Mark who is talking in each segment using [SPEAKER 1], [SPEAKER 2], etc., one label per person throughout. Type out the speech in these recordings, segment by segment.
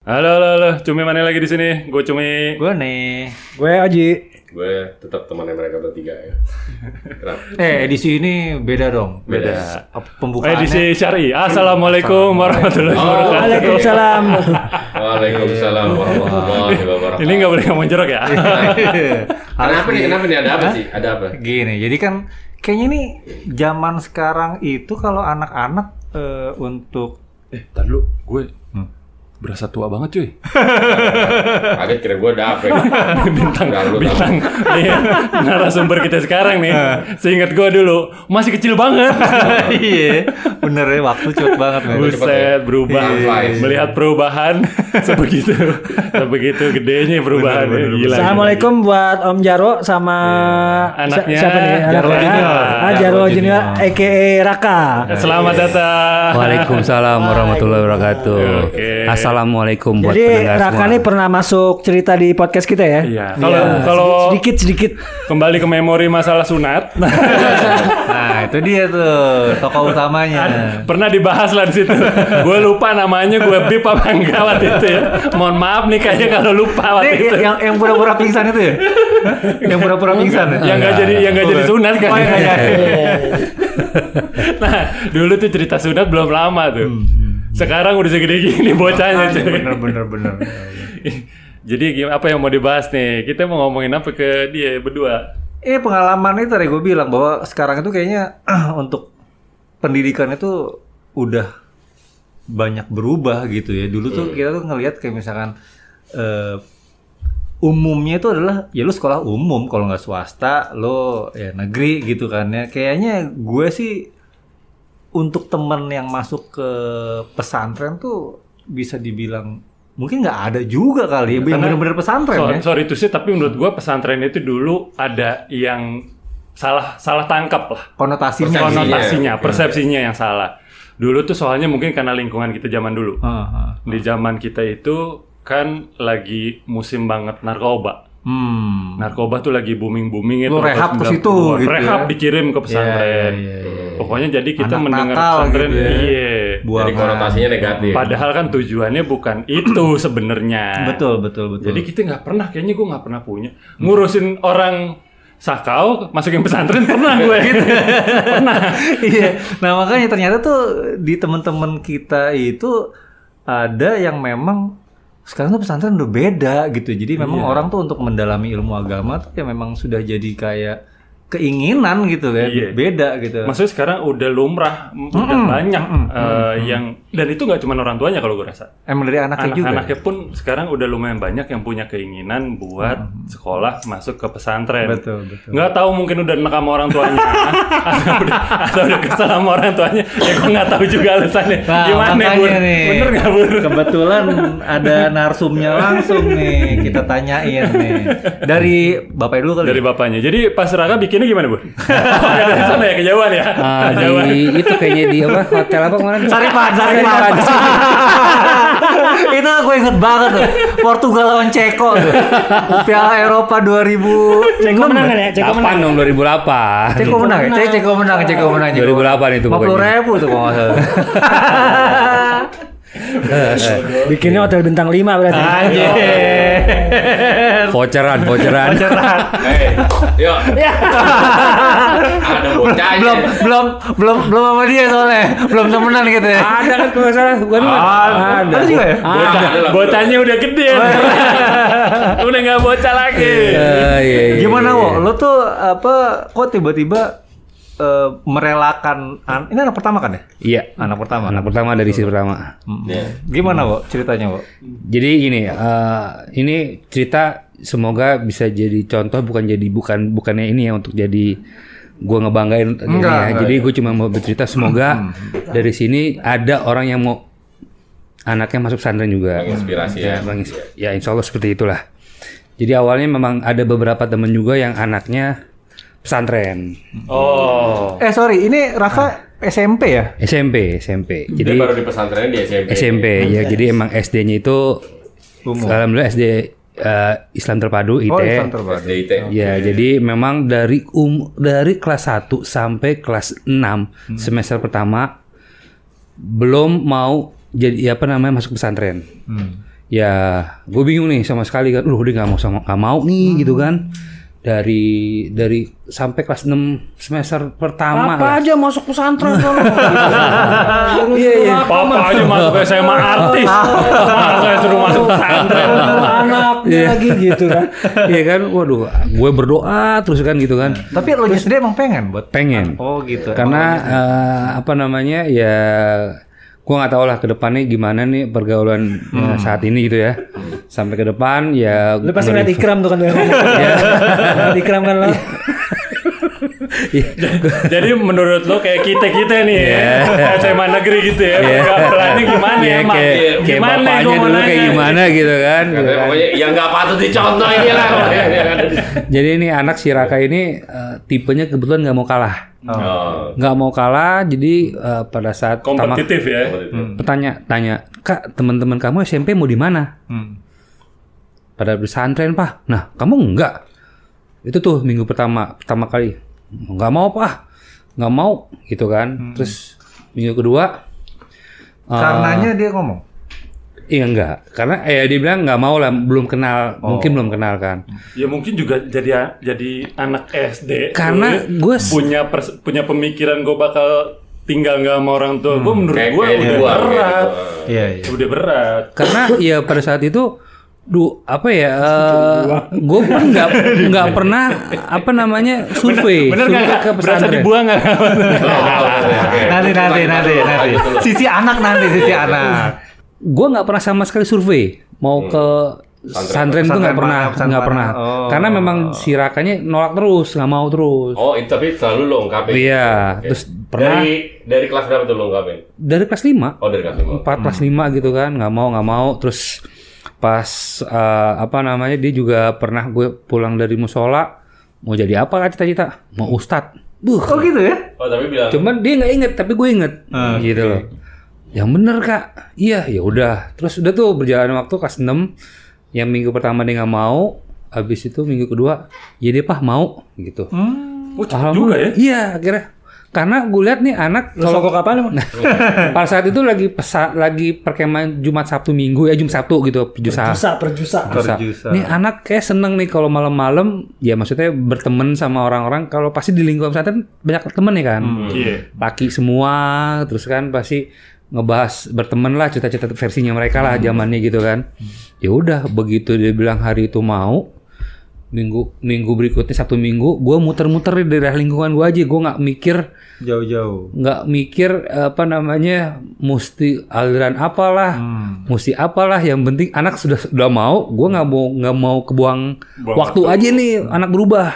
[SPEAKER 1] Halo, halo, halo. Cumi mana lagi di sini? Gue Cumi.
[SPEAKER 2] Gue nih.
[SPEAKER 3] Gue Aji.
[SPEAKER 4] gue tetap temannya mereka bertiga ya. Kenapa?
[SPEAKER 2] Eh edisi ini beda dong.
[SPEAKER 1] Beda.
[SPEAKER 2] Apa
[SPEAKER 1] Eh,
[SPEAKER 2] Pembukaannya.
[SPEAKER 1] di sini Syari. Assalamualaikum warahmatullahi
[SPEAKER 4] Oh,
[SPEAKER 1] wabarakatuh.
[SPEAKER 3] Waalaikumsalam.
[SPEAKER 4] Waalaikumsalam warahmatullahi wabarakatuh.
[SPEAKER 1] Ini nggak boleh ngomong jorok ya?
[SPEAKER 2] Iya. Harus
[SPEAKER 4] Kenapa nih?
[SPEAKER 2] di-
[SPEAKER 4] Kenapa nih? Ada apa sih? Ada apa?
[SPEAKER 2] Gini, jadi kan kayaknya nih zaman sekarang itu kalau anak-anak eh, untuk
[SPEAKER 1] eh, tar dulu. Gue berasa tua banget cuy.
[SPEAKER 4] Kaget kira gue ada apa? ya?
[SPEAKER 1] bintang,
[SPEAKER 4] Nggak, lu
[SPEAKER 1] bintang. Nih, narasumber kita sekarang nih. Seingat gue dulu, masih kecil banget.
[SPEAKER 2] iya bener ya waktu cepet banget men.
[SPEAKER 1] Buset, berubah.
[SPEAKER 4] Time flies.
[SPEAKER 1] Melihat perubahan sebegitu, sebegitu gedenya perubahan.
[SPEAKER 2] Bener, bener,
[SPEAKER 1] Gila, gila.
[SPEAKER 3] Assalamualaikum buat Om Jaro sama
[SPEAKER 1] Iya. Anaknya
[SPEAKER 3] siapa nih?
[SPEAKER 1] Jarwo
[SPEAKER 3] Anaknya?
[SPEAKER 1] Junior. Iya.
[SPEAKER 3] Ah, Jarwo
[SPEAKER 2] Jarwo
[SPEAKER 3] Junior,
[SPEAKER 2] Junior.
[SPEAKER 3] aka Raka.
[SPEAKER 1] Eh, Selamat datang.
[SPEAKER 5] Waalaikumsalam warahmatullahi wabarakatuh.
[SPEAKER 1] Oke.
[SPEAKER 5] Assalamualaikum buat
[SPEAKER 3] Jadi
[SPEAKER 5] pendengar
[SPEAKER 3] Raka
[SPEAKER 5] semua. Ah,
[SPEAKER 3] nih pernah masuk cerita di podcast kita ya?
[SPEAKER 1] Iya. Kalau kalau
[SPEAKER 3] sedikit sedikit.
[SPEAKER 1] kembali ke memori masalah sunat,
[SPEAKER 2] Nah itu dia tuh tokoh utamanya.
[SPEAKER 1] pernah dibahas lah di situ. gue lupa namanya, gue bip apa enggak waktu itu ya. Mohon maaf nih kayaknya kalau lupa waktu
[SPEAKER 2] Ini
[SPEAKER 1] itu.
[SPEAKER 2] yang yang pura-pura pingsan itu ya? yang pura-pura pingsan ya?
[SPEAKER 1] yang nggak jadi yang nggak jadi sunat kan.
[SPEAKER 2] Oh, iya, iya,
[SPEAKER 1] nah, dulu tuh cerita sunat belum lama tuh. Sekarang udah segede gini bocahnya. cuy.
[SPEAKER 2] Iya, Bener bener bener.
[SPEAKER 1] jadi gim- apa yang mau dibahas nih? Kita mau ngomongin apa ke dia berdua?
[SPEAKER 2] Ini Eh, pengalaman itu tadi gue bilang bahwa sekarang itu kayaknya untuk pendidikan itu udah banyak berubah gitu ya. Dulu tuh kita tuh ngelihat kayak misalkan eh, umumnya itu adalah ya lu sekolah umum kalau nggak swasta lo ya negeri gitu kan ya. Kayaknya gue sih untuk temen yang masuk ke pesantren tuh bisa dibilang mungkin nggak ada juga kali ya, yang
[SPEAKER 1] Karena-
[SPEAKER 2] bener-bener pesantren
[SPEAKER 1] So-
[SPEAKER 2] ya.
[SPEAKER 1] Sorry itu sih, tapi menurut gue pesantren itu dulu ada yang salah salah tangkap lah.
[SPEAKER 2] Konotasinya.
[SPEAKER 4] Persepsinya.
[SPEAKER 1] konotasinya,
[SPEAKER 4] Oke.
[SPEAKER 1] persepsinya yang salah. Dulu tuh soalnya mungkin karena lingkungan kita zaman dulu.
[SPEAKER 2] Heeh, heeh.
[SPEAKER 1] Di zaman kita itu kan lagi musim banget narkoba.
[SPEAKER 2] Hmm.
[SPEAKER 1] Narkoba tuh lagi booming-booming ya, itu.
[SPEAKER 2] Lu rehab ke situ gitu ya.
[SPEAKER 1] Rehab dikirim ke pesantren.
[SPEAKER 2] Iya, iya, iya.
[SPEAKER 1] Pokoknya jadi kita
[SPEAKER 2] Anak
[SPEAKER 1] mendengar
[SPEAKER 2] nakal
[SPEAKER 1] pesantren
[SPEAKER 2] gitu ya.
[SPEAKER 1] iya.
[SPEAKER 2] Buangan.
[SPEAKER 4] Jadi konotasinya negatif.
[SPEAKER 1] Padahal kan tujuannya bukan itu sebenarnya.
[SPEAKER 2] betul betul betul.
[SPEAKER 1] Jadi kita nggak pernah, kayaknya gue nggak pernah punya ngurusin orang sakau masukin pesantren pernah gue.
[SPEAKER 2] iya. Nah makanya ternyata tuh di teman-teman kita itu ada yang memang sekarang tuh pesantren udah beda gitu. Jadi memang orang tuh untuk mendalami ilmu agama tuh ya memang sudah jadi kayak keinginan gitu ya,
[SPEAKER 1] Iya.
[SPEAKER 2] beda gitu.
[SPEAKER 1] Maksudnya sekarang udah lumrah, m- udah banyak eh, yang dan itu nggak cuma orang tuanya kalau gue rasa.
[SPEAKER 2] Emang dari anaknya juga.
[SPEAKER 1] Anak-anaknya pun sekarang udah lumayan banyak yang punya keinginan buat sekolah masuk ke pesantren.
[SPEAKER 2] Betul betul.
[SPEAKER 1] Nggak tahu mungkin udah nekam sama orang tuanya atau, udah, atau udah kesel sama orang tuanya. Ya gue nggak tahu juga alasannya.
[SPEAKER 2] Nah,
[SPEAKER 1] Gimana
[SPEAKER 2] makanya
[SPEAKER 1] Bur?
[SPEAKER 2] nih.
[SPEAKER 1] Bener nggak Bur?
[SPEAKER 2] Kebetulan ada narsumnya langsung nih kita tanyain nih. Dari bapak dulu kali. ya?
[SPEAKER 1] Dari bapaknya. Jadi pas Raka bikinnya gimana Bur? Oh, nggak dari sana ya kejauhan ya.
[SPEAKER 5] Ah,
[SPEAKER 1] Kejauhan.
[SPEAKER 2] iya.
[SPEAKER 5] di itu kayaknya di apa hotel apa kemarin?
[SPEAKER 2] Saripan, Saripan. itu gue inget banget tuh. Portugal lawan Ceko tuh. Piala Eropa 2000.
[SPEAKER 3] Ceko menang kan ya? Ceko
[SPEAKER 5] Kapan
[SPEAKER 3] menang.
[SPEAKER 5] dong 2008?
[SPEAKER 2] Ceko menang, ya? Ceko menang, Ceko menang.
[SPEAKER 5] 2008 itu
[SPEAKER 2] pokoknya.
[SPEAKER 5] pokoknya.
[SPEAKER 2] ribu tuh kalau nggak salah.
[SPEAKER 3] Bikinnya hotel bintang 5 berarti.
[SPEAKER 2] Anjir.
[SPEAKER 5] Voucheran, voucheran.
[SPEAKER 4] Hei, yuk. Ada bocahnya.
[SPEAKER 2] belum, belum, belum, belum sama dia soalnya. Belum temenan gitu ya.
[SPEAKER 3] Ada kan kalau nggak salah, bukan lu kan?
[SPEAKER 2] Ah, Ada juga ya?
[SPEAKER 1] Bocah,
[SPEAKER 4] Ada lah, Bur.
[SPEAKER 1] bocahnya udah gede. udah nggak bocah lagi.
[SPEAKER 5] Eh, iya, iya,
[SPEAKER 2] Gimana
[SPEAKER 5] iya.
[SPEAKER 2] wo? Lo tuh apa? Kok tiba-tiba eh, merelakan? an- ini anak pertama kan ya?
[SPEAKER 5] Iya.
[SPEAKER 2] Anak pertama.
[SPEAKER 5] Anak pertama dari sisi pertama.
[SPEAKER 4] Iya.
[SPEAKER 2] Gimana wo ceritanya wo?
[SPEAKER 5] Jadi gini, eh, ini cerita semoga bisa jadi contoh bukan jadi bukan bukannya ini ya untuk jadi gua ngebanggain ini ya. Jadi gue cuma mau bercerita semoga dari sini ada orang yang mau anaknya masuk pesantren juga.
[SPEAKER 4] Menginspirasi ya.
[SPEAKER 5] Ya, Bang Is- ya insya Allah seperti itulah. Jadi awalnya memang ada beberapa temen juga yang anaknya pesantren
[SPEAKER 1] Oh.
[SPEAKER 2] Eh sorry, ini Rafa
[SPEAKER 5] Nah.
[SPEAKER 2] SMP ya?
[SPEAKER 5] SMP SMP.
[SPEAKER 4] Jadi
[SPEAKER 5] Jadi
[SPEAKER 4] baru di pesantrennya di SMP.
[SPEAKER 5] SMP ya. Jadi emang SD-nya itu alhamdulillah SD eh, Islam Terpadu ITE.
[SPEAKER 2] Oh, Islam terbaru.
[SPEAKER 4] SDIT.
[SPEAKER 5] Ya, jadi memang dari um dari kelas 1 sampai kelas 6
[SPEAKER 3] Hmm.
[SPEAKER 5] semester
[SPEAKER 3] Hmm.
[SPEAKER 5] pertama belum mau jadi apa namanya masuk pesantren. ya gue bingung nih sama sekali kan. Loh dia nggak mau sama nggak mau nih gitu kan. Dari dari sampai kelas 6 semester pertama
[SPEAKER 3] Apa
[SPEAKER 5] lah.
[SPEAKER 3] aja masuk pesantren kalau. Iya iya.
[SPEAKER 1] iya. Papa aja masuk SMA artis. Masa suruh masuk pesantren.
[SPEAKER 3] Anaknya lagi gitu kan.
[SPEAKER 5] Iya kan, waduh, gue berdoa terus kan gitu kan.
[SPEAKER 3] Nah.
[SPEAKER 2] Tapi lo nya sendiri emang pengen buat
[SPEAKER 5] Pengen.
[SPEAKER 2] Oh gitu.
[SPEAKER 5] Karena eh, apa namanya ya gua nggak tahu lah ke depannya gimana nih pergaulan ya, saat ini gitu ya. Sampai ke depan ya
[SPEAKER 3] Lu pasti ngeliat
[SPEAKER 5] ngeri-
[SPEAKER 3] ikram tuh kan.
[SPEAKER 1] Iya.
[SPEAKER 3] lu yang ngomong. Ngeliat ikram kan lo.
[SPEAKER 5] Iya.
[SPEAKER 1] Jadi menurut lo kayak kita-kita nih ya, SMA negeri gitu ya. Pergaulannya gimana
[SPEAKER 5] Iya,
[SPEAKER 1] emang?
[SPEAKER 5] kayak, kayak
[SPEAKER 1] ya, Gimana
[SPEAKER 5] bapaknya
[SPEAKER 1] gua mau
[SPEAKER 5] dulu
[SPEAKER 1] nanya?
[SPEAKER 5] kayak gimana gitu kan. gitu
[SPEAKER 4] Katanya
[SPEAKER 5] kan.
[SPEAKER 4] pokoknya yang nggak patut dicontoh ini lah.
[SPEAKER 5] Jadi ini anak si Raka ini eh, tipenya kebetulan nggak mau kalah.
[SPEAKER 4] Oh.
[SPEAKER 5] Nggak mau kalah jadi eh, pada saat pertama
[SPEAKER 1] Kompetitif ya.
[SPEAKER 5] Hmm. bertanya tanya, "Kak, teman-teman kamu SMP mau di mana?"
[SPEAKER 2] Hmm.
[SPEAKER 5] pada pesantren pak nah kamu enggak itu tuh minggu pertama pertama kali nggak mau pak nggak mau gitu kan
[SPEAKER 1] Hmm.
[SPEAKER 5] terus minggu kedua eh,
[SPEAKER 2] Karenanya dia ngomong.
[SPEAKER 5] iya enggak karena eh dia bilang nggak mau lah belum kenal
[SPEAKER 1] Oh.
[SPEAKER 5] mungkin belum kenal kan
[SPEAKER 1] Ya mungkin juga jadi jadi anak SD.
[SPEAKER 5] Karena
[SPEAKER 1] dulu
[SPEAKER 5] gua
[SPEAKER 1] ya,
[SPEAKER 5] s-
[SPEAKER 1] punya pers- punya pemikiran gue bakal tinggal nggak sama orang tua.
[SPEAKER 5] Hmm.
[SPEAKER 1] Gue menurut
[SPEAKER 4] Kayak-
[SPEAKER 1] gue
[SPEAKER 4] kayak di
[SPEAKER 1] udah
[SPEAKER 4] luar, kayak di
[SPEAKER 1] berat.
[SPEAKER 4] luar.
[SPEAKER 2] Iya iya.
[SPEAKER 1] Udah berat.
[SPEAKER 5] karena ya pada saat itu duh apa ya gue pun nggak nggak pernah apa namanya survei
[SPEAKER 1] Bener
[SPEAKER 5] survei
[SPEAKER 1] nggak?
[SPEAKER 5] ke
[SPEAKER 1] Berasa
[SPEAKER 5] pesantren
[SPEAKER 1] dibuang nggak?
[SPEAKER 2] Nanti nanti nanti nanti. Sisi anak nanti sisi anak.
[SPEAKER 5] gue nggak pernah sama sekali survei mau ke santren itu
[SPEAKER 2] Pesantren
[SPEAKER 5] nggak pernah
[SPEAKER 2] mana, pesantren
[SPEAKER 5] nggak pernah
[SPEAKER 2] mana. Oh.
[SPEAKER 5] karena memang si Rakanya nolak terus nggak mau terus
[SPEAKER 4] Oh, itu tapi selalu lo ungkapin.
[SPEAKER 5] Iya, terus pernah-
[SPEAKER 4] Dari dari kelas berapa tuh lo ungkapin?
[SPEAKER 5] dari kelas 5
[SPEAKER 4] Oh, dari kelas lima.
[SPEAKER 5] empat kelas 5 gitu kan nggak mau nggak mau terus pas eh, apa namanya dia juga pernah gue pulang dari musola mau jadi apa Kak, cita-cita mau ustad buh
[SPEAKER 2] Oh gitu ya?
[SPEAKER 4] Oh, tapi bilang
[SPEAKER 5] cuman dia nggak inget tapi gue inget gitu loh yang bener kak iya ya udah terus udah tuh berjalan waktu kelas 6 yang minggu pertama dia nggak mau habis itu minggu kedua ya dia pah mau gitu
[SPEAKER 1] Oh, cepet juga ya.
[SPEAKER 5] iya akhirnya karena gue lihat nih anak
[SPEAKER 3] Lu
[SPEAKER 5] Nah,
[SPEAKER 3] sokok apaan emang?
[SPEAKER 5] pada saat itu lagi pesa, lagi perkemahan Jumat Sabtu Minggu ya Jumat Sabtu
[SPEAKER 1] Iya.
[SPEAKER 5] gitu Jumat
[SPEAKER 3] Perjusa, perjusa.
[SPEAKER 5] Persa.
[SPEAKER 2] Perjusa.
[SPEAKER 5] Nih anak kayak seneng nih kalau malam-malam, ya maksudnya berteman sama orang-orang. Kalau pasti di lingkungan pesantren banyak temen ya kan,
[SPEAKER 1] Iya.
[SPEAKER 5] laki semua, terus kan pasti ngebahas berteman lah cita-cita versinya mereka lah zamannya gitu kan. Ya udah begitu dia bilang hari itu mau, minggu minggu berikutnya Sabtu minggu, gue muter-muter di daerah lingkungan gue aja, gue nggak mikir
[SPEAKER 2] Jauh-jauh.
[SPEAKER 5] nggak mikir apa namanya mesti aliran apalah mesti apalah yang penting anak sudah sudah mau gue nggak mau nggak mau kebuang
[SPEAKER 1] Buang
[SPEAKER 5] waktu, aja nih anak berubah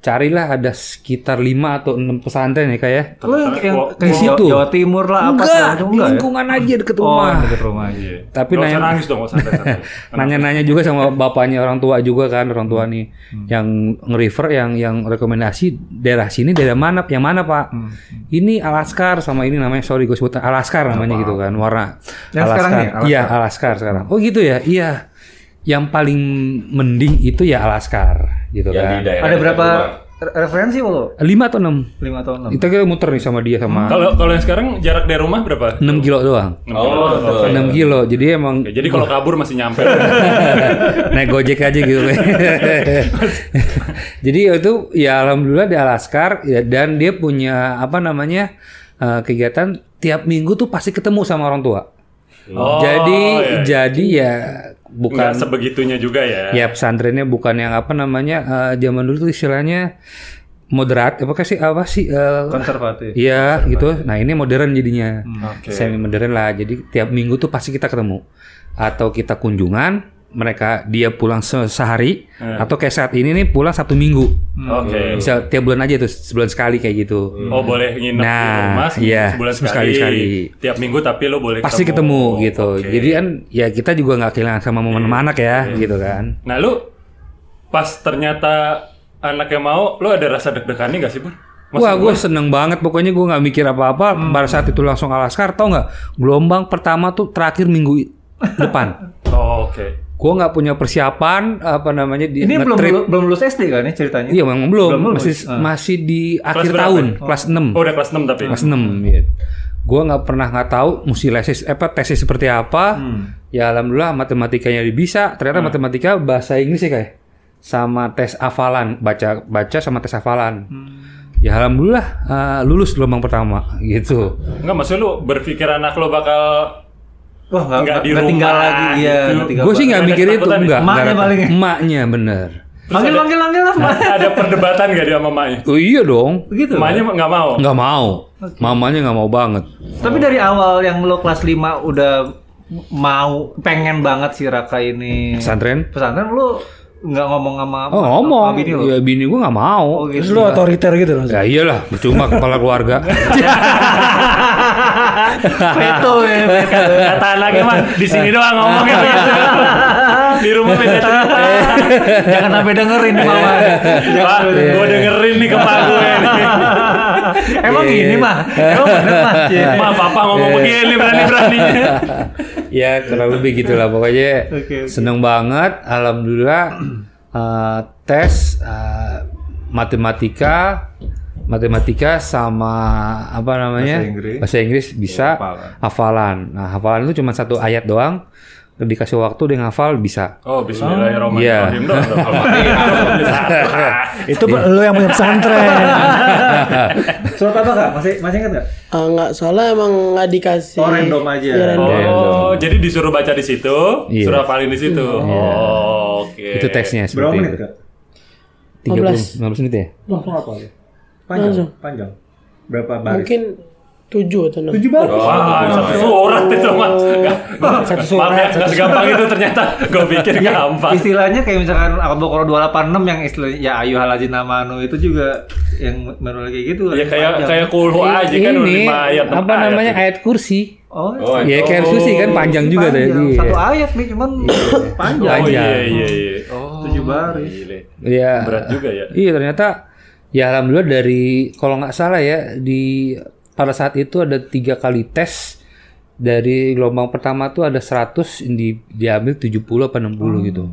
[SPEAKER 5] carilah ada sekitar 5 atau 6 pesantren ya kayak
[SPEAKER 2] Lo yang, yang
[SPEAKER 1] Wo-
[SPEAKER 2] kayak
[SPEAKER 5] di situ.
[SPEAKER 2] Jawa Timur lah apa
[SPEAKER 5] enggak
[SPEAKER 2] segala macam,
[SPEAKER 5] di
[SPEAKER 2] enggak ya?
[SPEAKER 5] lingkungan aja deket
[SPEAKER 2] Oh,
[SPEAKER 5] rumah
[SPEAKER 2] dekat rumah aja.
[SPEAKER 5] tapi
[SPEAKER 1] iya. Nggak usah
[SPEAKER 5] nanya-
[SPEAKER 1] nangis dong, nggak usah santai-santai.
[SPEAKER 5] nanya-nanya juga sama bapaknya orang tua juga kan orang tua nih
[SPEAKER 2] Hmm.
[SPEAKER 5] yang nge-refer yang yang rekomendasi daerah sini daerah mana yang mana pak
[SPEAKER 2] Hmm.
[SPEAKER 5] ini Alaskar sama ini namanya sorry gue sebut Alaskar namanya gitu kan warna
[SPEAKER 2] Yang sekarang nih, Alaskar.
[SPEAKER 5] iya Alaskar sekarang oh gitu ya iya yang paling mending itu ya Alaskar gitu
[SPEAKER 4] yang di
[SPEAKER 5] kan
[SPEAKER 4] daerah
[SPEAKER 2] Ada berapa
[SPEAKER 4] rumah.
[SPEAKER 2] re- referensi lo?
[SPEAKER 5] lima atau enam
[SPEAKER 2] 5 tahun
[SPEAKER 5] kita kita muter nih sama dia sama
[SPEAKER 1] Kalau kalau yang sekarang jarak dari rumah berapa?
[SPEAKER 5] 6 kilo doang
[SPEAKER 1] Enam kilo.
[SPEAKER 4] Oh, betul.
[SPEAKER 5] 6 kilo jadi emang
[SPEAKER 1] Ya, jadi kalau kabur masih nyampe.
[SPEAKER 5] naik gojek aja gitu. Jadi itu ya alhamdulillah di Alaskar ya, dan dia punya apa namanya eh, kegiatan tiap minggu tuh pasti ketemu sama orang tua.
[SPEAKER 1] Oh,
[SPEAKER 5] jadi
[SPEAKER 1] iya.
[SPEAKER 5] jadi ya
[SPEAKER 1] Nggak
[SPEAKER 5] bukan
[SPEAKER 1] sebegitunya juga ya.
[SPEAKER 5] ya pesantrennya bukan yang apa namanya eh, zaman dulu tuh istilahnya moderat apa sih apa sih eh,
[SPEAKER 2] konservatif.
[SPEAKER 5] Iya gitu. Nah ini modern jadinya.
[SPEAKER 1] Hmm, Oke.
[SPEAKER 5] Semi modern lah. Jadi tiap minggu tuh pasti kita ketemu. Atau kita kunjungan. Mereka dia pulang se- sehari. Atau kayak saat ini nih pulang satu minggu.
[SPEAKER 1] Hmm. Oke.
[SPEAKER 5] Bisa tiap bulan aja tuh sebulan sekali kayak gitu.
[SPEAKER 1] Oh boleh nginep di
[SPEAKER 5] Nah,
[SPEAKER 1] rumah seminggu-
[SPEAKER 5] iya,
[SPEAKER 1] sebulan sekali,
[SPEAKER 5] sekali- sekali.
[SPEAKER 1] Tiap minggu tapi lo boleh
[SPEAKER 5] Pasti ketemu, gitu.
[SPEAKER 1] Oke. Hmm.
[SPEAKER 5] Jadi kan ya kita juga nggak kehilangan sama momen sama anak ya gitu kan.
[SPEAKER 1] Nah lu pas ternyata anaknya mau, lu ada rasa deg-degannya nggak sih pur? Mas-
[SPEAKER 5] Wah, gue seneng banget. Pokoknya gue nggak mikir apa-apa. Pada saat itu langsung alaskar. Tau nggak? Gelombang pertama tuh terakhir minggu i- depan.
[SPEAKER 1] Oh, Oke.
[SPEAKER 5] Gue nggak punya persiapan apa namanya di
[SPEAKER 2] Ini belum
[SPEAKER 5] nge-trip.
[SPEAKER 2] lulu- belum lulus SD kan ya ceritanya?
[SPEAKER 5] Iya memang belum,
[SPEAKER 2] Belum Ah. lulus.
[SPEAKER 5] masih masih di akhir
[SPEAKER 1] berapa
[SPEAKER 5] tahun,
[SPEAKER 1] ya?
[SPEAKER 5] kelas 6.
[SPEAKER 1] Oh, udah kelas 6 tapi.
[SPEAKER 5] iya.
[SPEAKER 2] Hmm.
[SPEAKER 5] Kelas 6 gitu. Gua nggak pernah nggak tahu mesti lesis apa tesis seperti apa. ya alhamdulillah matematikanya bisa ternyata matematika bahasa Inggris ya kayak sama tes hafalan baca baca sama tes hafalan
[SPEAKER 2] Hmm.
[SPEAKER 5] ya alhamdulillah eh, lulus gelombang pertama gitu
[SPEAKER 1] Enggak, maksud lu berpikir anak lo bakal
[SPEAKER 2] Wah, nggak
[SPEAKER 1] Nggak
[SPEAKER 2] nggak-
[SPEAKER 1] di
[SPEAKER 2] nggak tinggal
[SPEAKER 1] rumah
[SPEAKER 2] lagi, iya,
[SPEAKER 1] gitu.
[SPEAKER 2] nggak tinggal
[SPEAKER 5] gue sih nggak
[SPEAKER 1] Ada
[SPEAKER 5] mikir itu
[SPEAKER 1] ketakutan ya?
[SPEAKER 5] enggak
[SPEAKER 2] Emaknya
[SPEAKER 5] enggak.
[SPEAKER 2] paling ya?
[SPEAKER 5] emaknya bener
[SPEAKER 2] Manggil, manggil, manggil lah.
[SPEAKER 5] Nah.
[SPEAKER 2] Gitu. Mak.
[SPEAKER 1] ada perdebatan gak dia sama mamanya?
[SPEAKER 5] oh iya dong
[SPEAKER 2] Begitu.
[SPEAKER 1] Mamanya nggak mau.
[SPEAKER 5] nggak mau mamanya nggak mau banget
[SPEAKER 2] Tapi dari awal yang lo kelas 5 udah mau pengen banget si Raka ini
[SPEAKER 5] pesantren
[SPEAKER 2] pesantren lo nggak ngomong sama
[SPEAKER 5] oh
[SPEAKER 2] sama
[SPEAKER 5] ngomong
[SPEAKER 2] bini lo.
[SPEAKER 5] ya bini gue nggak
[SPEAKER 2] Oh,
[SPEAKER 5] mau
[SPEAKER 2] gitu.
[SPEAKER 3] Terus lu otoriter gitu langsung.
[SPEAKER 5] ya iyalah percuma kepala keluarga
[SPEAKER 2] Veto ya. veto.
[SPEAKER 1] Gak tahan lagi mah di sini doang ngomongnya begitu. di rumah beda cerita.
[SPEAKER 2] Jangan sampai dengerin nih, mama.
[SPEAKER 1] Wah, gue dengerin nih kepala gue nih.
[SPEAKER 2] Emang
[SPEAKER 5] Iya.
[SPEAKER 2] gini mah. Emang bener mah.
[SPEAKER 1] Ma, papa ngomong begini berani-beraninya.
[SPEAKER 5] ya kurang lebih gitulah pokoknya seneng banget alhamdulillah eh, tes eh, matematika matematika sama apa namanya
[SPEAKER 2] Bahasa Inggris.
[SPEAKER 5] bisa
[SPEAKER 2] Hafalan.
[SPEAKER 5] hafalan nah hafalan itu cuma satu ayat doang dikasih waktu dia ngafal bisa
[SPEAKER 1] Oh,
[SPEAKER 5] Iya.
[SPEAKER 1] bismillahirrahmanirrahim. dong, dong, kalau mati.
[SPEAKER 3] Itu lu yang punya pesantren.
[SPEAKER 2] Surat apa kak? Masih masih ingat nggak?
[SPEAKER 6] Ah, nggak salah emang nggak dikasih.
[SPEAKER 2] Oh, random aja.
[SPEAKER 6] Iya, random.
[SPEAKER 1] Oh, jadi disuruh baca di situ,
[SPEAKER 5] Iya.
[SPEAKER 1] suruh hafalin di situ. Oh, oke.
[SPEAKER 5] itu tesnya
[SPEAKER 2] Berapa
[SPEAKER 5] seperti
[SPEAKER 2] menit
[SPEAKER 5] itu
[SPEAKER 2] kak?
[SPEAKER 5] 30 15 menit ya
[SPEAKER 2] Langsung apa? Panjang. Panjang. Berapa baris?
[SPEAKER 6] Mungkin tujuh atau enam.
[SPEAKER 2] Tujuh baris.
[SPEAKER 1] Wah, Ah, satu surat itu mas. Satu surat. Iya. Maaf ya, nggak segampang itu ternyata. Gue pikir gampang.
[SPEAKER 2] Istilahnya kayak misalkan Al-Baqarah 286 yang istilahnya ya ayu halajin amanu itu juga yang menurut kayak gitu.
[SPEAKER 1] Ya kayak
[SPEAKER 2] Panjang.
[SPEAKER 1] kayak kulhu aja kan udah
[SPEAKER 5] ini
[SPEAKER 1] lima ayat. enam
[SPEAKER 5] apa
[SPEAKER 1] ayat.
[SPEAKER 5] namanya ayat kursi
[SPEAKER 2] Oh, Iya,
[SPEAKER 4] Oh,
[SPEAKER 5] ya kayak
[SPEAKER 1] Oh.
[SPEAKER 5] kursi kan panjang juga
[SPEAKER 2] panjang.
[SPEAKER 5] tadi
[SPEAKER 2] Satu ayat nih cuman panjang.
[SPEAKER 1] Oh iya
[SPEAKER 5] panjang.
[SPEAKER 1] iya iya. Oh.
[SPEAKER 2] Tujuh baris.
[SPEAKER 1] gile.
[SPEAKER 5] Iya.
[SPEAKER 1] Berat juga ya.
[SPEAKER 5] Iya ternyata ya alhamdulillah dari kalau nggak salah ya di pada saat itu ada tiga kali tes dari gelombang pertama tuh ada 100 yang di, diambil 70 apa 60
[SPEAKER 1] Oh,
[SPEAKER 5] gitu.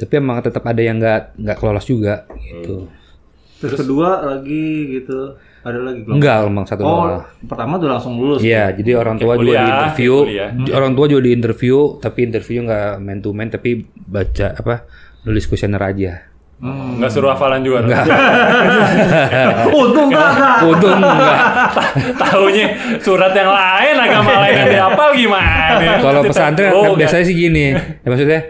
[SPEAKER 5] Tapi emang tetap ada yang nggak nggak lolos juga gitu.
[SPEAKER 1] Hmm.
[SPEAKER 2] Terus kedua lagi gitu. Ada lagi belum?
[SPEAKER 5] Enggak emang satu
[SPEAKER 2] Oh,
[SPEAKER 5] doang.
[SPEAKER 2] pertama tuh langsung lulus.
[SPEAKER 5] Iya, jadi orang
[SPEAKER 1] Kayak
[SPEAKER 5] tua juga
[SPEAKER 1] kuliah,
[SPEAKER 5] di interview,
[SPEAKER 1] kayak kuliah.
[SPEAKER 5] di- orang tua juga di interview, tapi interview nggak man to man, tapi baca apa nulis kuesioner aja. Hmm.
[SPEAKER 1] Nggak suruh hafalan juga. Enggak.
[SPEAKER 2] Untung enggak ada.
[SPEAKER 5] Untung nggak.
[SPEAKER 1] Taunya surat yang lain agama lain yang dihafal gimana?
[SPEAKER 5] Iya. Kalau pesantren kan
[SPEAKER 1] Oh,
[SPEAKER 5] biasanya sih gini, ya maksudnya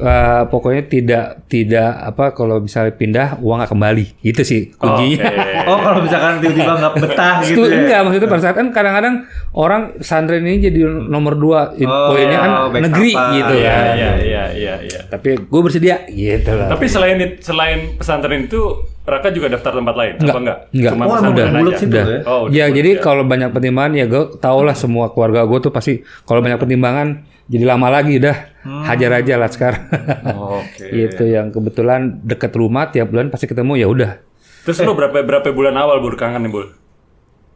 [SPEAKER 5] eh, pokoknya tidak tidak apa kalau misalnya pindah uang nggak kembali, gitu sih kuncinya.
[SPEAKER 1] oke.
[SPEAKER 2] Oh, kalau misalkan tiba-tiba nggak betah gitu
[SPEAKER 5] Itu
[SPEAKER 2] ya.
[SPEAKER 5] enggak maksudnya pada saat kan kadang-kadang orang pesantren ini jadi nomor dua in-
[SPEAKER 2] Oh,
[SPEAKER 5] poinnya kan
[SPEAKER 2] back
[SPEAKER 5] negeri
[SPEAKER 2] apa.
[SPEAKER 5] gitu
[SPEAKER 1] Iya
[SPEAKER 5] kan.
[SPEAKER 1] iya iya iya iya.
[SPEAKER 5] Tapi gue bersedia gitu lah.
[SPEAKER 1] Tapi selain it- selain pesantren itu Raka juga daftar tempat lain apa enggak?
[SPEAKER 5] Enggak.
[SPEAKER 1] Cuma
[SPEAKER 5] Oh, emang
[SPEAKER 1] pesantren
[SPEAKER 5] udah
[SPEAKER 2] bulat
[SPEAKER 1] aja.
[SPEAKER 2] situ
[SPEAKER 5] Udah.
[SPEAKER 2] ya?
[SPEAKER 1] Oh, udah
[SPEAKER 5] ya
[SPEAKER 1] bulat,
[SPEAKER 5] jadi
[SPEAKER 1] ya.
[SPEAKER 5] kalau banyak pertimbangan ya gue tau lah semua keluarga gue tuh pasti kalau banyak pertimbangan jadi lama lagi dah
[SPEAKER 2] Hmm.
[SPEAKER 5] hajar aja lah sekarang.
[SPEAKER 1] Oh, Oke.
[SPEAKER 5] Itu yang kebetulan deket rumah tiap bulan pasti ketemu ya udah.
[SPEAKER 1] Terus lu berapa berapa bulan awal bur kangen nih bur?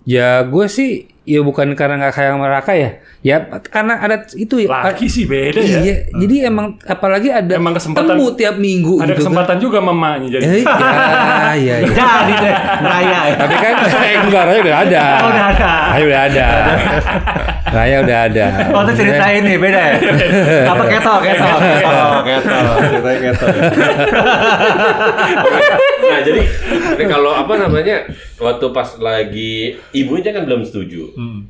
[SPEAKER 5] Ya gue sih ya bukan karena nggak kayak meraka ya. Ya karena ada itu ya.
[SPEAKER 1] Laki sih beda ya.
[SPEAKER 5] Iya, jadi emang apalagi ada
[SPEAKER 1] Emang kesempatan-
[SPEAKER 5] temu tiap minggu
[SPEAKER 1] Ada
[SPEAKER 5] gitu kan.
[SPEAKER 1] kesempatan juga mamanya jadi.
[SPEAKER 5] Eh, ya, ya, ya.
[SPEAKER 2] Jadi deh, raya ya.
[SPEAKER 5] Tapi kan enggak Raya udah ada.
[SPEAKER 2] Oh, udah ada.
[SPEAKER 5] Raya udah ada. Raya udah ada. kan,
[SPEAKER 2] Oh, itu ceritain nih, beda ya? Apa keto, keto, keto, keto, ceritain keto.
[SPEAKER 4] Nah jadi ini kalau apa namanya waktu pas lagi ibunya kan belum setuju,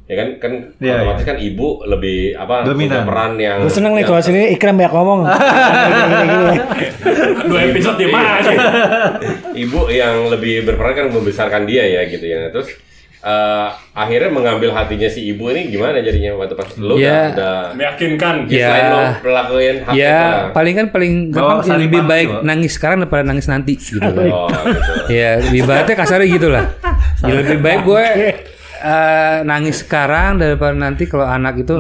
[SPEAKER 4] ya kan kan
[SPEAKER 2] Iya,
[SPEAKER 4] otomatis kan ibu lebih apa
[SPEAKER 2] Dominan.
[SPEAKER 4] punya peran yang
[SPEAKER 3] Gue seneng nih
[SPEAKER 4] yang-
[SPEAKER 3] kalau sini Ikram banyak ngomong.
[SPEAKER 1] Dua episode di
[SPEAKER 5] Iya.
[SPEAKER 1] mana aja?
[SPEAKER 4] ibu yang lebih berperan kan membesarkan dia ya gitu ya. Terus eh, akhirnya mengambil hatinya si ibu ini gimana jadinya waktu pas lo udah,
[SPEAKER 5] Ya.
[SPEAKER 4] udah
[SPEAKER 1] Meyakinkan.
[SPEAKER 5] Ya.
[SPEAKER 4] selain lo pelakuin hak
[SPEAKER 5] Ya,
[SPEAKER 4] kita.
[SPEAKER 5] paling kan paling gampang ya,
[SPEAKER 2] saling
[SPEAKER 5] lebih
[SPEAKER 2] paham
[SPEAKER 5] baik
[SPEAKER 2] tuh.
[SPEAKER 5] nangis sekarang daripada nangis nanti gitu kan.
[SPEAKER 4] Oh, gitu.
[SPEAKER 5] Ya, ibaratnya kasarnya gitu lah. Ya, lebih baik gue eh, nangis sekarang daripada nanti kalau anak itu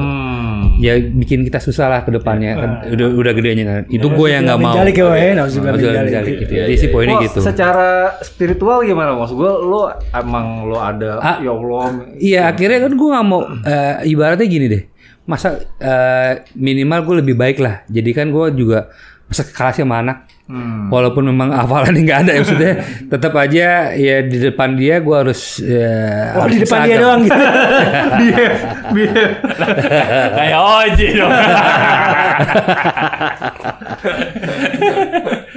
[SPEAKER 2] Hmm.
[SPEAKER 5] ya bikin kita susah lah ke depannya.
[SPEAKER 2] Iya.
[SPEAKER 5] Udah udah gedenya. kan. Itu gue yang nggak mau.
[SPEAKER 3] Jalik ya, weh.
[SPEAKER 5] Harus
[SPEAKER 3] Nauzubillah min
[SPEAKER 5] jalik
[SPEAKER 3] dzalik.
[SPEAKER 5] gitu. Jadi sih poinnya
[SPEAKER 2] Wah,
[SPEAKER 5] gitu.
[SPEAKER 2] secara spiritual gimana mas? Gue lo emang lo ada,
[SPEAKER 5] Ah.
[SPEAKER 2] ya Allah.
[SPEAKER 3] Gitu.
[SPEAKER 5] Iya, akhirnya kan gue nggak mau. eh, ibaratnya gini deh, masa eh, minimal gue lebih baik lah. Jadi kan gue juga masa kalah sih sama anak.
[SPEAKER 3] Hmm.
[SPEAKER 5] Walaupun memang hafalannya nggak ada ya maksudnya, tetap aja ya di depan dia gua harus ya,
[SPEAKER 3] Oh
[SPEAKER 5] harus
[SPEAKER 3] di depan dia
[SPEAKER 5] seragam.
[SPEAKER 3] doang gitu.
[SPEAKER 2] Behave, behave.
[SPEAKER 1] Kayak Oji dong.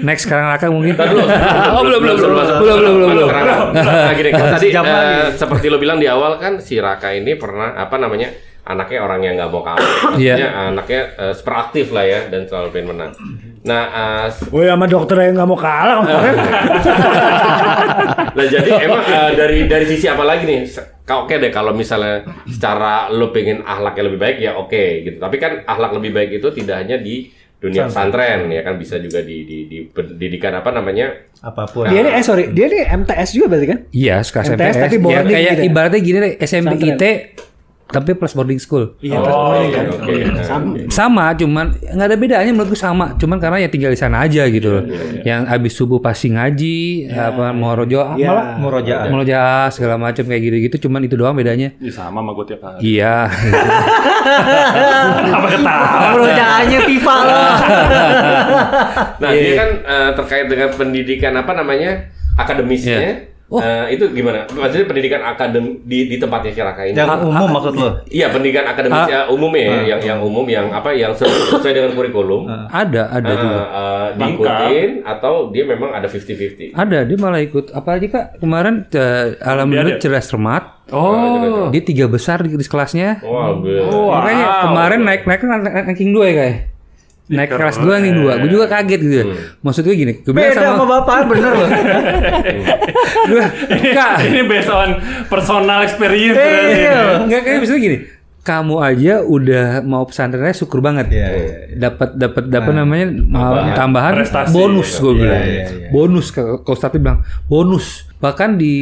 [SPEAKER 5] Next sekarang Raka mungkin.
[SPEAKER 4] Ntar dulu.
[SPEAKER 5] oh belum belum belum
[SPEAKER 4] masuk.
[SPEAKER 5] belum belum belum belum.
[SPEAKER 4] Raka. Nah, gini, kalau tadi
[SPEAKER 2] Sejam
[SPEAKER 4] eh,
[SPEAKER 2] lagi.
[SPEAKER 4] seperti lo bilang di awal kan si Raka ini pernah apa namanya anaknya orang yang nggak mau kalah.
[SPEAKER 5] Iya.
[SPEAKER 4] Artinya anaknya eh, super aktif lah ya dan selalu pengen menang. Nah, eh, s-
[SPEAKER 3] Woi sama dokter yang nggak mau kalah. kemarin.
[SPEAKER 4] nah jadi emang eh, dari dari sisi apa lagi nih? Se- Kau oke deh kalau misalnya secara lo pengen ahlaknya lebih baik ya oke gitu. Tapi kan ahlak lebih baik itu tidak hanya di dunia pesantren ya kan bisa juga di di, di pendidikan apa namanya
[SPEAKER 2] Apapun.
[SPEAKER 3] dia ini eh sorry, dia ini MTS juga berarti kan?
[SPEAKER 5] Iya, sekarang
[SPEAKER 3] MTS,
[SPEAKER 5] SMPS.
[SPEAKER 3] tapi
[SPEAKER 5] ya,
[SPEAKER 3] boarding
[SPEAKER 5] kayak
[SPEAKER 3] gitu ya?
[SPEAKER 5] ibaratnya gini deh, SMPIT tapi plus boarding school.
[SPEAKER 3] Iya,
[SPEAKER 4] Oh,
[SPEAKER 3] pas kemarin
[SPEAKER 4] oke,
[SPEAKER 3] kan.
[SPEAKER 4] oke.
[SPEAKER 3] Sama.
[SPEAKER 5] Sama, cuman nggak ada bedanya menurutku sama, cuman karena ya tinggal di sana aja gitu loh. Yang abis subuh pasti ngaji, apa mau rojo,
[SPEAKER 3] Iya.
[SPEAKER 5] malah
[SPEAKER 2] Murojaah.
[SPEAKER 5] mau roja segala macam kayak gitu-gitu, cuman itu doang bedanya.
[SPEAKER 1] Ih, Iya, sama sama gue tiap hari.
[SPEAKER 5] Iya.
[SPEAKER 3] Perusahaannya Tifa loh.
[SPEAKER 4] Nah, dia kan eh, terkait dengan pendidikan apa namanya? akademisnya. Eh, itu gimana? Maksudnya pendidikan akadem di di tempatnya si Raka ini.
[SPEAKER 2] Yang umum maksud lo?
[SPEAKER 4] Iya, pendidikan akademis ya, umum ya, yang yang umum yang apa yang sesu- sesuai dengan kurikulum.
[SPEAKER 5] ada, ada
[SPEAKER 4] Eh,
[SPEAKER 5] juga.
[SPEAKER 4] eh, diikutin atau dia memang ada 50-50.
[SPEAKER 5] Ada, dia malah ikut. Apalagi kak kemarin eh, alhamdulillah cerdas cermat.
[SPEAKER 1] Oh.
[SPEAKER 5] Dia tiga besar di, di kelasnya.
[SPEAKER 4] Wah,
[SPEAKER 1] Wow.
[SPEAKER 5] Makanya kemarin naik naik naik naik- ranking dua ya kayak. Naik kelas dua ranking dua. Gue juga kaget gitu. Maksud gue gini, gue bilang
[SPEAKER 2] Beda
[SPEAKER 5] sama,
[SPEAKER 2] sama bapak bener loh.
[SPEAKER 5] gue, kak,
[SPEAKER 1] Ini based on personal experience.
[SPEAKER 5] Iya.
[SPEAKER 1] berarti.
[SPEAKER 2] Iya.
[SPEAKER 5] nggak kayak maksudnya gini. Kamu aja udah mau pesantrennya syukur banget.
[SPEAKER 2] Iya, Nah, iya,
[SPEAKER 5] Dapat dapat dapat namanya tambahan,
[SPEAKER 1] Prestasi.
[SPEAKER 5] bonus gue bilang.
[SPEAKER 2] iya, iya.
[SPEAKER 5] Bonus kalau kalau Ustadz bilang bonus. Bahkan di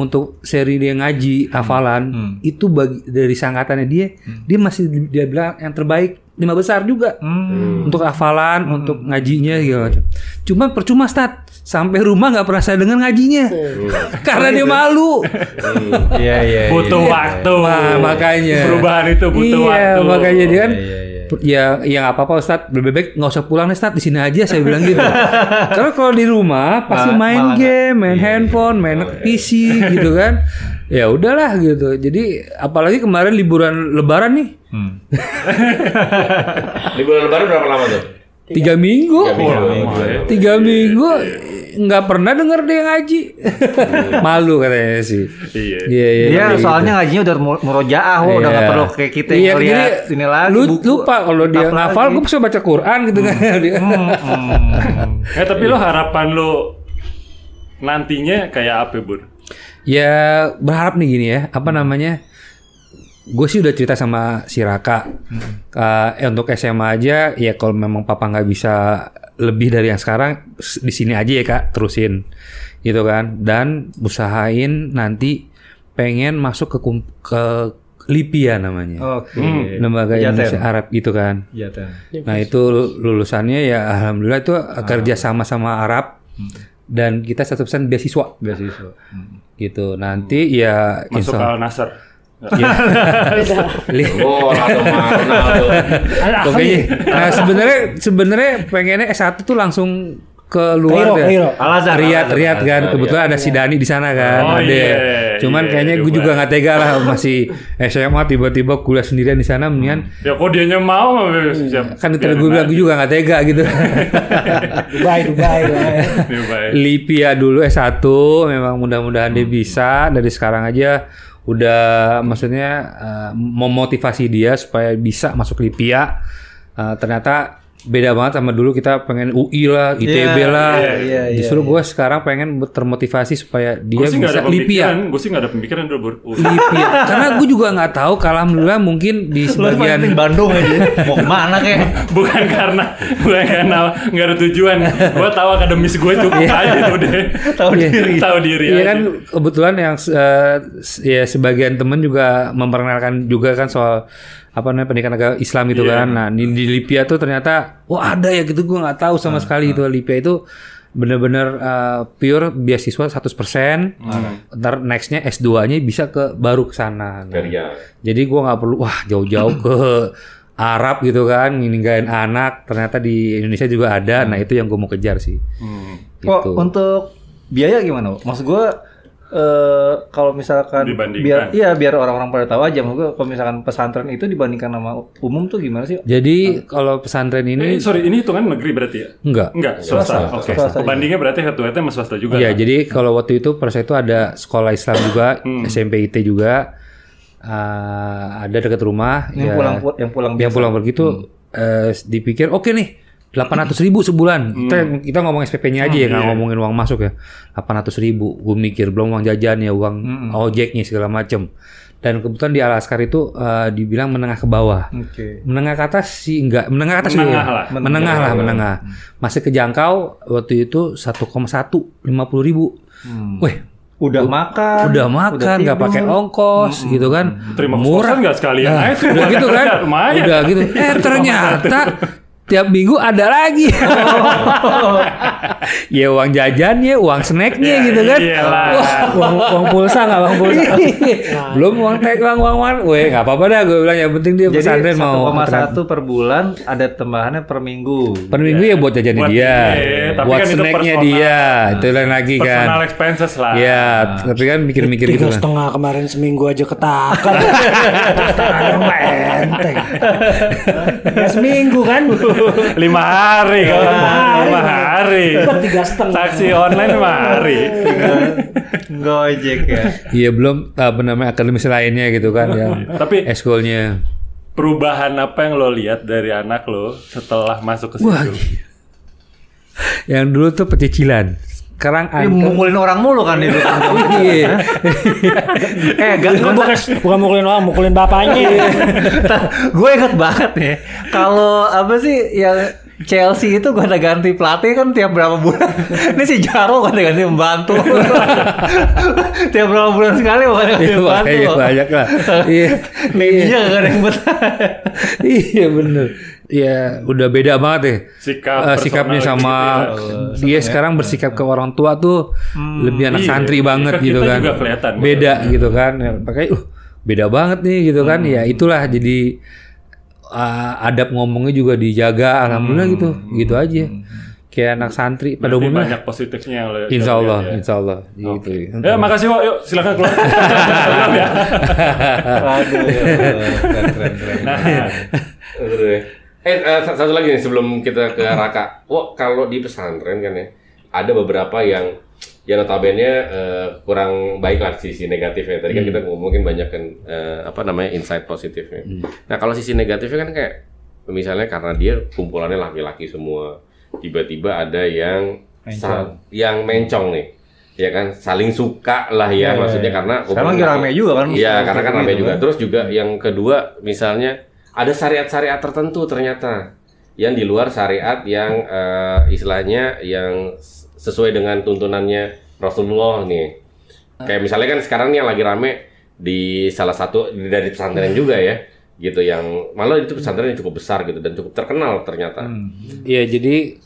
[SPEAKER 5] untuk seri dia
[SPEAKER 2] Hmm.
[SPEAKER 5] ngaji hafalan itu bagi dari sangkatannya dia dia masih di- dia bilang yang terbaik lima besar juga.
[SPEAKER 2] Hmm.
[SPEAKER 5] Untuk hafalan, untuk ngajinya gitu macam. Cuma percuma stat sampai rumah nggak pernah saya dengar ngajinya. Karena dia malu.
[SPEAKER 2] Iya iya.
[SPEAKER 1] Butuh waktu.
[SPEAKER 5] Wah, makanya.
[SPEAKER 1] Perubahan itu butuh
[SPEAKER 5] iya,
[SPEAKER 1] waktu.
[SPEAKER 5] makanya dia kan
[SPEAKER 2] Iya,
[SPEAKER 5] Ya, ya nggak apa-apa Ustadz, lebih baik nggak usah pulang nih Ustadz, di sini aja saya bilang gitu. Karena kalau di rumah pasti
[SPEAKER 2] Malah-
[SPEAKER 5] main
[SPEAKER 2] malah nggak-
[SPEAKER 5] game, main handphone, main PC gitu kan. Ya udahlah gitu. Jadi apalagi kemarin liburan Lebaran nih
[SPEAKER 4] Liburan lebaran berapa lama tuh?
[SPEAKER 5] tiga minggu,
[SPEAKER 4] Tiga minggu.
[SPEAKER 5] tiga minggu nggak pernah denger dia ngaji. Malu katanya sih.
[SPEAKER 1] Iya.
[SPEAKER 5] Iya, iya.
[SPEAKER 2] Iya,
[SPEAKER 5] kayak gitu.
[SPEAKER 2] soalnya ngajinya udah mu- murojaah, wah Oh, udah nggak
[SPEAKER 5] Iya.
[SPEAKER 2] perlu kayak kita
[SPEAKER 5] Iya,
[SPEAKER 2] yang ngeliat
[SPEAKER 5] jadi
[SPEAKER 2] ini lagi.
[SPEAKER 5] lu-
[SPEAKER 2] buku.
[SPEAKER 5] lupa kalau dia
[SPEAKER 2] Apa
[SPEAKER 5] ngafal
[SPEAKER 2] lagi? Hmm.
[SPEAKER 5] gue bisa baca Quran gitu kan dia.
[SPEAKER 1] Eh tapi
[SPEAKER 5] Iya.
[SPEAKER 1] lo harapan lo nantinya kayak apa, Bur?
[SPEAKER 5] ya berharap nih gini ya apa namanya gue sih udah cerita sama si Raka
[SPEAKER 2] Hmm.
[SPEAKER 5] Eh, eh, untuk SMA aja ya kalau memang papa nggak bisa lebih dari yang sekarang s- di sini aja ya kak terusin gitu kan dan usahain nanti pengen masuk ke kum- ke LIPIA namanya
[SPEAKER 2] Oke.
[SPEAKER 5] Hmm. lembaga
[SPEAKER 2] Yatem.
[SPEAKER 5] Indonesia Arab gitu kan
[SPEAKER 2] Iya, Tem.
[SPEAKER 5] Nah itu lulusannya ya alhamdulillah itu kerja sama sama Arab dan kita satu persen beasiswa
[SPEAKER 2] Beasiswa. Hmm.
[SPEAKER 5] gitu. Nanti ya
[SPEAKER 1] Masuk
[SPEAKER 5] insya- Ya.
[SPEAKER 1] Al Nasr.
[SPEAKER 5] Li-
[SPEAKER 4] Oh, Ronaldo, Ronaldo.
[SPEAKER 5] Pokoknya, nah sebenarnya sebenarnya pengennya S1 tuh langsung keluar
[SPEAKER 3] Kairo,
[SPEAKER 5] deh.
[SPEAKER 3] Kairo.
[SPEAKER 2] Al-Azhar,
[SPEAKER 5] Riyad,
[SPEAKER 4] Al-Azhar,
[SPEAKER 5] Riyad kan.
[SPEAKER 4] Al-Azhar,
[SPEAKER 5] Kebetulan ada si Dani di sana
[SPEAKER 1] iya.
[SPEAKER 5] kan.
[SPEAKER 1] Oh,
[SPEAKER 5] ada.
[SPEAKER 1] iya,
[SPEAKER 5] Cuman
[SPEAKER 1] iya,
[SPEAKER 5] kayaknya gue
[SPEAKER 1] Dubai.
[SPEAKER 5] juga nggak tega lah masih SMA tiba-tiba kuliah sendirian di sana mendingan
[SPEAKER 1] Ya kok dianya mau siap. Iya,
[SPEAKER 5] kan itu gue bilang gue juga nggak tega gitu.
[SPEAKER 3] Dubai, Dubai. Dubai.
[SPEAKER 1] Iya,
[SPEAKER 5] Iya, Lipia dulu S1 memang mudah-mudahan
[SPEAKER 2] Hmm.
[SPEAKER 5] dia bisa dari sekarang aja udah maksudnya eh, memotivasi dia supaya bisa masuk Lipia. Eh, ternyata beda banget sama dulu kita pengen UI lah, ITB
[SPEAKER 2] Iya,
[SPEAKER 5] lah.
[SPEAKER 2] iya, iya, iya,
[SPEAKER 5] Justru gue sekarang pengen ber- termotivasi supaya
[SPEAKER 1] Gue
[SPEAKER 5] dia
[SPEAKER 1] sih nggak ada
[SPEAKER 5] bisa
[SPEAKER 1] pemikiran,
[SPEAKER 5] Lipia.
[SPEAKER 1] gue sih nggak ada pemikiran dulu, Bur. Uh,
[SPEAKER 5] Lipia. Karena gue juga nggak tahu kalau alhamdulillah mungkin
[SPEAKER 2] Lu
[SPEAKER 5] di
[SPEAKER 2] yang
[SPEAKER 5] sebagian
[SPEAKER 2] penting Bandung aja. Mau kemana kek?
[SPEAKER 1] bukan karena bukan karena nggak ada tujuan. Gue tahu akademis gue cukup aja udah.
[SPEAKER 2] Tahu
[SPEAKER 5] Iya.
[SPEAKER 2] diri.
[SPEAKER 1] Tahu diri
[SPEAKER 5] Iya
[SPEAKER 1] aja.
[SPEAKER 5] kan kebetulan yang eh, s- ya sebagian temen juga memperkenalkan juga kan soal apa namanya pendidikan agama Islam gitu kan. Nah di, di Lipia tuh ternyata wah ada ya gitu gua nggak tahu sama sekali gitu Lipia itu bener-bener eh, pure beasiswa 100% ntar nextnya S2 nya bisa ke baru ke sana. Nah,
[SPEAKER 4] Dari ya.
[SPEAKER 5] jadi gua nggak perlu wah jauh-jauh ke Arab gitu kan ninggalin anak ternyata di Indonesia juga ada nah itu yang gue mau kejar sih
[SPEAKER 2] Kok
[SPEAKER 5] Gitu.
[SPEAKER 2] untuk biaya gimana? Bu? Maksud gue eh kalau misalkan
[SPEAKER 1] Dibandingkan.
[SPEAKER 2] biar iya biar orang-orang pada tahu aja, maksud gue kalau misalkan pesantren itu dibandingkan sama umum tuh gimana sih?
[SPEAKER 5] jadi kalau pesantren
[SPEAKER 1] Ini Eh,
[SPEAKER 5] ini
[SPEAKER 1] sorry, ini hitungan negeri berarti ya?
[SPEAKER 5] enggak
[SPEAKER 1] Enggak, swasta. Oke.
[SPEAKER 2] Swasta.
[SPEAKER 1] Bandingnya berarti head to headnya sama swasta juga. kan?
[SPEAKER 5] Iya, jadi kalau waktu itu Persa itu ada sekolah Islam juga,
[SPEAKER 2] Hmm.
[SPEAKER 5] SMP IT juga, eh, ada dekat rumah.
[SPEAKER 2] Yang
[SPEAKER 5] ya,
[SPEAKER 2] pulang yang pulang Hmm.
[SPEAKER 5] yang pulang pergi tuh eh, dipikir, oke nih, 800 ribu sebulan.
[SPEAKER 2] Hmm.
[SPEAKER 5] Kita, kita ngomong SPP-nya aja ya,
[SPEAKER 2] iya.
[SPEAKER 5] nggak ngomongin uang masuk ya. 800 ribu, gue mikir belum uang jajan ya, uang
[SPEAKER 2] Hmm.
[SPEAKER 5] ojeknya segala macem. Dan kebetulan di Alaskar itu eh, dibilang menengah ke bawah.
[SPEAKER 2] Oke.
[SPEAKER 5] Menengah ke atas sih enggak, menengah ke atas
[SPEAKER 1] Menengah
[SPEAKER 5] juga.
[SPEAKER 1] lah.
[SPEAKER 5] menengah, lah, menengah. Masih kejangkau waktu itu 1,1 50 ribu.
[SPEAKER 1] Hmm.
[SPEAKER 5] Wih,
[SPEAKER 2] Udah makan.
[SPEAKER 5] udah makan nggak pakai
[SPEAKER 2] tidur.
[SPEAKER 5] ongkos gitu kan.
[SPEAKER 1] Hmm. Terima
[SPEAKER 5] murah.
[SPEAKER 1] kosan nggak sekalian
[SPEAKER 5] Nah,
[SPEAKER 1] aja sih?
[SPEAKER 5] udah gitu kan.
[SPEAKER 1] Lumayan.
[SPEAKER 5] Udah gitu. Eh ternyata tiap minggu ada lagi. ya uang jajannya, uang snacknya
[SPEAKER 1] Ya,
[SPEAKER 5] gitu kan.
[SPEAKER 1] iyalah.
[SPEAKER 5] Wah,
[SPEAKER 3] uang, uang pulsa nggak uang pulsa
[SPEAKER 5] belum uang tek uang uang uang. Weh, nggak apa-apa dah gue bilang yang penting dia
[SPEAKER 2] Jadi
[SPEAKER 5] pesantren mau
[SPEAKER 2] 1,1 per bulan ada tambahannya per minggu.
[SPEAKER 5] Per minggu ya buat jajannya
[SPEAKER 1] Buat
[SPEAKER 5] dia,
[SPEAKER 1] dia, tapi
[SPEAKER 5] buat
[SPEAKER 1] kan itu
[SPEAKER 5] snacknya
[SPEAKER 1] personal.
[SPEAKER 5] dia, itu lain lagi kan.
[SPEAKER 1] Personal expenses lah.
[SPEAKER 5] Ya, tapi kan mikir-mikir
[SPEAKER 3] tiga
[SPEAKER 5] gitu kan.
[SPEAKER 3] setengah kemarin seminggu aja ketakan Terus tangan dong mah enteng Nggak seminggu kan
[SPEAKER 1] lima hari kalau
[SPEAKER 5] Iya.
[SPEAKER 3] hari.
[SPEAKER 1] lima hari
[SPEAKER 3] Dapat tiga setengah.
[SPEAKER 1] taksi online lima hari
[SPEAKER 2] Gojek ya.
[SPEAKER 5] Iya belum apa namanya akademis lainnya gitu kan ya.
[SPEAKER 1] Tapi-
[SPEAKER 5] eskulnya.
[SPEAKER 1] perubahan apa yang lo lihat dari anak lo setelah masuk ke
[SPEAKER 5] Wah,
[SPEAKER 1] situ
[SPEAKER 5] gila. yang dulu tuh pecicilan. Sekarang
[SPEAKER 1] Iya,
[SPEAKER 2] Dia
[SPEAKER 5] angker.
[SPEAKER 2] mukulin orang mulu kan itu.
[SPEAKER 5] Iya.
[SPEAKER 2] eh, gak,
[SPEAKER 3] Bukan, bukan, bukan mukulin orang, mukulin bapaknya
[SPEAKER 2] gue inget banget nih kalau apa sih yang Chelsea itu gue ada ganti pelatih kan tiap berapa bulan ini si Jaro gue ganti membantu tiap berapa bulan sekali gue ada ganti
[SPEAKER 5] Iya,
[SPEAKER 2] membantu
[SPEAKER 5] makanya banyak lah. Iya.
[SPEAKER 2] Neginya gak ada yang betah
[SPEAKER 5] Iya bener. Iya udah beda banget ya.
[SPEAKER 1] Sikap
[SPEAKER 5] Eh, sikapnya
[SPEAKER 1] personal gitu ya.
[SPEAKER 5] sama ya. Hmm. dia sekarang bersikap ke orang tua tuh lebih anak
[SPEAKER 1] Iya, iya.
[SPEAKER 5] santri banget
[SPEAKER 1] Kan
[SPEAKER 5] gitu
[SPEAKER 1] kita
[SPEAKER 5] kan.
[SPEAKER 1] juga kelihatan. Iya.
[SPEAKER 5] beda gitu kan. Ya, Makanya uh beda banget nih gitu kan. Ya itulah jadi eh, adab ngomongnya juga dijaga alhamdulillah gitu. Gitu aja. Kayak anak santri pada
[SPEAKER 1] Berarti
[SPEAKER 5] umumnya.
[SPEAKER 1] banyak positifnya yang lo
[SPEAKER 5] Insya
[SPEAKER 1] lo
[SPEAKER 5] Allah,
[SPEAKER 1] lihat ya.
[SPEAKER 5] insya Allah. Gitu.
[SPEAKER 1] Ya, makasih Wak. Yuk, silakan keluar. Salam ya.
[SPEAKER 2] aduh
[SPEAKER 1] Nah,
[SPEAKER 4] Aduh, deh. Eh, eh, sa- satu lagi nih sebelum kita ke Raka. Wah, kalau di pesantren kan ya, ada beberapa yang yang notabene eh, kurang baik lah sisi negatifnya. Tadi kan kita mungkin banyak kan eh, apa namanya insight positifnya. Nah, kalau sisi negatifnya kan kayak misalnya karena dia kumpulannya laki-laki semua, tiba-tiba ada yang sa- yang mencong nih. Ya kan saling suka lah ya, maksudnya karena
[SPEAKER 2] Iya, sekarang lagi
[SPEAKER 4] kumpulan
[SPEAKER 2] rame juga kan
[SPEAKER 4] Iya, karena kan rame juga. Terus juga yang kedua, misalnya ada syariat-syariat tertentu ternyata yang di luar syariat yang eh, istilahnya yang s- sesuai dengan tuntunannya Rasulullah nih. Kayak misalnya kan sekarang nih yang lagi rame di salah satu dari pesantren juga ya, gitu yang malah itu pesantren yang cukup besar gitu dan cukup terkenal ternyata.
[SPEAKER 2] Hmm.
[SPEAKER 5] Iya, jadi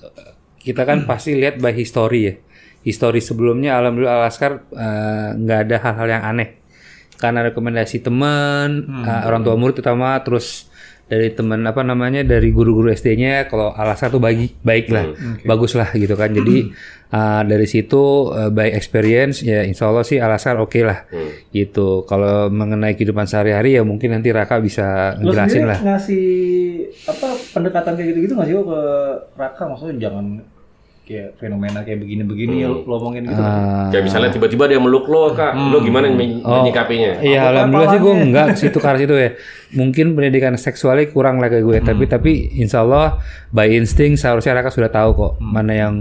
[SPEAKER 5] kita kan pasti lihat by history ya. History sebelumnya alhamdulillah Alaskar eh, nggak ada hal-hal yang aneh. Karena rekomendasi teman, eh, orang tua murid terutama terus dari teman apa namanya dari guru-guru SD-nya kalau Alaskar tuh bagi baik lah, bagus lah gitu kan. Jadi eh, dari situ eh, by experience ya insya Allah sih Alaskar oke lah gitu. Kalau mengenai kehidupan sehari-hari ya mungkin nanti Raka bisa
[SPEAKER 2] Lu
[SPEAKER 5] ngejelasin
[SPEAKER 2] sendiri
[SPEAKER 5] lah.
[SPEAKER 2] ngasih apa pendekatan kayak gitu-gitu nggak sih Wo, ke Raka maksudnya jangan kayak fenomena kayak begini-begini
[SPEAKER 5] Hmm.
[SPEAKER 2] lo ngomongin gitu
[SPEAKER 5] Ah.
[SPEAKER 2] nggak sih?
[SPEAKER 4] Kayak misalnya tiba-tiba dia meluk lo kak, lo
[SPEAKER 2] Hmm.
[SPEAKER 4] gimana men-
[SPEAKER 2] Oh.
[SPEAKER 4] menyikapinya?
[SPEAKER 5] Iya, alhamdulillah sih gue enggak ke situ ke arah situ ya. Mungkin pendidikan seksualnya kurang lah kayak gue, tapi tapi insya Allah by instinct seharusnya Raka sudah tahu kok mana yang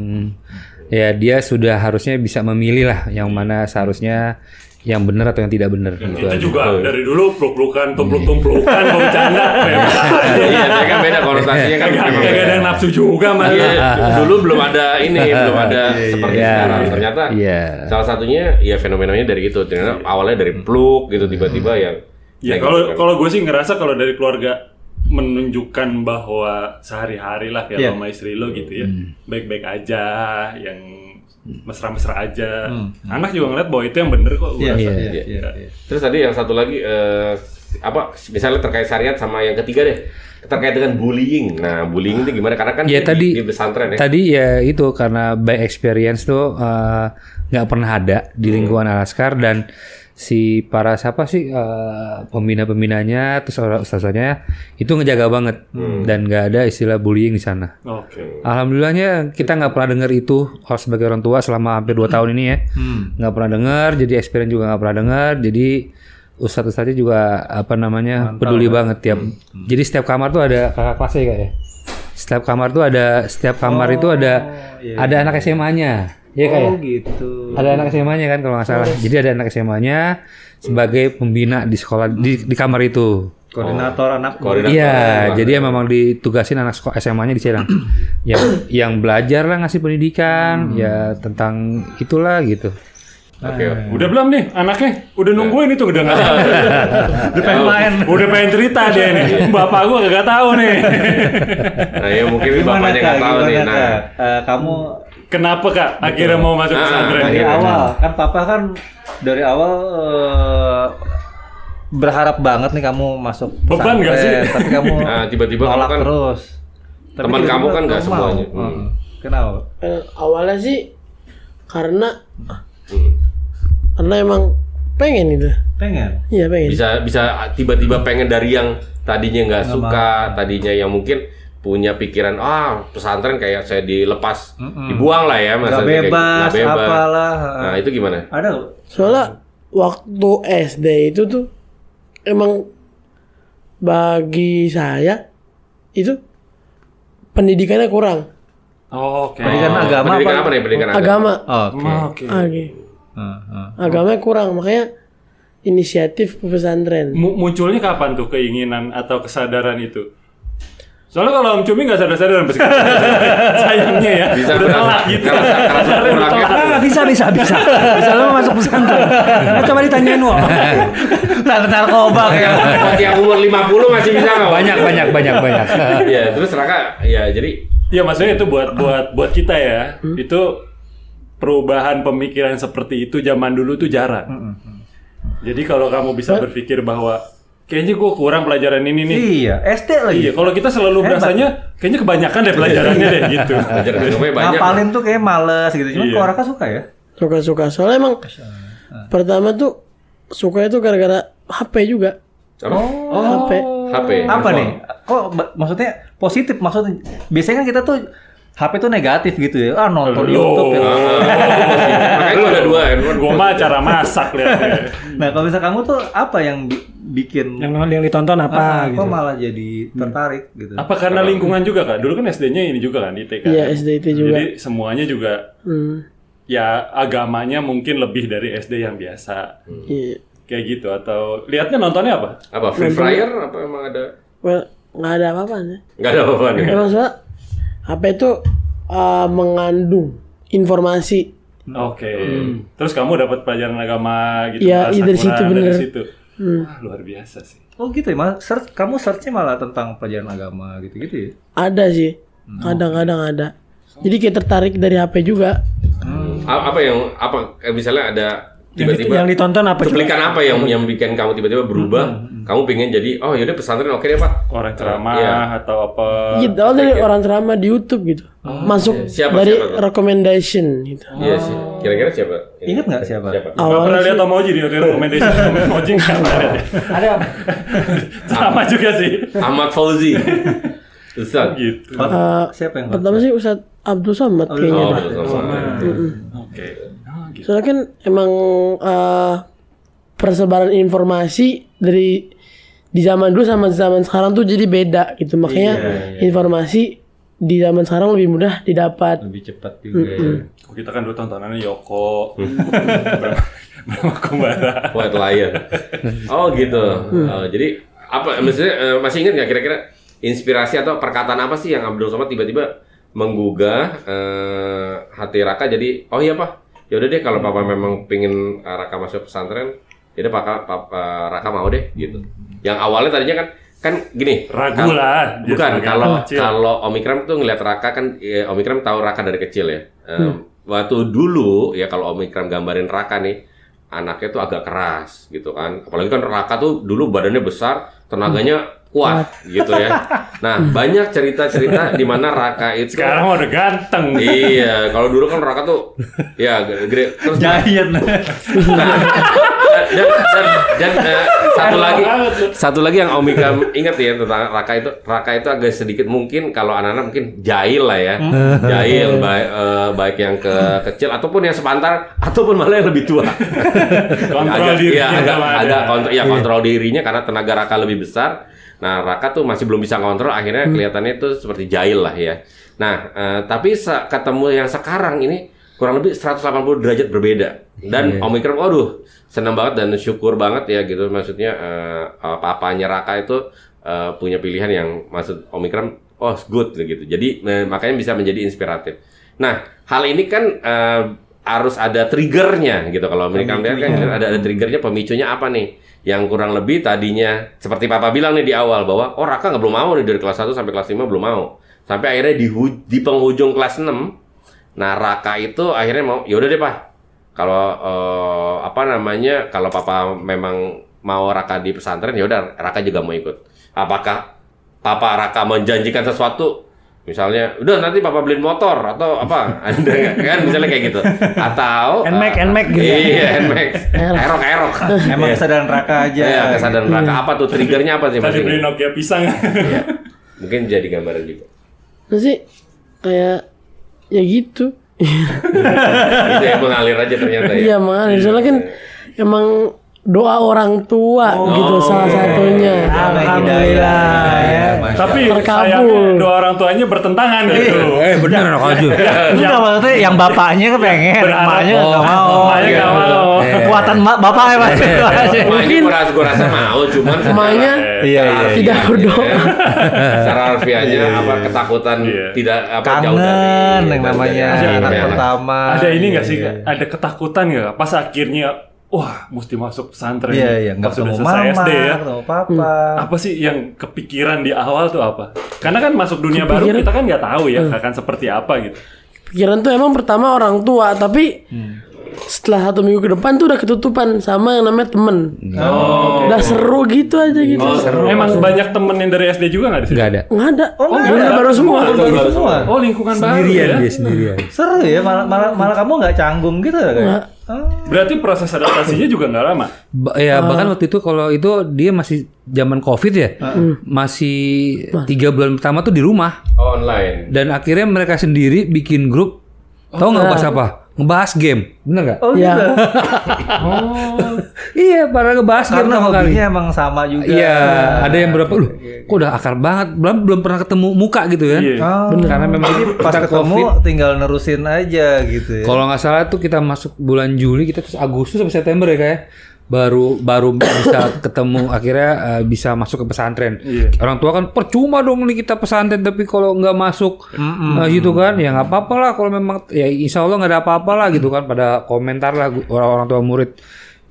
[SPEAKER 5] ya dia sudah harusnya bisa memilih lah yang mana seharusnya yang benar atau yang tidak benar. Gitu
[SPEAKER 1] kita
[SPEAKER 5] aja.
[SPEAKER 1] juga dari dulu peluk-pelukan, tumpluk-tumplukan, mau bercanda. bebas aja.
[SPEAKER 4] Iya, tapi kan beda konotasinya
[SPEAKER 5] Iya,
[SPEAKER 4] kan.
[SPEAKER 1] Gak
[SPEAKER 4] memang
[SPEAKER 1] gak
[SPEAKER 4] beda.
[SPEAKER 1] ada yang nafsu juga, Mas.
[SPEAKER 4] Iya, dulu belum ada ini, belum ada seperti
[SPEAKER 5] Iya.
[SPEAKER 4] sekarang. Ternyata
[SPEAKER 5] Iya.
[SPEAKER 4] salah satunya ya fenomenanya dari itu. Ternyata awalnya dari peluk
[SPEAKER 5] Hmm.
[SPEAKER 4] gitu tiba-tiba yang
[SPEAKER 5] Iya,
[SPEAKER 1] Ya
[SPEAKER 4] yang
[SPEAKER 1] kalau
[SPEAKER 4] gitu.
[SPEAKER 1] kalau gue sih ngerasa kalau dari keluarga menunjukkan bahwa sehari-hari lah kayak
[SPEAKER 2] Iya.
[SPEAKER 1] lo
[SPEAKER 2] Hmm.
[SPEAKER 1] sama istri lo gitu ya baik-baik aja yang mesra-mesra aja anak juga ngeliat bahwa itu yang bener kok gue
[SPEAKER 2] Hmm. Iya,
[SPEAKER 1] rasa.
[SPEAKER 2] iya,
[SPEAKER 4] Iya.
[SPEAKER 2] iya, iya.
[SPEAKER 4] Terus tadi yang satu lagi eh, apa misalnya terkait syariat sama yang ketiga deh. terkait dengan bullying. Nah, bullying itu gimana? Karena kan di-
[SPEAKER 5] Ya tadi
[SPEAKER 4] di pesantren ya.
[SPEAKER 5] tadi ya itu karena by experience tuh eh, nggak pernah ada di
[SPEAKER 4] Hmm.
[SPEAKER 5] lingkungan Alaskar dan si para siapa sih eh, pembina-pembinanya terus orang ustazahnya itu ngejaga banget
[SPEAKER 4] Hmm.
[SPEAKER 5] dan nggak ada istilah bullying di sana.
[SPEAKER 1] Oke.
[SPEAKER 5] Alhamdulillahnya kita nggak pernah dengar itu oh, sebagai orang tua selama hampir 2 tahun ini ya
[SPEAKER 2] Hmm.
[SPEAKER 5] nggak pernah dengar jadi experience juga nggak pernah dengar jadi ustadz ustadznya juga apa namanya peduli
[SPEAKER 2] ya.
[SPEAKER 5] banget tiap
[SPEAKER 2] Hmm.
[SPEAKER 5] jadi setiap kamar tuh ada kakak kelasnya kayak ya? setiap kamar tuh ada setiap kamar itu ada ada anak SMA-nya ya kayak
[SPEAKER 2] iya, Oh gitu.
[SPEAKER 5] ada anak SMA-nya kan kalau nggak salah jadi ada anak SMA-nya sebagai pembina di sekolah di, di kamar itu
[SPEAKER 2] Koordinator anak
[SPEAKER 4] Oh. Koordinator.
[SPEAKER 5] Iya, jadi ya memang ditugasin anak sekolah SMA-nya di Serang. yang yang belajar lah ngasih pendidikan, ya tentang itulah gitu.
[SPEAKER 4] Oke.
[SPEAKER 1] Udah belum nih anaknya? Udah nungguin itu udah nggak tahu.
[SPEAKER 2] Udah pengen main.
[SPEAKER 1] udah pengen cerita dia nih.
[SPEAKER 4] Iya.
[SPEAKER 1] Bapak gua nggak tahu nih.
[SPEAKER 4] Nah, ya mungkin bapaknya
[SPEAKER 2] Kak?
[SPEAKER 4] nggak tahu nih.
[SPEAKER 2] Gimana,
[SPEAKER 4] Nah,
[SPEAKER 2] Kak? Eh, kamu
[SPEAKER 1] Kenapa kak akhirnya mau masuk
[SPEAKER 4] Ah,
[SPEAKER 1] pesantren?
[SPEAKER 2] dari
[SPEAKER 4] Iya,
[SPEAKER 2] awal kan papa kan dari awal eh, berharap banget nih kamu masuk
[SPEAKER 1] Beban nggak sih?
[SPEAKER 2] pesantren, tapi kamu
[SPEAKER 4] Nah, tiba-tiba kamu
[SPEAKER 2] nolak
[SPEAKER 4] kan-
[SPEAKER 2] terus Tapi
[SPEAKER 4] teman
[SPEAKER 2] tiba-tiba
[SPEAKER 4] kamu kan nggak
[SPEAKER 2] mau.
[SPEAKER 4] semuanya. Hmm.
[SPEAKER 2] Heeh. kenapa
[SPEAKER 6] Eh, awalnya sih karena karena emang pengen itu.
[SPEAKER 2] pengen
[SPEAKER 6] Iya pengen.
[SPEAKER 4] bisa bisa tiba-tiba pengen dari yang tadinya nggak suka, tadinya yang mungkin punya pikiran ah pesantren kayak saya dilepas, dibuang lah ya
[SPEAKER 2] nggak
[SPEAKER 4] maksudnya kayak-
[SPEAKER 2] bebas,
[SPEAKER 4] nggak bebas.
[SPEAKER 2] apalah
[SPEAKER 4] Nah, itu gimana?
[SPEAKER 2] ada nggak?
[SPEAKER 6] Soalnya waktu SD itu tuh emang bagi saya itu pendidikannya kurang
[SPEAKER 1] Oke.
[SPEAKER 2] pendidikan
[SPEAKER 4] Oh,
[SPEAKER 2] agama
[SPEAKER 4] pendidikan
[SPEAKER 2] apa?
[SPEAKER 4] apa nih pendidikan agama?
[SPEAKER 6] agama.
[SPEAKER 2] oke
[SPEAKER 1] Oke.
[SPEAKER 6] Oke.
[SPEAKER 2] Heeh, heeh.
[SPEAKER 6] Agamanya kurang makanya inisiatif ke pesantren.
[SPEAKER 1] Mu- Munculnya kapan tuh keinginan atau kesadaran itu? Soalnya kalau Om Cumi nggak sadar-sadar sampai sekarang. Sayangnya ya.
[SPEAKER 4] Bisa
[SPEAKER 1] udah
[SPEAKER 4] berasa-
[SPEAKER 1] telat gitu.
[SPEAKER 4] kerasa- kerasa
[SPEAKER 1] Sadar udah
[SPEAKER 4] kurangnya.
[SPEAKER 1] telat.
[SPEAKER 3] Enggak, bisa, bisa, bisa. Bisa lo masuk pesantren. Nah, coba ditanyain lo.
[SPEAKER 2] Tar- narkoba
[SPEAKER 1] ya.
[SPEAKER 2] kayak
[SPEAKER 4] Masih yang umur 50 masih bisa nggak?
[SPEAKER 5] Banyak banyak banyak banyak.
[SPEAKER 4] ya terus Raka ya jadi
[SPEAKER 1] Ya maksudnya itu buat buat buat kita ya.
[SPEAKER 2] Hmm?
[SPEAKER 1] Itu perubahan pemikiran seperti itu zaman dulu tuh jarang.
[SPEAKER 2] Hmm,
[SPEAKER 1] Jadi kalau kamu bisa berpikir bahwa kayaknya gue kurang pelajaran ini nih.
[SPEAKER 2] iya SD lagi
[SPEAKER 1] Iya, kalau kita selalu
[SPEAKER 2] Hebat.
[SPEAKER 1] berasanya kayaknya kebanyakan deh pelajarannya deh gitu.
[SPEAKER 4] belajar agamanya banyak
[SPEAKER 2] ngapalin tuh kayak males gitu cuman
[SPEAKER 1] Iya.
[SPEAKER 2] kok Raka suka ya
[SPEAKER 6] Suka-suka. Soalnya emang pertama tuh suka itu gara-gara HP juga.
[SPEAKER 4] Apa?
[SPEAKER 6] HP.
[SPEAKER 4] HP
[SPEAKER 2] Oh. apa
[SPEAKER 4] handphone.
[SPEAKER 2] nih? Kok ba- maksudnya positif maksudnya? Biasanya kan kita tuh HP tuh negatif gitu ya. Ah
[SPEAKER 1] Loh.
[SPEAKER 2] nonton YouTube. Ya.
[SPEAKER 4] Eh, oh, makanya gua ada dua handphone
[SPEAKER 1] Gue mah cara masak lihatnya.
[SPEAKER 2] Nah, kalau bisa kamu tuh apa yang bi- bikin
[SPEAKER 3] Yang, yang ditonton apa
[SPEAKER 2] Ah,
[SPEAKER 3] gitu.
[SPEAKER 2] kok malah jadi tertarik gitu?
[SPEAKER 1] Apa karena lingkungan juga kak? Dulu kan SD-nya ini juga kan di TK.
[SPEAKER 6] Iya, SD itu juga.
[SPEAKER 1] Jadi semuanya juga
[SPEAKER 6] Hmm.
[SPEAKER 1] ya agamanya mungkin lebih dari SD yang biasa
[SPEAKER 6] Iya.
[SPEAKER 1] kayak gitu atau lihatnya nontonnya apa?
[SPEAKER 4] apa free fryer apa emang ada
[SPEAKER 6] Well, nggak ada apa-apa sih.
[SPEAKER 4] nggak ada apa-apa nih
[SPEAKER 6] Emang soalnya HP itu eh, mengandung informasi.
[SPEAKER 1] Oke. Terus kamu dapat pelajaran agama gitu?
[SPEAKER 6] Hmm. Iya,
[SPEAKER 1] bahasa
[SPEAKER 6] dari situ
[SPEAKER 1] Quran,
[SPEAKER 6] bener. Hmm.
[SPEAKER 1] Dari situ. Wah, luar biasa sih.
[SPEAKER 2] Oh gitu ya, malah search, kamu searchnya malah tentang pelajaran agama gitu-gitu ya?
[SPEAKER 6] Ada sih.
[SPEAKER 4] Hmm.
[SPEAKER 6] Kadang-kadang ada. Jadi kayak tertarik dari HP juga.
[SPEAKER 4] A- apa yang apa eh, misalnya ada
[SPEAKER 3] yang, di- yang
[SPEAKER 4] tiba-tiba
[SPEAKER 3] ditonton apa coba?
[SPEAKER 4] cuplikan apa yang yang bikin kamu tiba-tiba berubah kamu pengen jadi oh yaudah pesantren oke deh pak
[SPEAKER 1] Orang ceramah
[SPEAKER 4] Iya.
[SPEAKER 1] atau apa?
[SPEAKER 6] Gitu, awal dari orang ceramah di YouTube gitu.
[SPEAKER 4] Oh,
[SPEAKER 6] Masuk
[SPEAKER 4] Siapa-
[SPEAKER 6] dari
[SPEAKER 4] siapa tuh?
[SPEAKER 6] recommendation gitu.
[SPEAKER 4] iya sih kira-kira siapa Ini.
[SPEAKER 2] Ingat nggak siapa?
[SPEAKER 4] siapa
[SPEAKER 1] Gak pernah
[SPEAKER 6] Awalnya
[SPEAKER 1] lihat Om Oji di rekomendasi Om Oji nggak pernah lihat ya.
[SPEAKER 3] Ada
[SPEAKER 1] Sama juga sih.
[SPEAKER 4] Ahmad Fauzi Ustaz
[SPEAKER 1] Gitu.
[SPEAKER 2] Hot-
[SPEAKER 6] Eh,
[SPEAKER 2] siapa yang hot?
[SPEAKER 6] pertama sih Ustadz Abdul Somad kayaknya.
[SPEAKER 4] Oh,
[SPEAKER 6] dah.
[SPEAKER 4] betul, sama.
[SPEAKER 1] Oke. Ah, gitu.
[SPEAKER 6] Soalnya kan emang eh, persebaran informasi dari di zaman dulu sama zaman sekarang tuh jadi beda gitu. Makanya
[SPEAKER 2] Iya,
[SPEAKER 6] informasi di zaman sekarang lebih mudah didapat.
[SPEAKER 2] Lebih cepat juga ya.
[SPEAKER 1] Kok kita kan dulu tontonannya Yoko.
[SPEAKER 2] Hmm.
[SPEAKER 1] Brahma Kumbara.
[SPEAKER 4] White Lion. Oh gitu. Oh, jadi apa maksudnya eh, masih ingat nggak kira-kira inspirasi atau perkataan apa sih yang Abdul Somad tiba-tiba menggugah eh, hati Raka jadi oh iya pak ya udah deh kalau papa memang pingin eh, Raka masuk pesantren ya udah papa, papa Raka mau deh gitu. Yang awalnya tadinya kan kan gini
[SPEAKER 1] Ragu
[SPEAKER 4] kal-
[SPEAKER 1] lah. dia
[SPEAKER 4] Bukan
[SPEAKER 1] sebagai
[SPEAKER 4] kalau
[SPEAKER 1] anak kecil.
[SPEAKER 4] kalau Omikron tuh ngelihat Raka kan ya, Omikron tahu Raka dari kecil ya. Em, Waktu dulu ya kalau Omikron gambarin Raka nih anaknya tuh agak keras gitu kan. Apalagi kan Raka tuh dulu badannya besar, tenaganya kuat gitu ya. Nah, banyak cerita-cerita di mana Raka itu
[SPEAKER 1] Sekarang mah udah ganteng.
[SPEAKER 4] Iya, kalau dulu kan Raka tuh ya gede terus
[SPEAKER 2] Giant.
[SPEAKER 4] nah, dan, dan, dan, eh, satu lagi satu lagi yang Omika ingat ya tentang Raka itu Raka itu agak sedikit mungkin kalau anak-anak mungkin jahil lah ya. Jahil baik eh, baik yang ke kecil ataupun yang sepantar ataupun malah yang lebih tua.
[SPEAKER 1] Kontrol
[SPEAKER 4] agak,
[SPEAKER 1] dirinya
[SPEAKER 4] ya, agak,
[SPEAKER 1] sama ada. Iya.
[SPEAKER 4] agak kontrol, ya, kontrol dirinya karena tenaga Raka lebih besar. Nah, Raka tuh masih belum bisa kontrol, akhirnya
[SPEAKER 1] Hmm.
[SPEAKER 4] kelihatannya itu seperti jahil lah ya. Nah, eh, tapi se- ketemu yang sekarang ini kurang lebih 180 derajat berbeda.
[SPEAKER 1] Iya.
[SPEAKER 4] Dan Omikron, waduh, senang banget dan syukur banget ya gitu. Maksudnya eh, apa-apanya Raka itu eh, punya pilihan yang maksud Omikron, oh good gitu. Jadi eh, makanya bisa menjadi inspiratif. Nah, hal ini kan eh, harus ada triggernya gitu kalau mereka melihat kan ada ada triggernya pemicunya apa nih yang kurang lebih tadinya seperti papa bilang nih di awal bahwa oh Raka nggak belum mau nih dari kelas 1 sampai kelas 5 belum mau sampai akhirnya di hu- di penghujung kelas 6 nah Raka itu akhirnya mau yaudah deh pak kalau eh, apa namanya kalau papa memang mau Raka di pesantren yaudah Raka juga mau ikut apakah papa Raka menjanjikan sesuatu misalnya udah nanti papa beliin motor atau apa ada nggak? kan misalnya kayak gitu atau
[SPEAKER 3] Nmax,
[SPEAKER 4] eh,
[SPEAKER 3] Nmax gitu ya.
[SPEAKER 4] iya nmax erok erok
[SPEAKER 2] Emang
[SPEAKER 1] Iya.
[SPEAKER 2] kesadaran Raka
[SPEAKER 3] Iya,
[SPEAKER 2] aja.
[SPEAKER 4] ya kesadaran Raka apa tuh triggernya apa sih
[SPEAKER 1] Tadi
[SPEAKER 4] Mas?
[SPEAKER 1] beli Nokia pisang.
[SPEAKER 2] Iya.
[SPEAKER 4] mungkin jadi gambaran juga
[SPEAKER 6] Terus sih kayak ya gitu.
[SPEAKER 4] itu yang mengalir aja ternyata ya
[SPEAKER 6] Iya makanya soalnya kan
[SPEAKER 2] iya.
[SPEAKER 6] emang doa orang tua
[SPEAKER 2] Oh,
[SPEAKER 6] gitu salah satunya.
[SPEAKER 2] iya,
[SPEAKER 3] Alhamdulillah ya.
[SPEAKER 1] Tapi
[SPEAKER 6] Terkabul.
[SPEAKER 1] sayangnya dua orang tuanya bertentangan
[SPEAKER 2] Iya.
[SPEAKER 1] gitu.
[SPEAKER 5] Eh bener anak aja.
[SPEAKER 3] Itu nggak maksudnya yang bapaknya kepengen,
[SPEAKER 1] Berharap-
[SPEAKER 3] emaknya nggak
[SPEAKER 5] Oh,
[SPEAKER 3] mau.
[SPEAKER 1] Makanya
[SPEAKER 4] iya,
[SPEAKER 1] nggak mau.
[SPEAKER 2] Eh.
[SPEAKER 3] Kekuatan ma- bapak ya mas.
[SPEAKER 4] Emaknya gue rasa, gua rasa mau, cuman
[SPEAKER 6] Emaknya
[SPEAKER 2] Iya,
[SPEAKER 4] secara
[SPEAKER 2] iya,
[SPEAKER 4] harfiah,
[SPEAKER 6] tidak berdoa.
[SPEAKER 4] ya kan? Secara harfiahnya apa ketakutan
[SPEAKER 1] Iya.
[SPEAKER 4] tidak apa jauh
[SPEAKER 2] Kangen
[SPEAKER 4] dari
[SPEAKER 2] yang namanya
[SPEAKER 4] jauh dari
[SPEAKER 2] anak
[SPEAKER 4] anak.
[SPEAKER 2] pertama.
[SPEAKER 1] Ada ini nggak
[SPEAKER 2] Iya,
[SPEAKER 1] sih?
[SPEAKER 2] iya.
[SPEAKER 1] Kak? Ada ketakutan nggak? Pas akhirnya, wah, mesti masuk pesantren.
[SPEAKER 2] Iya iya nggak
[SPEAKER 1] Pas sudah
[SPEAKER 2] ketemu
[SPEAKER 1] selesai
[SPEAKER 2] mama,
[SPEAKER 1] SD ya.
[SPEAKER 2] ketemu papa.
[SPEAKER 1] Apa sih yang kepikiran di awal tuh apa? Karena kan masuk dunia baru
[SPEAKER 6] Kepikiran-
[SPEAKER 1] kita kan nggak tahu ya akan seperti apa gitu.
[SPEAKER 6] Pikiran tuh emang pertama orang tua tapi setelah satu minggu ke depan tuh udah ketutupan sama yang namanya temen. Udah seru gitu aja gitu.
[SPEAKER 1] Oh. Emang banyak temen yang dari SD juga nggak di sini?
[SPEAKER 5] Gak ada.
[SPEAKER 6] Nggak ada.
[SPEAKER 2] Oh, nggak
[SPEAKER 6] bener
[SPEAKER 2] ada.
[SPEAKER 6] Iya, baru semua.
[SPEAKER 2] Baru semua.
[SPEAKER 1] Oh lingkungan baru ya.
[SPEAKER 5] Sendirian dia sendirian.
[SPEAKER 2] Seru ya malah malah malah kamu nggak canggung gitu ya kayak.
[SPEAKER 6] Nggak.
[SPEAKER 2] Oh.
[SPEAKER 1] Berarti proses adaptasinya juga nggak lama.
[SPEAKER 5] Ba- ya bahkan waktu itu kalau itu dia masih zaman covid ya,
[SPEAKER 2] Hmm.
[SPEAKER 5] masih tiga bulan pertama tuh di rumah
[SPEAKER 4] Oh, online.
[SPEAKER 5] dan akhirnya mereka sendiri bikin grup. Tahu nggak bahas apa? Ngebahas game, bener nggak?
[SPEAKER 2] Oh
[SPEAKER 6] Ya.
[SPEAKER 2] gitu.
[SPEAKER 5] Iya, pada ngebahas game
[SPEAKER 2] Karena
[SPEAKER 5] sama kali.
[SPEAKER 2] hobinya emang sama juga. Nah,
[SPEAKER 5] Iya, ada yang berapa? Loh, kok udah akar banget, belum belum pernah ketemu muka gitu ya?
[SPEAKER 1] Iya.
[SPEAKER 2] Oh,
[SPEAKER 5] Karena memang
[SPEAKER 2] Jadi pas
[SPEAKER 5] kita
[SPEAKER 2] ketemu
[SPEAKER 5] COVID.
[SPEAKER 2] tinggal nerusin aja gitu ya.
[SPEAKER 5] Kalau nggak salah tuh kita masuk bulan Juli, kita terus Agustus sampai September ya kayak baru baru bisa ketemu akhirnya eh, bisa masuk ke pesantren. Orang tua kan percuma dong nih kita pesantren tapi kalau nggak masuk eh, gitu kan ya nggak apa-apa lah kalau memang ya Insya Allah nggak ada apa-apa lah gitu kan pada komentar lah gu- orang-orang tua murid.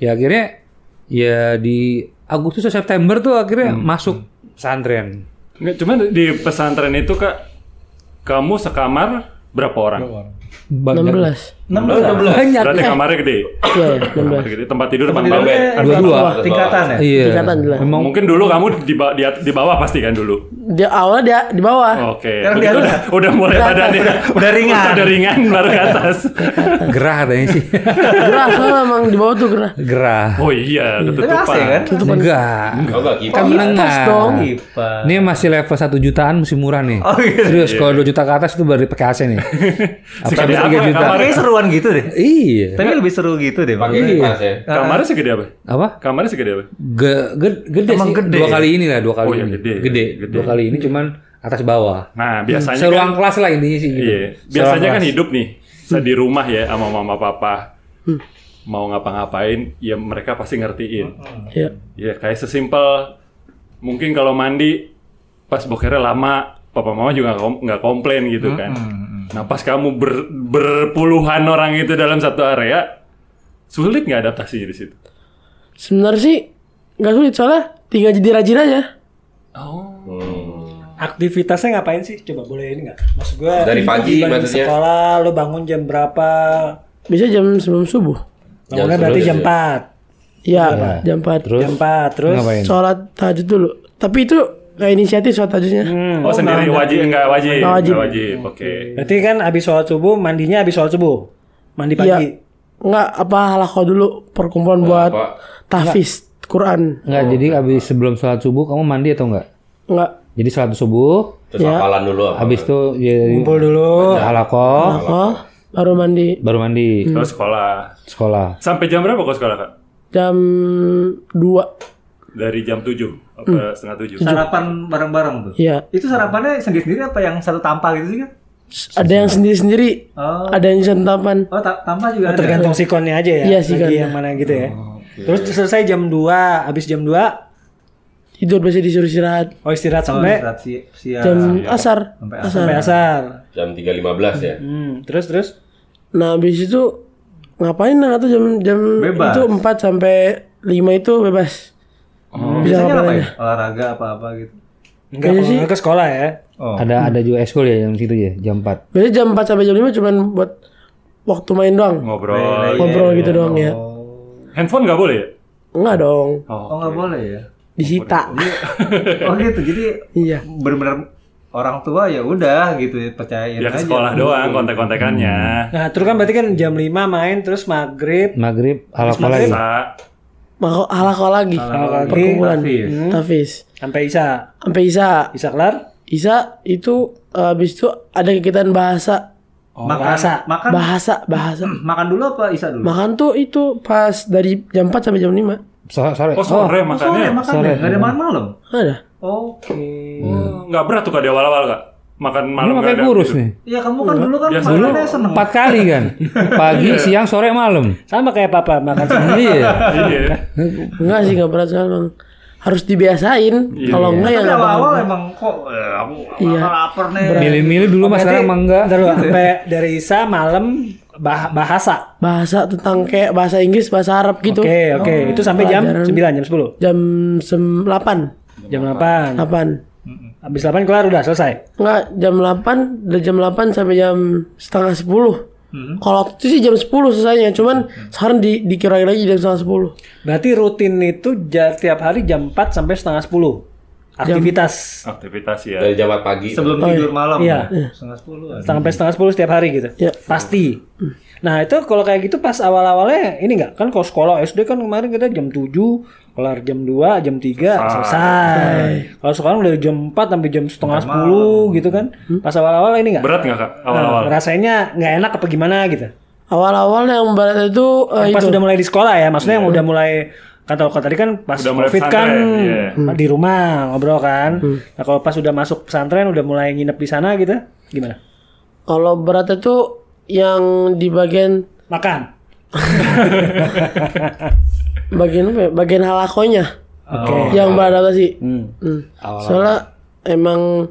[SPEAKER 5] Ya akhirnya ya di Agustus atau September tuh akhirnya masuk pesantren.
[SPEAKER 1] Nggak, cuman di pesantren itu kak, kamu sekamar berapa orang?
[SPEAKER 5] Banyak
[SPEAKER 6] 16.
[SPEAKER 2] 16.
[SPEAKER 5] banyak
[SPEAKER 1] Berarti
[SPEAKER 5] ya.
[SPEAKER 1] kamarnya gede.
[SPEAKER 6] Iya, ya,
[SPEAKER 1] Kamar
[SPEAKER 6] 16.
[SPEAKER 1] gede, tempat tidur depan
[SPEAKER 2] Tidurnya
[SPEAKER 1] bawah.
[SPEAKER 5] Dua-dua.
[SPEAKER 2] Tingkatan ya?
[SPEAKER 5] Iya.
[SPEAKER 6] Tingkatan lah.
[SPEAKER 5] Memang
[SPEAKER 1] Mungkin dulu kamu di, ba- di, at- di bawah pasti kan dulu.
[SPEAKER 6] Dia awalnya dia di bawah.
[SPEAKER 1] Oke.
[SPEAKER 2] Sekarang di
[SPEAKER 1] Berarti
[SPEAKER 2] atas.
[SPEAKER 1] Udah, udah mulai badannya
[SPEAKER 2] Udah ringan.
[SPEAKER 1] Udah ringan baru ke atas.
[SPEAKER 5] gerah katanya sih.
[SPEAKER 6] Gerah soalnya emang di bawah tuh gerah.
[SPEAKER 5] gerah.
[SPEAKER 1] Oh iya,
[SPEAKER 2] Tapi AC kan? Oh,
[SPEAKER 1] ketutupan.
[SPEAKER 5] Enggak.
[SPEAKER 4] Oh, enggak gitu.
[SPEAKER 5] Kan menengah.
[SPEAKER 6] dong.
[SPEAKER 2] Kipas.
[SPEAKER 5] Ini masih level 1 jutaan masih murah nih.
[SPEAKER 2] Oh,
[SPEAKER 1] iya.
[SPEAKER 2] gitu.
[SPEAKER 5] Serius kalau 2 juta ke atas itu baru pakai AC nih. Apa
[SPEAKER 1] Segede
[SPEAKER 5] habis 3
[SPEAKER 1] apa
[SPEAKER 5] juta?
[SPEAKER 1] kamar?
[SPEAKER 2] Kayaknya seruan gitu deh.
[SPEAKER 5] Iya.
[SPEAKER 2] Tapi lebih seru gitu deh.
[SPEAKER 4] Pakai
[SPEAKER 2] Bang.
[SPEAKER 4] kipas ya.
[SPEAKER 1] Kamarnya segede apa?
[SPEAKER 5] Apa?
[SPEAKER 1] Kamarnya segede apa?
[SPEAKER 5] Ge, ge- gede
[SPEAKER 2] Emang
[SPEAKER 5] sih.
[SPEAKER 2] gede
[SPEAKER 5] Dua
[SPEAKER 2] ya?
[SPEAKER 5] kali ini lah, dua kali
[SPEAKER 1] Oh, iya,
[SPEAKER 5] ini.
[SPEAKER 1] gede. Gede.
[SPEAKER 5] Dua kali ini cuman atas bawah.
[SPEAKER 1] Nah, biasanya kan
[SPEAKER 5] Hmm, Seruang kelas lah intinya sih gitu. Hmm.
[SPEAKER 1] Iya, biasanya kan hidup nih saya di rumah ya sama mama papa mau ngapa-ngapain ya mereka pasti ngertiin.
[SPEAKER 5] Hmm,
[SPEAKER 6] Iya.
[SPEAKER 1] Ya kayak sesimpel mungkin kalau mandi pas bokernya lama papa mama juga nggak kom- nggak komplain
[SPEAKER 5] Hmm,
[SPEAKER 1] gitu kan. Nah pas kamu ber- berpuluhan orang itu dalam satu area sulit nggak adaptasinya di situ?
[SPEAKER 6] Sebenarnya sih nggak sulit soalnya tinggal jadi rajin aja.
[SPEAKER 1] Oh,
[SPEAKER 3] Aktivitasnya ngapain sih? Coba boleh ini nggak? Maksud gue
[SPEAKER 4] Dari pagi maksudnya?
[SPEAKER 3] Sekolah, lu bangun jam berapa?
[SPEAKER 6] Bisa jam sebelum subuh.
[SPEAKER 3] Bangunnya berarti jam 4
[SPEAKER 6] Ya, jam 4.
[SPEAKER 3] Jam 4 terus
[SPEAKER 6] Sholat tahajud dulu. Tapi itu eh, inisiatif sholat tahajudnya.
[SPEAKER 1] Oh, sendiri wajib enggak wajib.
[SPEAKER 6] Hmm. Nggak wajib. Hmm.
[SPEAKER 1] Nggak wajib. Oke.
[SPEAKER 3] Berarti kan abis sholat subuh, mandinya abis sholat subuh. Mandi pagi.
[SPEAKER 6] Iya. Enggak apa halako dulu perkumpulan buat
[SPEAKER 4] Pak.
[SPEAKER 6] tahfiz Quran.
[SPEAKER 1] Oh,
[SPEAKER 5] Enggak, jadi abis sebelum sholat subuh kamu mandi atau enggak?
[SPEAKER 6] Enggak.
[SPEAKER 5] Jadi sholat
[SPEAKER 1] Oh.
[SPEAKER 5] subuh,
[SPEAKER 4] Terus
[SPEAKER 2] Iya.
[SPEAKER 4] hafalan dulu apa?
[SPEAKER 5] habis itu ya,
[SPEAKER 3] Kumpul dulu.
[SPEAKER 5] halakoh,
[SPEAKER 6] Oh, baru
[SPEAKER 1] Hmm.
[SPEAKER 6] mandi
[SPEAKER 5] baru mandi
[SPEAKER 1] Terus sekolah.
[SPEAKER 5] sekolah.
[SPEAKER 1] Sampai jam berapa kau sekolah, Kak?
[SPEAKER 6] jam 2.
[SPEAKER 1] Dari jam 7 apa
[SPEAKER 6] Hmm.
[SPEAKER 1] setengah 7.
[SPEAKER 2] Sarapan bareng-bareng tuh.
[SPEAKER 6] Iya.
[SPEAKER 2] Itu sarapannya sendiri-sendiri apa yang satu tampal gitu sih kan?
[SPEAKER 6] Ada yang sendiri-sendiri,
[SPEAKER 2] Oh,
[SPEAKER 6] ada yang santapan.
[SPEAKER 2] oh ta- tampal juga ada.
[SPEAKER 3] Tergantung sikonnya aja ya.
[SPEAKER 6] Iya,
[SPEAKER 3] lagi
[SPEAKER 6] sikonnya.
[SPEAKER 3] yang mana gitu ya. Terus selesai jam 2, abis jam 2
[SPEAKER 6] Tidur biasa disuruh istirahat
[SPEAKER 3] oh istirahat
[SPEAKER 2] Oh,
[SPEAKER 3] sampai
[SPEAKER 2] istirahat si- siang.
[SPEAKER 6] jam asar.
[SPEAKER 2] Sampai
[SPEAKER 6] Asar.
[SPEAKER 3] sampai asar.
[SPEAKER 4] Jam 3.15 ya.
[SPEAKER 3] Hmm, terus terus
[SPEAKER 6] Nah, habis itu ngapain nah atau jam jam
[SPEAKER 2] Bebas.
[SPEAKER 6] itu 4 sampai 5 itu bebas. Bisa
[SPEAKER 2] Biasanya apa
[SPEAKER 6] ngapain
[SPEAKER 2] ya? Olahraga apa-apa gitu.
[SPEAKER 3] enggak
[SPEAKER 6] Kayaknya
[SPEAKER 3] kalau
[SPEAKER 6] sih-
[SPEAKER 3] nggak ke sekolah ya.
[SPEAKER 2] Oh.
[SPEAKER 5] Ada ada juga eskul ya jam situ ya, jam 4.
[SPEAKER 6] Biasanya jam 4 sampai jam 5 cuman buat waktu main doang.
[SPEAKER 1] Oh, Ngobrol.
[SPEAKER 6] Ngobrol gitu doang ya.
[SPEAKER 1] Handphone nggak boleh ya?
[SPEAKER 6] Enggak dong,
[SPEAKER 2] Oh, nggak boleh ya?
[SPEAKER 6] disita.
[SPEAKER 2] Oh gitu. Jadi
[SPEAKER 6] Iya.
[SPEAKER 2] benar-benar orang tua ya udah gitu ya, percayain
[SPEAKER 1] Ya ke
[SPEAKER 2] aja.
[SPEAKER 1] sekolah
[SPEAKER 6] Hmm.
[SPEAKER 1] doang kontek-kontekannya.
[SPEAKER 3] Nah, terus kan berarti kan jam 5 main terus maghrib
[SPEAKER 5] Maghrib ya. halakoh lagi.
[SPEAKER 1] Sa-
[SPEAKER 6] Maka halako lagi.
[SPEAKER 3] lagi.
[SPEAKER 6] Perkumpulan.
[SPEAKER 2] Tahfiz.
[SPEAKER 6] Hmm. Tafis.
[SPEAKER 3] sampai isya.
[SPEAKER 6] Sampai Isa.
[SPEAKER 3] Isya kelar,
[SPEAKER 6] Isa itu eh, habis itu ada kegiatan bahasa.
[SPEAKER 2] Oh, makan,
[SPEAKER 3] Oh, bahasa.
[SPEAKER 2] makan
[SPEAKER 6] Bahasa, bahasa.
[SPEAKER 2] makan dulu apa Isa dulu? Oh,
[SPEAKER 6] Makan tuh itu pas dari jam 4 sampai jam 5.
[SPEAKER 5] Sore,
[SPEAKER 6] Eh,
[SPEAKER 5] sore.
[SPEAKER 1] Oh, sore
[SPEAKER 2] Sore
[SPEAKER 1] makannya.
[SPEAKER 2] makan deh, nggak ada makan malam.
[SPEAKER 6] Ada.
[SPEAKER 2] Oke.
[SPEAKER 1] Oh, Nggak berat tuh Kak di awal-awal, Kak. Makan
[SPEAKER 5] Ini
[SPEAKER 1] malam
[SPEAKER 5] pakai
[SPEAKER 1] nggak ada
[SPEAKER 5] kurus
[SPEAKER 1] gitu.
[SPEAKER 5] nih.
[SPEAKER 2] Ya kamu kan dulu kan
[SPEAKER 1] Biasa
[SPEAKER 2] makannya seneng.
[SPEAKER 5] Empat kali kan. Pagi, siang, sore, malam.
[SPEAKER 3] sama kayak papa makan siang.
[SPEAKER 5] Iya.
[SPEAKER 1] Iya.
[SPEAKER 6] Enggak sih enggak berat sekali, Bang. Harus dibiasain.
[SPEAKER 3] Iya.
[SPEAKER 6] Kalau enggak ya
[SPEAKER 2] Tapi
[SPEAKER 6] enggak
[SPEAKER 2] awal-awal
[SPEAKER 6] bakal.
[SPEAKER 2] emang kok eh, aku
[SPEAKER 6] Iya.
[SPEAKER 2] lapar nih.
[SPEAKER 5] Milih-milih dulu mas Gitu sekarang emang enggak.
[SPEAKER 3] Ntar dulu, sampai dari isya malam bah- bahasa.
[SPEAKER 6] Bahasa tentang kayak bahasa Inggris, bahasa Arab gitu.
[SPEAKER 3] Oke, oke. Itu sampai jam
[SPEAKER 6] Pelajaran.
[SPEAKER 3] 9, jam 10.
[SPEAKER 6] Jam sem- 8.
[SPEAKER 3] Jam 8.
[SPEAKER 6] 8.
[SPEAKER 3] Habis 8 kelar udah selesai.
[SPEAKER 6] Enggak, jam 8, dari jam 8 sampai jam setengah 10.
[SPEAKER 3] Hmm.
[SPEAKER 6] Kalau waktu itu sih jam 10 selesainya, cuman sekarang di, dikirain lagi jam setengah 10.
[SPEAKER 3] Berarti rutin itu ja- tiap hari jam 4 sampai setengah 10. Aktivitas
[SPEAKER 1] Aktivitas ya.
[SPEAKER 6] Iya.
[SPEAKER 4] Dari jam 4 pagi.
[SPEAKER 2] Sebelum tidur malam.
[SPEAKER 3] Iya.
[SPEAKER 2] ya? Setengah sepuluh. ada.
[SPEAKER 1] Hmm.
[SPEAKER 3] sampai setengah 10 setiap hari gitu.
[SPEAKER 6] Iya.
[SPEAKER 3] Pasti. Nah, itu kalau kayak gitu pas awal-awalnya ini enggak kan kalau sekolah SD kan kemarin kita jam 7 kelar jam 2, jam 3 selesai. Kalau sekarang udah jam 4 sampai jam setengah 10 gitu kan. Pas awal-awal ini enggak?
[SPEAKER 1] Berat nggak, Kak?
[SPEAKER 3] Nah,
[SPEAKER 1] Awal-awal.
[SPEAKER 3] rasanya nggak enak apa gimana gitu.
[SPEAKER 6] Awal-awal yang berat itu eh,
[SPEAKER 3] Pas
[SPEAKER 6] itu.
[SPEAKER 3] udah mulai di sekolah ya, maksudnya yang udah mulai kata kalau tadi kan pas
[SPEAKER 1] Iya. Udah mulai
[SPEAKER 3] covid kan
[SPEAKER 1] pesantren, iya.
[SPEAKER 3] di rumah ngobrol kan. Nah kalau pas udah masuk pesantren udah mulai nginep di sana gitu, gimana?
[SPEAKER 6] Kalau berat itu yang di bagian
[SPEAKER 3] Makan.
[SPEAKER 6] bagian apa ya? Bagian halakonya.
[SPEAKER 3] Oke.
[SPEAKER 6] yang beradaptasi.
[SPEAKER 3] Hmm.
[SPEAKER 6] Hmm. Soalnya emang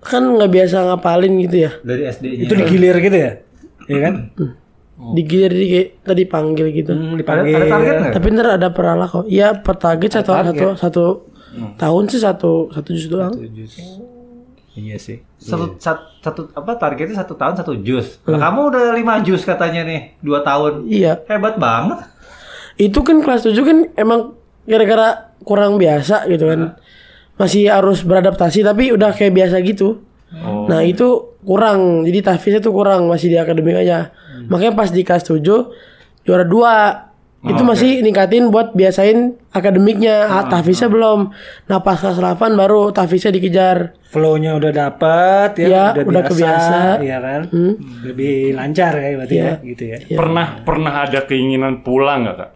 [SPEAKER 6] kan nggak biasa ngapalin gitu ya.
[SPEAKER 2] Dari SD-nya.
[SPEAKER 3] Itu digilir gitu ya? Iya kan?
[SPEAKER 6] Digilir di tadi panggil gitu.
[SPEAKER 3] Hmm,
[SPEAKER 2] Ada,
[SPEAKER 3] dipanggil.
[SPEAKER 2] ada target nggak?
[SPEAKER 6] Tapi ntar ada perala kok. Iya, per target satu satu satu tahun sih satu Hmm. satu jus doang.
[SPEAKER 2] Iya sih. Satu, sat- satu, apa targetnya satu tahun satu jus. Nah, kamu udah lima jus katanya nih dua tahun.
[SPEAKER 6] Iya.
[SPEAKER 2] Hebat banget.
[SPEAKER 6] Itu kan kelas 7 kan emang gara-gara kurang biasa gitu kan. Masih harus beradaptasi tapi udah kayak biasa gitu. Nah, itu kurang. Jadi tahfiznya tuh kurang masih di akademik aja. Makanya pas di kelas 7 juara 2 itu masih ningkatin buat biasain akademiknya. Oh, Ah, tahfiznya belum. Nah, pas kelas 8 baru tahfiznya dikejar.
[SPEAKER 3] Flow-nya udah dapet ya,
[SPEAKER 6] Iya,
[SPEAKER 3] udah,
[SPEAKER 6] udah
[SPEAKER 3] biasa,
[SPEAKER 6] kebiasa.
[SPEAKER 3] iya kan?
[SPEAKER 6] Hmm.
[SPEAKER 3] Lebih lancar ya berarti
[SPEAKER 6] Iya.
[SPEAKER 3] ya, gitu ya.
[SPEAKER 1] Pernah pernah ada keinginan pulang nggak, Kak?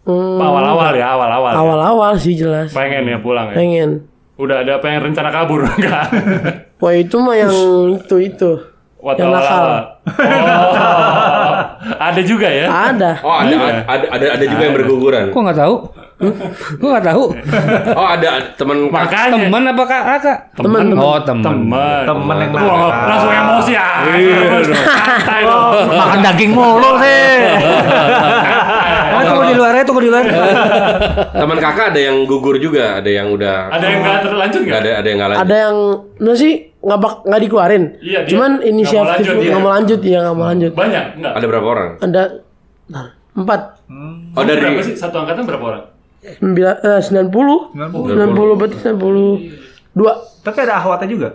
[SPEAKER 6] Hmm,
[SPEAKER 1] Awal-awal ya, awal-awal. ya.
[SPEAKER 6] awal-awal sih jelas.
[SPEAKER 1] Pengen ya pulang ya.
[SPEAKER 6] Pengen.
[SPEAKER 1] Udah ada pengen rencana kabur enggak?
[SPEAKER 6] Wah, itu mah yang itu itu.
[SPEAKER 1] Waktu
[SPEAKER 6] Yang nakal.
[SPEAKER 1] awal-awal. Oh, ada juga ya.
[SPEAKER 6] Ada.
[SPEAKER 4] Oh, ada ada ada, ada juga yang berguguran.
[SPEAKER 5] Kok nggak tahu? Hah? Kok nggak tahu?
[SPEAKER 4] Oh, ada ada teman
[SPEAKER 1] Makanya
[SPEAKER 5] Teman apa kak? Kakak?
[SPEAKER 1] Teman, teman.
[SPEAKER 5] Oh teman.
[SPEAKER 1] teman.
[SPEAKER 2] Temen yang
[SPEAKER 1] Wah,
[SPEAKER 2] nakal.
[SPEAKER 1] langsung emosi ya. Iya, santai dong.
[SPEAKER 2] Makan daging mulu sih.
[SPEAKER 3] Oh, tunggu di luar ya, tunggu di luar.
[SPEAKER 4] teman kakak ada yang gugur juga, ada yang udah
[SPEAKER 1] Ada yang nggak terlanjut nggak?
[SPEAKER 4] Nggak ada ada yang nggak lanjut.
[SPEAKER 6] Ada yang nah sih nggak bak nggak dikeluarin.
[SPEAKER 1] Iya, dia
[SPEAKER 6] Cuman
[SPEAKER 1] nggak mau
[SPEAKER 6] inisiatif
[SPEAKER 1] lanjut, iya.
[SPEAKER 6] nggak mau lanjut, iya nggak mau lanjut.
[SPEAKER 1] Banyak nggak?
[SPEAKER 4] Ada berapa orang?
[SPEAKER 6] Ada nah, empat
[SPEAKER 4] Oh, dari
[SPEAKER 1] berapa sih satu angkatan berapa orang?
[SPEAKER 6] sembilan eh, 90 90 berarti 92
[SPEAKER 2] Tapi ada ahwatnya juga.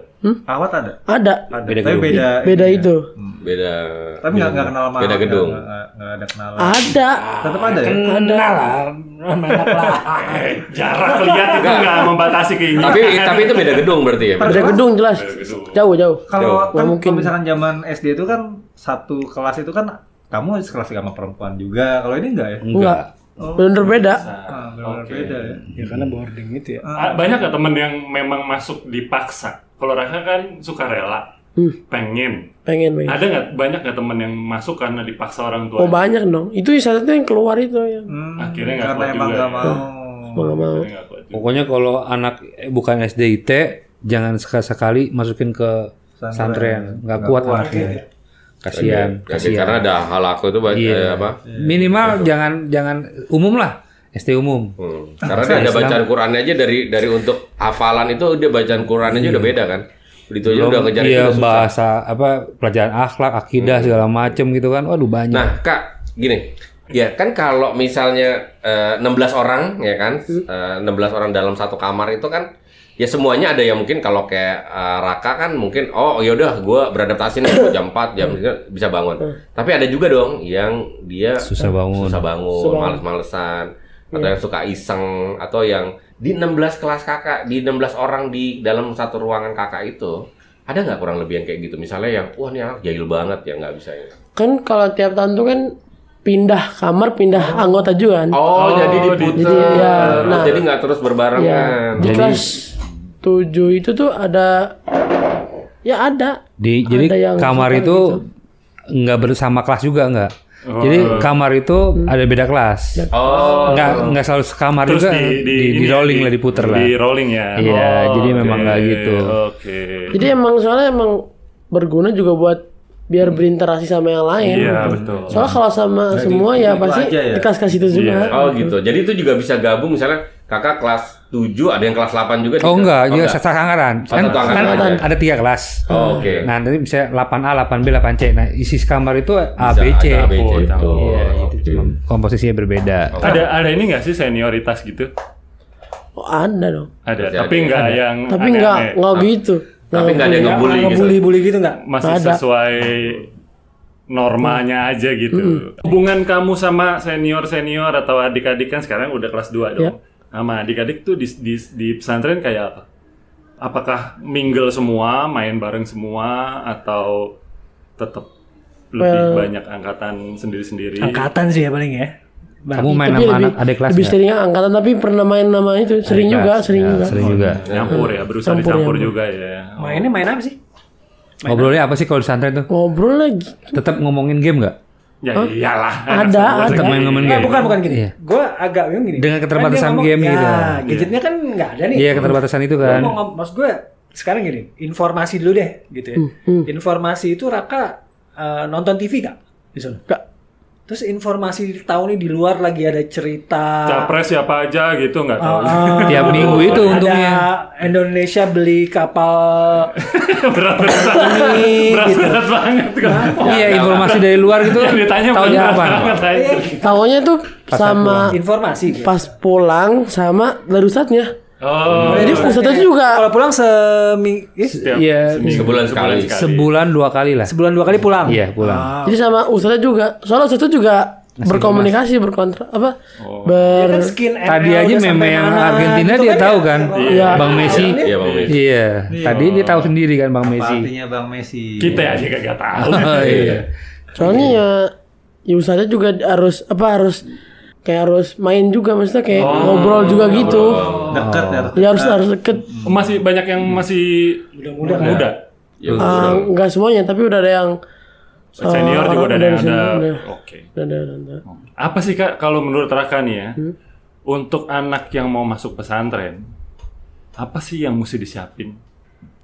[SPEAKER 2] Ahwat ada.
[SPEAKER 6] ada
[SPEAKER 2] Ada.
[SPEAKER 5] Beda
[SPEAKER 2] Tapi
[SPEAKER 5] gedung.
[SPEAKER 2] beda.
[SPEAKER 6] beda
[SPEAKER 2] ini ya.
[SPEAKER 6] itu
[SPEAKER 4] Beda.
[SPEAKER 2] Tapi nggak nggak kenal sama.
[SPEAKER 4] Beda
[SPEAKER 2] ahwatnya,
[SPEAKER 4] gedung.
[SPEAKER 2] nggak- Nggak nggak ada kenalan.
[SPEAKER 6] ada
[SPEAKER 2] Tetap ada ya.
[SPEAKER 3] Kenal lah, anak lah.
[SPEAKER 1] Jarak lihat itu nggak membatasi keinginan. Kan?
[SPEAKER 4] Tapi tapi itu beda gedung berarti ya.
[SPEAKER 6] beda gedung jelas jauh jauh
[SPEAKER 2] Kalau kan,
[SPEAKER 6] mungkin.
[SPEAKER 2] kalau misalkan zaman SD itu kan satu kelas itu kan kamu sekelas sama perempuan juga. Kalau ini enggak ya?
[SPEAKER 6] enggak benar beda
[SPEAKER 2] Ah, benar-benar beda ya.
[SPEAKER 3] Ya karena boarding itu ya.
[SPEAKER 1] Ah, Banyak nggak temen yang memang masuk dipaksa? Kalau Raka kan suka rela,
[SPEAKER 5] Hmm.
[SPEAKER 1] pengen.
[SPEAKER 6] pengen pengen
[SPEAKER 1] Ada nggak banyak nggak temen yang masuk karena dipaksa orang tua?
[SPEAKER 6] oh banyak dong itu salah satu yang keluar itu ya
[SPEAKER 2] Hmm,
[SPEAKER 1] Akhirnya nggak
[SPEAKER 2] karena
[SPEAKER 1] kuat
[SPEAKER 2] emang
[SPEAKER 1] juga ya.
[SPEAKER 2] nggak mau.
[SPEAKER 6] mau nggak mau
[SPEAKER 1] Nggak kuat juga.
[SPEAKER 5] Pokoknya kalau anak eh, bukan SDIT jangan sekali-sekali masukin ke
[SPEAKER 2] Santren.
[SPEAKER 5] santren, nggak kuat
[SPEAKER 2] kuat,
[SPEAKER 5] anaknya.
[SPEAKER 2] iya.
[SPEAKER 5] Kasihan,
[SPEAKER 4] Kasihan. Ya
[SPEAKER 5] kasihan. Iya.
[SPEAKER 4] Karena ada hal aku itu banyak eh, apa?
[SPEAKER 5] Minimal jangan jangan umum lah, SD umum.
[SPEAKER 4] Hmm. Karena dia ada bacaan Qurannya aja dari dari untuk hafalan itu dia bacaan Qurannya aja udah beda kan. Itu aja
[SPEAKER 5] Iya. Belum
[SPEAKER 4] udah ngejar itu
[SPEAKER 5] iya,
[SPEAKER 4] udah susah. Hmm.
[SPEAKER 5] bahasa apa pelajaran akhlak, akidah segala macem gitu kan. Waduh banyak.
[SPEAKER 4] Nah, Kak, gini. Ya, kan kalau misalnya eh, 16 orang ya kan,
[SPEAKER 5] Hmm.
[SPEAKER 4] eh, 16 orang dalam satu kamar itu kan ya semuanya ada yang mungkin kalau kayak eh, Raka kan mungkin oh yaudah gua beradaptasi nih gua jam 4 jam
[SPEAKER 5] Hmm.
[SPEAKER 4] bisa bangun. Tapi ada juga dong yang dia
[SPEAKER 5] susah bangun.
[SPEAKER 4] susah bangun,
[SPEAKER 6] Susah bangun. Iya.
[SPEAKER 4] males-malesan, atau yang suka iseng, atau yang di 16 kelas kakak, di 16 orang di dalam satu ruangan kakak itu, ada nggak kurang lebih yang kayak gitu? Misalnya yang, wah ini anak jahil banget ya nggak bisa ya.
[SPEAKER 6] kan kalau tiap tahun tuh kan pindah kamar pindah anggota juga kan
[SPEAKER 4] Oh, jadi diputer.
[SPEAKER 6] Jadi, ya, nah.
[SPEAKER 4] jadi nggak terus berbarengan.
[SPEAKER 6] Iya. di
[SPEAKER 5] Jadi-
[SPEAKER 6] kelas 7 itu tuh ada ya ada
[SPEAKER 5] Di,
[SPEAKER 6] Ada
[SPEAKER 5] jadi
[SPEAKER 6] yang
[SPEAKER 5] kamar
[SPEAKER 6] suka gitu.
[SPEAKER 5] itu nggak bersama kelas juga nggak. Jadi
[SPEAKER 4] eh.
[SPEAKER 5] kamar itu
[SPEAKER 6] Hmm.
[SPEAKER 5] ada beda kelas.
[SPEAKER 6] Ya.
[SPEAKER 4] Oh,
[SPEAKER 5] Nggak nggak selalu sekamar
[SPEAKER 1] Terus
[SPEAKER 5] juga.
[SPEAKER 1] di, di, ini ya,
[SPEAKER 5] rolling lah, diputer lah.
[SPEAKER 1] Di rolling ya.
[SPEAKER 5] Iya, jadi memang nggak gitu.
[SPEAKER 1] Oke.
[SPEAKER 6] jadi emang soalnya emang berguna juga buat biar berinteraksi sama yang lain gitu.
[SPEAKER 1] Iya betul.
[SPEAKER 6] soalnya kalau sama semua ya
[SPEAKER 2] itu
[SPEAKER 6] pasti
[SPEAKER 2] aja ya.
[SPEAKER 6] di kelas kelas itu juga
[SPEAKER 4] oh gitu. Jadi itu juga bisa gabung misalnya kakak kelas 7, ada yang kelas 8 juga. juga.
[SPEAKER 5] Oh enggak,
[SPEAKER 4] Oh,
[SPEAKER 5] juga satu angkatan.
[SPEAKER 4] Oh,
[SPEAKER 5] Kan,
[SPEAKER 4] satu
[SPEAKER 5] kan
[SPEAKER 4] angkatan aja.
[SPEAKER 5] ada tiga kelas.
[SPEAKER 4] Oh, oke.
[SPEAKER 5] Nah, nanti bisa 8A, 8B, 8C. Nah, isi kamar itu A, B, C.
[SPEAKER 4] Bisa ada ABC.
[SPEAKER 1] Oh,
[SPEAKER 4] Betul.
[SPEAKER 5] Iya, itu
[SPEAKER 4] Oke.
[SPEAKER 5] cuma
[SPEAKER 6] Nah,
[SPEAKER 5] komposisinya berbeda.
[SPEAKER 4] Oh.
[SPEAKER 1] Ada ada ini nggak sih senioritas gitu?
[SPEAKER 6] Oh, ada dong
[SPEAKER 1] Ada,
[SPEAKER 4] Pasti
[SPEAKER 1] tapi
[SPEAKER 4] ada.
[SPEAKER 1] nggak yang
[SPEAKER 6] tapi
[SPEAKER 1] aneh-aneh.
[SPEAKER 6] nggak nggak gitu
[SPEAKER 4] Tapi nggak ada yang ngebully gitu.
[SPEAKER 3] Ngebully-bully gitu nggak?
[SPEAKER 1] masih
[SPEAKER 6] Nggak ada. Hmm.
[SPEAKER 1] sesuai normanya aja gitu. Hubungan kamu sama senior-senior atau adik-adik kan sekarang udah kelas 2 dong.
[SPEAKER 6] Ya.
[SPEAKER 1] Sama adik-adik tuh di, di, di pesantren kayak apa? Apakah mingle semua, main bareng semua atau tetap lebih banyak angkatan sendiri-sendiri?
[SPEAKER 3] Angkatan sih ya paling ya.
[SPEAKER 5] Kamu main
[SPEAKER 6] Tapi
[SPEAKER 5] sama
[SPEAKER 6] Nah, lebih-
[SPEAKER 5] anak adik kelas
[SPEAKER 6] lebih
[SPEAKER 5] nggak?
[SPEAKER 6] seringnya angkatan tapi pernah main nama itu sering
[SPEAKER 5] Adik
[SPEAKER 6] juga
[SPEAKER 5] kelas.
[SPEAKER 6] sering
[SPEAKER 5] Ya,
[SPEAKER 6] juga
[SPEAKER 5] Sering juga.
[SPEAKER 4] Oh,
[SPEAKER 1] Nyampur ya, berusaha
[SPEAKER 6] Campur,
[SPEAKER 1] dicampur
[SPEAKER 6] ya.
[SPEAKER 1] juga ya.
[SPEAKER 3] Mainnya main apa sih?
[SPEAKER 5] Ngobrolnya apa sih kalau di santren tuh?
[SPEAKER 6] ngobrol lagi
[SPEAKER 5] Tetap ngomongin game nggak?
[SPEAKER 1] Ya iyalah. anak
[SPEAKER 6] Oh, Ada,
[SPEAKER 1] sebelas
[SPEAKER 6] ada.
[SPEAKER 5] Tetap
[SPEAKER 1] lagi.
[SPEAKER 5] main ngomongin game.
[SPEAKER 3] Eh, bukan bukan gini.
[SPEAKER 5] Iya.
[SPEAKER 3] Gue agak bingung gini.
[SPEAKER 5] Dengan
[SPEAKER 3] Kan
[SPEAKER 5] keterbatasan
[SPEAKER 3] dia ngomong,
[SPEAKER 5] game gitu.
[SPEAKER 3] Ya, gadgetnya kan nggak ada nih.
[SPEAKER 5] Iya, keterbatasan itu
[SPEAKER 3] Gua
[SPEAKER 5] kan.
[SPEAKER 3] mau ngom- maksud gue sekarang gini, informasi dulu deh gitu
[SPEAKER 5] Hmm,
[SPEAKER 3] ya. Informasi itu Raka eh, nonton TV gak? Di sana.
[SPEAKER 6] Nggak.
[SPEAKER 3] Terus informasi tahu nih di luar lagi ada cerita.
[SPEAKER 1] Capres siapa aja gitu nggak tahu.
[SPEAKER 3] Ah,
[SPEAKER 5] Tiap minggu itu
[SPEAKER 3] ada
[SPEAKER 5] untungnya.
[SPEAKER 3] Indonesia beli kapal
[SPEAKER 1] Berat-berat banget.
[SPEAKER 3] ini gitu.
[SPEAKER 1] Berat-berat banget kan.
[SPEAKER 5] Iya, informasi dari luar gitu.
[SPEAKER 1] Yang ditanya
[SPEAKER 5] Tahu
[SPEAKER 1] bener
[SPEAKER 5] jawaban.
[SPEAKER 1] banget, anjir.
[SPEAKER 6] tahunya tuh sama
[SPEAKER 3] Informasi. gitu.
[SPEAKER 6] Ah, pas pulang sama darusatnya
[SPEAKER 1] Oh,
[SPEAKER 6] jadi ustadnya juga
[SPEAKER 3] Kalau pulang seming eh,
[SPEAKER 1] setiap
[SPEAKER 5] Iya,
[SPEAKER 1] seminggu,
[SPEAKER 4] sebulan sekali.
[SPEAKER 5] Sebulan dua kali lah.
[SPEAKER 3] sebulan dua kali pulang.
[SPEAKER 5] Iya, pulang.
[SPEAKER 6] Jadi sama ustazah juga. Soalnya ustazah juga berkomunikasi berkontra apa? Ber
[SPEAKER 3] Kan skin ML
[SPEAKER 5] Tadi aja
[SPEAKER 3] udah
[SPEAKER 5] meme
[SPEAKER 3] sampai
[SPEAKER 5] yang
[SPEAKER 3] mana,
[SPEAKER 5] Argentina
[SPEAKER 3] gitu
[SPEAKER 5] dia
[SPEAKER 3] kan
[SPEAKER 5] tahu
[SPEAKER 3] ya.
[SPEAKER 5] kan.
[SPEAKER 6] Iya.
[SPEAKER 5] Bang Messi.
[SPEAKER 4] Iya, Bang
[SPEAKER 6] Um,
[SPEAKER 4] Messi.
[SPEAKER 5] Iya, tadi dia tahu sendiri kan Bang Messi.
[SPEAKER 2] Artinya Bang Messi.
[SPEAKER 1] Kita aja kagak tahu.
[SPEAKER 5] Oh, iya.
[SPEAKER 6] soalnya ya, ya ustazah juga harus apa harus kayak harus main juga maksudnya kayak ngobrol juga gitu.
[SPEAKER 2] Dekat ya.
[SPEAKER 6] Ya harus harus deket.
[SPEAKER 1] Masih banyak yang masih muda-muda. Muda.
[SPEAKER 4] Ya,
[SPEAKER 6] Ah,
[SPEAKER 4] udah.
[SPEAKER 6] Enggak semuanya tapi udah ada yang
[SPEAKER 1] Senior
[SPEAKER 6] Ah,
[SPEAKER 1] juga udah ada.
[SPEAKER 6] udah
[SPEAKER 1] yang ada.
[SPEAKER 6] senior, udah.
[SPEAKER 1] Oke.
[SPEAKER 6] udah ada. udah ada.
[SPEAKER 1] Apa sih Kak kalau menurut Raka nih ya? Untuk anak yang mau masuk pesantren, apa sih yang mesti disiapin?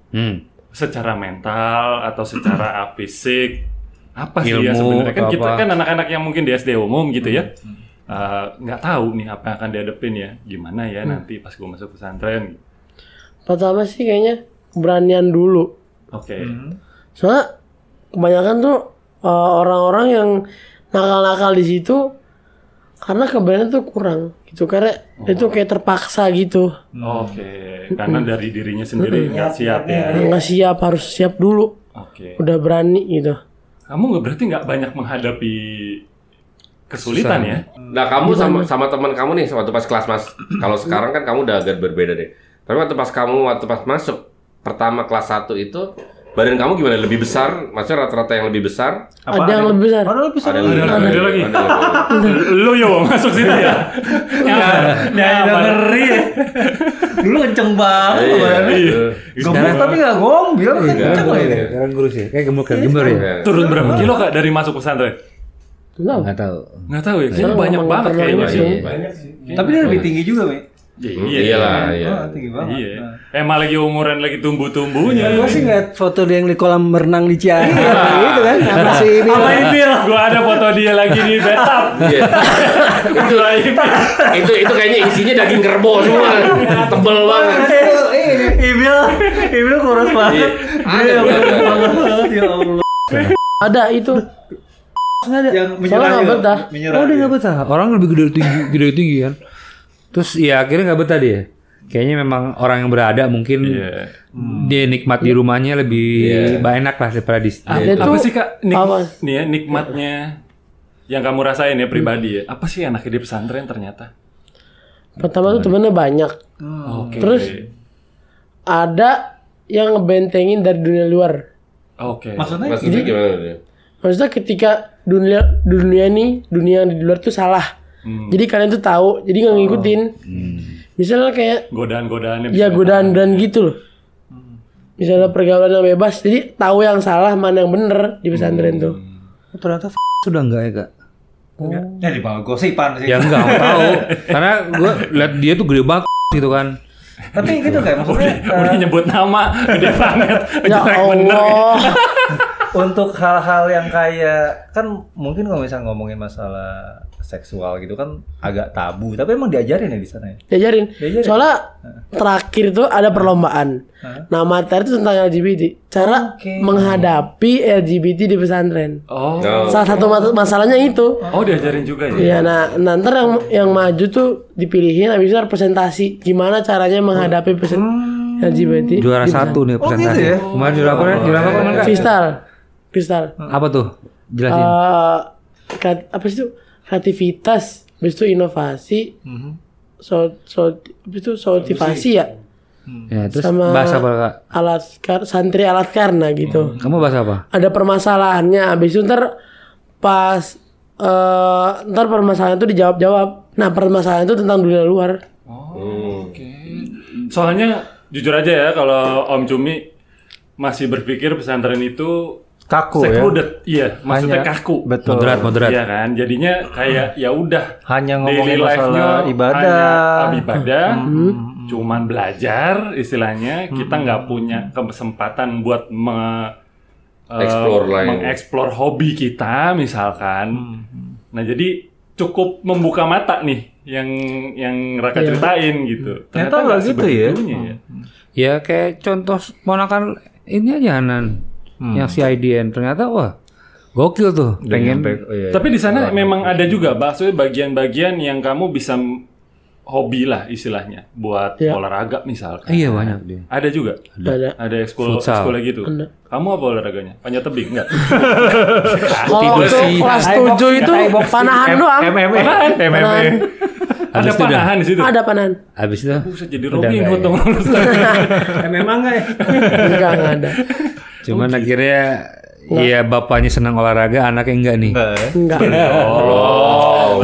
[SPEAKER 5] Hmm.
[SPEAKER 1] Secara mental atau secara ah, fisik? Apa sih
[SPEAKER 5] Ilmu
[SPEAKER 1] ya sebenarnya? Kan
[SPEAKER 5] atau
[SPEAKER 1] kita
[SPEAKER 5] apa? Hmm,
[SPEAKER 1] kan anak-anak yang mungkin di SD umum gitu ya. eh, nggak tahu nih apa yang akan dihadapin ya gimana ya
[SPEAKER 5] Hmm.
[SPEAKER 1] nanti pas gue masuk pesantren
[SPEAKER 6] Pertama sih kayaknya keberanian dulu.
[SPEAKER 1] oke
[SPEAKER 5] Hmm,
[SPEAKER 6] Soalnya kebanyakan tuh eh, orang-orang yang nakal-nakal di situ karena keberanian tuh kurang gitu karena itu kayak terpaksa gitu
[SPEAKER 5] hmm.
[SPEAKER 1] Oke, karena dari dirinya sendiri nggak siap ya.
[SPEAKER 5] Hmm.
[SPEAKER 6] nggak siap harus siap dulu
[SPEAKER 1] Oke.
[SPEAKER 6] udah berani gitu
[SPEAKER 1] Kamu nggak berarti nggak banyak menghadapi kesulitan ya?
[SPEAKER 4] Nah kamu sama sama teman kamu nih waktu pas kelas mas. Kalau sekarang kan kamu udah agak berbeda deh. Tapi waktu pas kamu waktu pas masuk pertama kelas 1 itu badan kamu gimana? Lebih besar? Maksudnya rata-rata yang lebih besar?
[SPEAKER 6] ada yang lebih besar
[SPEAKER 2] Ada lebih besar.
[SPEAKER 4] Ada lagi.
[SPEAKER 1] lagi, ada lagi.
[SPEAKER 4] Ada lagi.
[SPEAKER 1] Lu yo masuk situ ya?
[SPEAKER 2] Nah, udah ngeri. ya. Dulu kenceng banget
[SPEAKER 4] Iya,
[SPEAKER 2] badannya.
[SPEAKER 4] iya.
[SPEAKER 2] Gemuk tapi nggak gombil, kenceng lah ini.
[SPEAKER 5] Sekarang kurus ya? Kayak gemuk gemuk ya?
[SPEAKER 4] Iya.
[SPEAKER 1] Turun berapa kilo kak dari masuk pesantren?
[SPEAKER 6] Tahu.
[SPEAKER 5] Nggak tahu.
[SPEAKER 1] Nggak tahu ya, kayaknya banyak
[SPEAKER 6] ngomong
[SPEAKER 1] banget
[SPEAKER 6] internal
[SPEAKER 1] kayaknya
[SPEAKER 4] Iya,
[SPEAKER 1] sih.
[SPEAKER 4] iya.
[SPEAKER 2] Tapi dia lebih tinggi juga, Mi.
[SPEAKER 1] Iya,
[SPEAKER 4] Iya lah, iya.
[SPEAKER 2] Oh, tinggi banget.
[SPEAKER 1] Iya. Emang lagi umuran lagi
[SPEAKER 6] Iya,
[SPEAKER 1] tumbuh-tumbuhnya.
[SPEAKER 3] Gue sih ngeliat foto dia yang di kolam renang di Cianjur
[SPEAKER 5] Iya.
[SPEAKER 3] gitu kan. Apa sih ini?
[SPEAKER 1] Sama Ibil. Gua ada foto dia lagi di bathtub.
[SPEAKER 4] Iya.
[SPEAKER 1] Itu
[SPEAKER 4] itu itu kayaknya isinya daging kerbau semua, tebel banget.
[SPEAKER 2] Ini Ibil, Ibil kurus
[SPEAKER 4] Iya.
[SPEAKER 2] banget.
[SPEAKER 4] Ada beneran.
[SPEAKER 2] Ya Allah.
[SPEAKER 6] ada itu ada
[SPEAKER 2] Yang menyerah
[SPEAKER 6] soalnya nggak
[SPEAKER 2] juga.
[SPEAKER 6] betah
[SPEAKER 2] Menyerah.
[SPEAKER 5] Oh dia nggak betah. Orang lebih gede dari tinggi, gede dari tinggi kan. Terus ya akhirnya nggak betah dia. Kayaknya memang orang yang berada mungkin
[SPEAKER 1] Iya.
[SPEAKER 5] dia nikmat di rumahnya lebih enak lah daripada di.
[SPEAKER 6] Dia
[SPEAKER 1] Apa
[SPEAKER 6] tuh-
[SPEAKER 1] sih kak nik
[SPEAKER 6] apa?
[SPEAKER 1] nih ya, nikmatnya yang kamu rasain ya pribadi ya? Apa sih anaknya di pesantren ternyata?
[SPEAKER 6] pertama tuh temennya banyak
[SPEAKER 1] Oke.
[SPEAKER 6] Hmm. Terus? ada yang ngebentengin dari dunia luar
[SPEAKER 1] Oke.
[SPEAKER 2] Maksudnya
[SPEAKER 4] Maksudnya gimana?
[SPEAKER 6] Maksudnya ketika dunia dunia nih dunia yang di luar tuh salah. Jadi kalian tuh tahu, jadi nggak ngikutin. Misalnya kayak
[SPEAKER 1] Godaan-godaannya. bisa-
[SPEAKER 6] ya godaan dan gitu loh. Misalnya pergaulan yang bebas, jadi tahu yang salah mana yang bener di pesantren tuh.
[SPEAKER 5] ternyata sudah enggak ya kak?
[SPEAKER 2] Ya di bawah gosipan sih.
[SPEAKER 5] Ya enggak nggak tahu. Karena gue liat dia tuh gede banget gitu kan.
[SPEAKER 2] Tapi gitu kayak maksudnya
[SPEAKER 1] Udah nyebut nama, gede banget.
[SPEAKER 6] Ya
[SPEAKER 1] Jelek bener.
[SPEAKER 6] Allah.
[SPEAKER 2] untuk hal-hal yang kayak kan mungkin kalau misalnya ngomongin masalah seksual gitu kan agak tabu tapi emang diajarin ya di sana ya
[SPEAKER 6] Diajarin.
[SPEAKER 2] Diajarin.
[SPEAKER 6] Soalnya terakhir tuh ada perlombaan. Nah, materi itu tentang LGBT, cara menghadapi LGBT di pesantren.
[SPEAKER 1] Oh.
[SPEAKER 6] Salah satu mas- masalahnya itu.
[SPEAKER 1] Oh diajarin juga ya?
[SPEAKER 6] Iya, nah nanti yang yang maju tuh dipilihin habis itu ada presentasi gimana caranya menghadapi pesen LGBT.
[SPEAKER 5] Juara satu nih presentasi.
[SPEAKER 2] gitu ya?
[SPEAKER 5] Kemarin juara apa? Juara apa kemarin kak?
[SPEAKER 6] Kristal. Kristal.
[SPEAKER 5] Apa tuh? Jelasin.
[SPEAKER 6] Eh, kreat- apa sih itu? Kreativitas, habis itu inovasi. So, so, habis itu sotivasi ya.
[SPEAKER 5] ya terus
[SPEAKER 6] sama-
[SPEAKER 5] bahas apa kak?
[SPEAKER 6] Alat kar- santri alat karna gitu.
[SPEAKER 5] Kamu bahas apa?
[SPEAKER 6] Ada permasalahannya, habis itu ntar pas eh ntar permasalahan itu dijawab-jawab. Nah, permasalahan itu tentang dunia luar.
[SPEAKER 1] Soalnya jujur aja ya kalau Om Cumi masih berpikir pesantren itu
[SPEAKER 2] kaku ya?
[SPEAKER 1] secluded. Iya, maksudnya
[SPEAKER 2] Hanya-
[SPEAKER 1] kaku.
[SPEAKER 2] betul.
[SPEAKER 5] Moderat, moderat.
[SPEAKER 1] Iya kan? Jadinya kayak ya udah
[SPEAKER 2] hanya
[SPEAKER 1] daily
[SPEAKER 2] ngomongin
[SPEAKER 1] life-nya
[SPEAKER 2] masalah ibadah Hmm.
[SPEAKER 1] hanya ibadah, cuman belajar istilahnya kita nggak punya kesempatan buat me- eh,
[SPEAKER 4] Explore lain.
[SPEAKER 1] mengeksplor hobi kita misalkan.
[SPEAKER 2] Hmm.
[SPEAKER 1] Nah, jadi cukup membuka mata nih yang yang Raka ceritain gitu.
[SPEAKER 2] Iya. Ternyata nggak
[SPEAKER 1] nggak
[SPEAKER 2] gitu ya.
[SPEAKER 1] sebegitunya ya.
[SPEAKER 5] Ya kayak contoh ponakan ini aja Hanan yang si IDN ternyata wah gokil tuh pengen iya.
[SPEAKER 1] Tapi di sana memang ada juga maksudnya bagian-bagian yang kamu bisa m- hobi lah istilahnya buat
[SPEAKER 6] Iya.
[SPEAKER 1] olahraga misalkan.
[SPEAKER 5] iya banyak dia
[SPEAKER 1] Ada juga.
[SPEAKER 6] Ada.
[SPEAKER 1] Ada ekskul
[SPEAKER 5] Futsal.
[SPEAKER 1] ekskul gitu. Kamu apa olahraganya? Panjat tebing enggak?
[SPEAKER 6] Kalau
[SPEAKER 5] Tidur
[SPEAKER 6] waktu
[SPEAKER 5] sih.
[SPEAKER 6] kelas 7 itu panahan doang.
[SPEAKER 2] MMA MMA
[SPEAKER 1] ada
[SPEAKER 5] Habis itu udah.
[SPEAKER 1] panahan di situ.
[SPEAKER 6] Ada panahan.
[SPEAKER 5] habis itu
[SPEAKER 1] Buset, jadi
[SPEAKER 5] Udah
[SPEAKER 1] Robin
[SPEAKER 5] nggak
[SPEAKER 1] Hood
[SPEAKER 5] ya.
[SPEAKER 1] dong.
[SPEAKER 2] MMA nggak ya
[SPEAKER 6] Enggak, enggak ada.
[SPEAKER 5] cuman akhirnya Iya bapaknya senang olahraga anaknya enggak nih
[SPEAKER 6] Enggak.
[SPEAKER 4] Oh,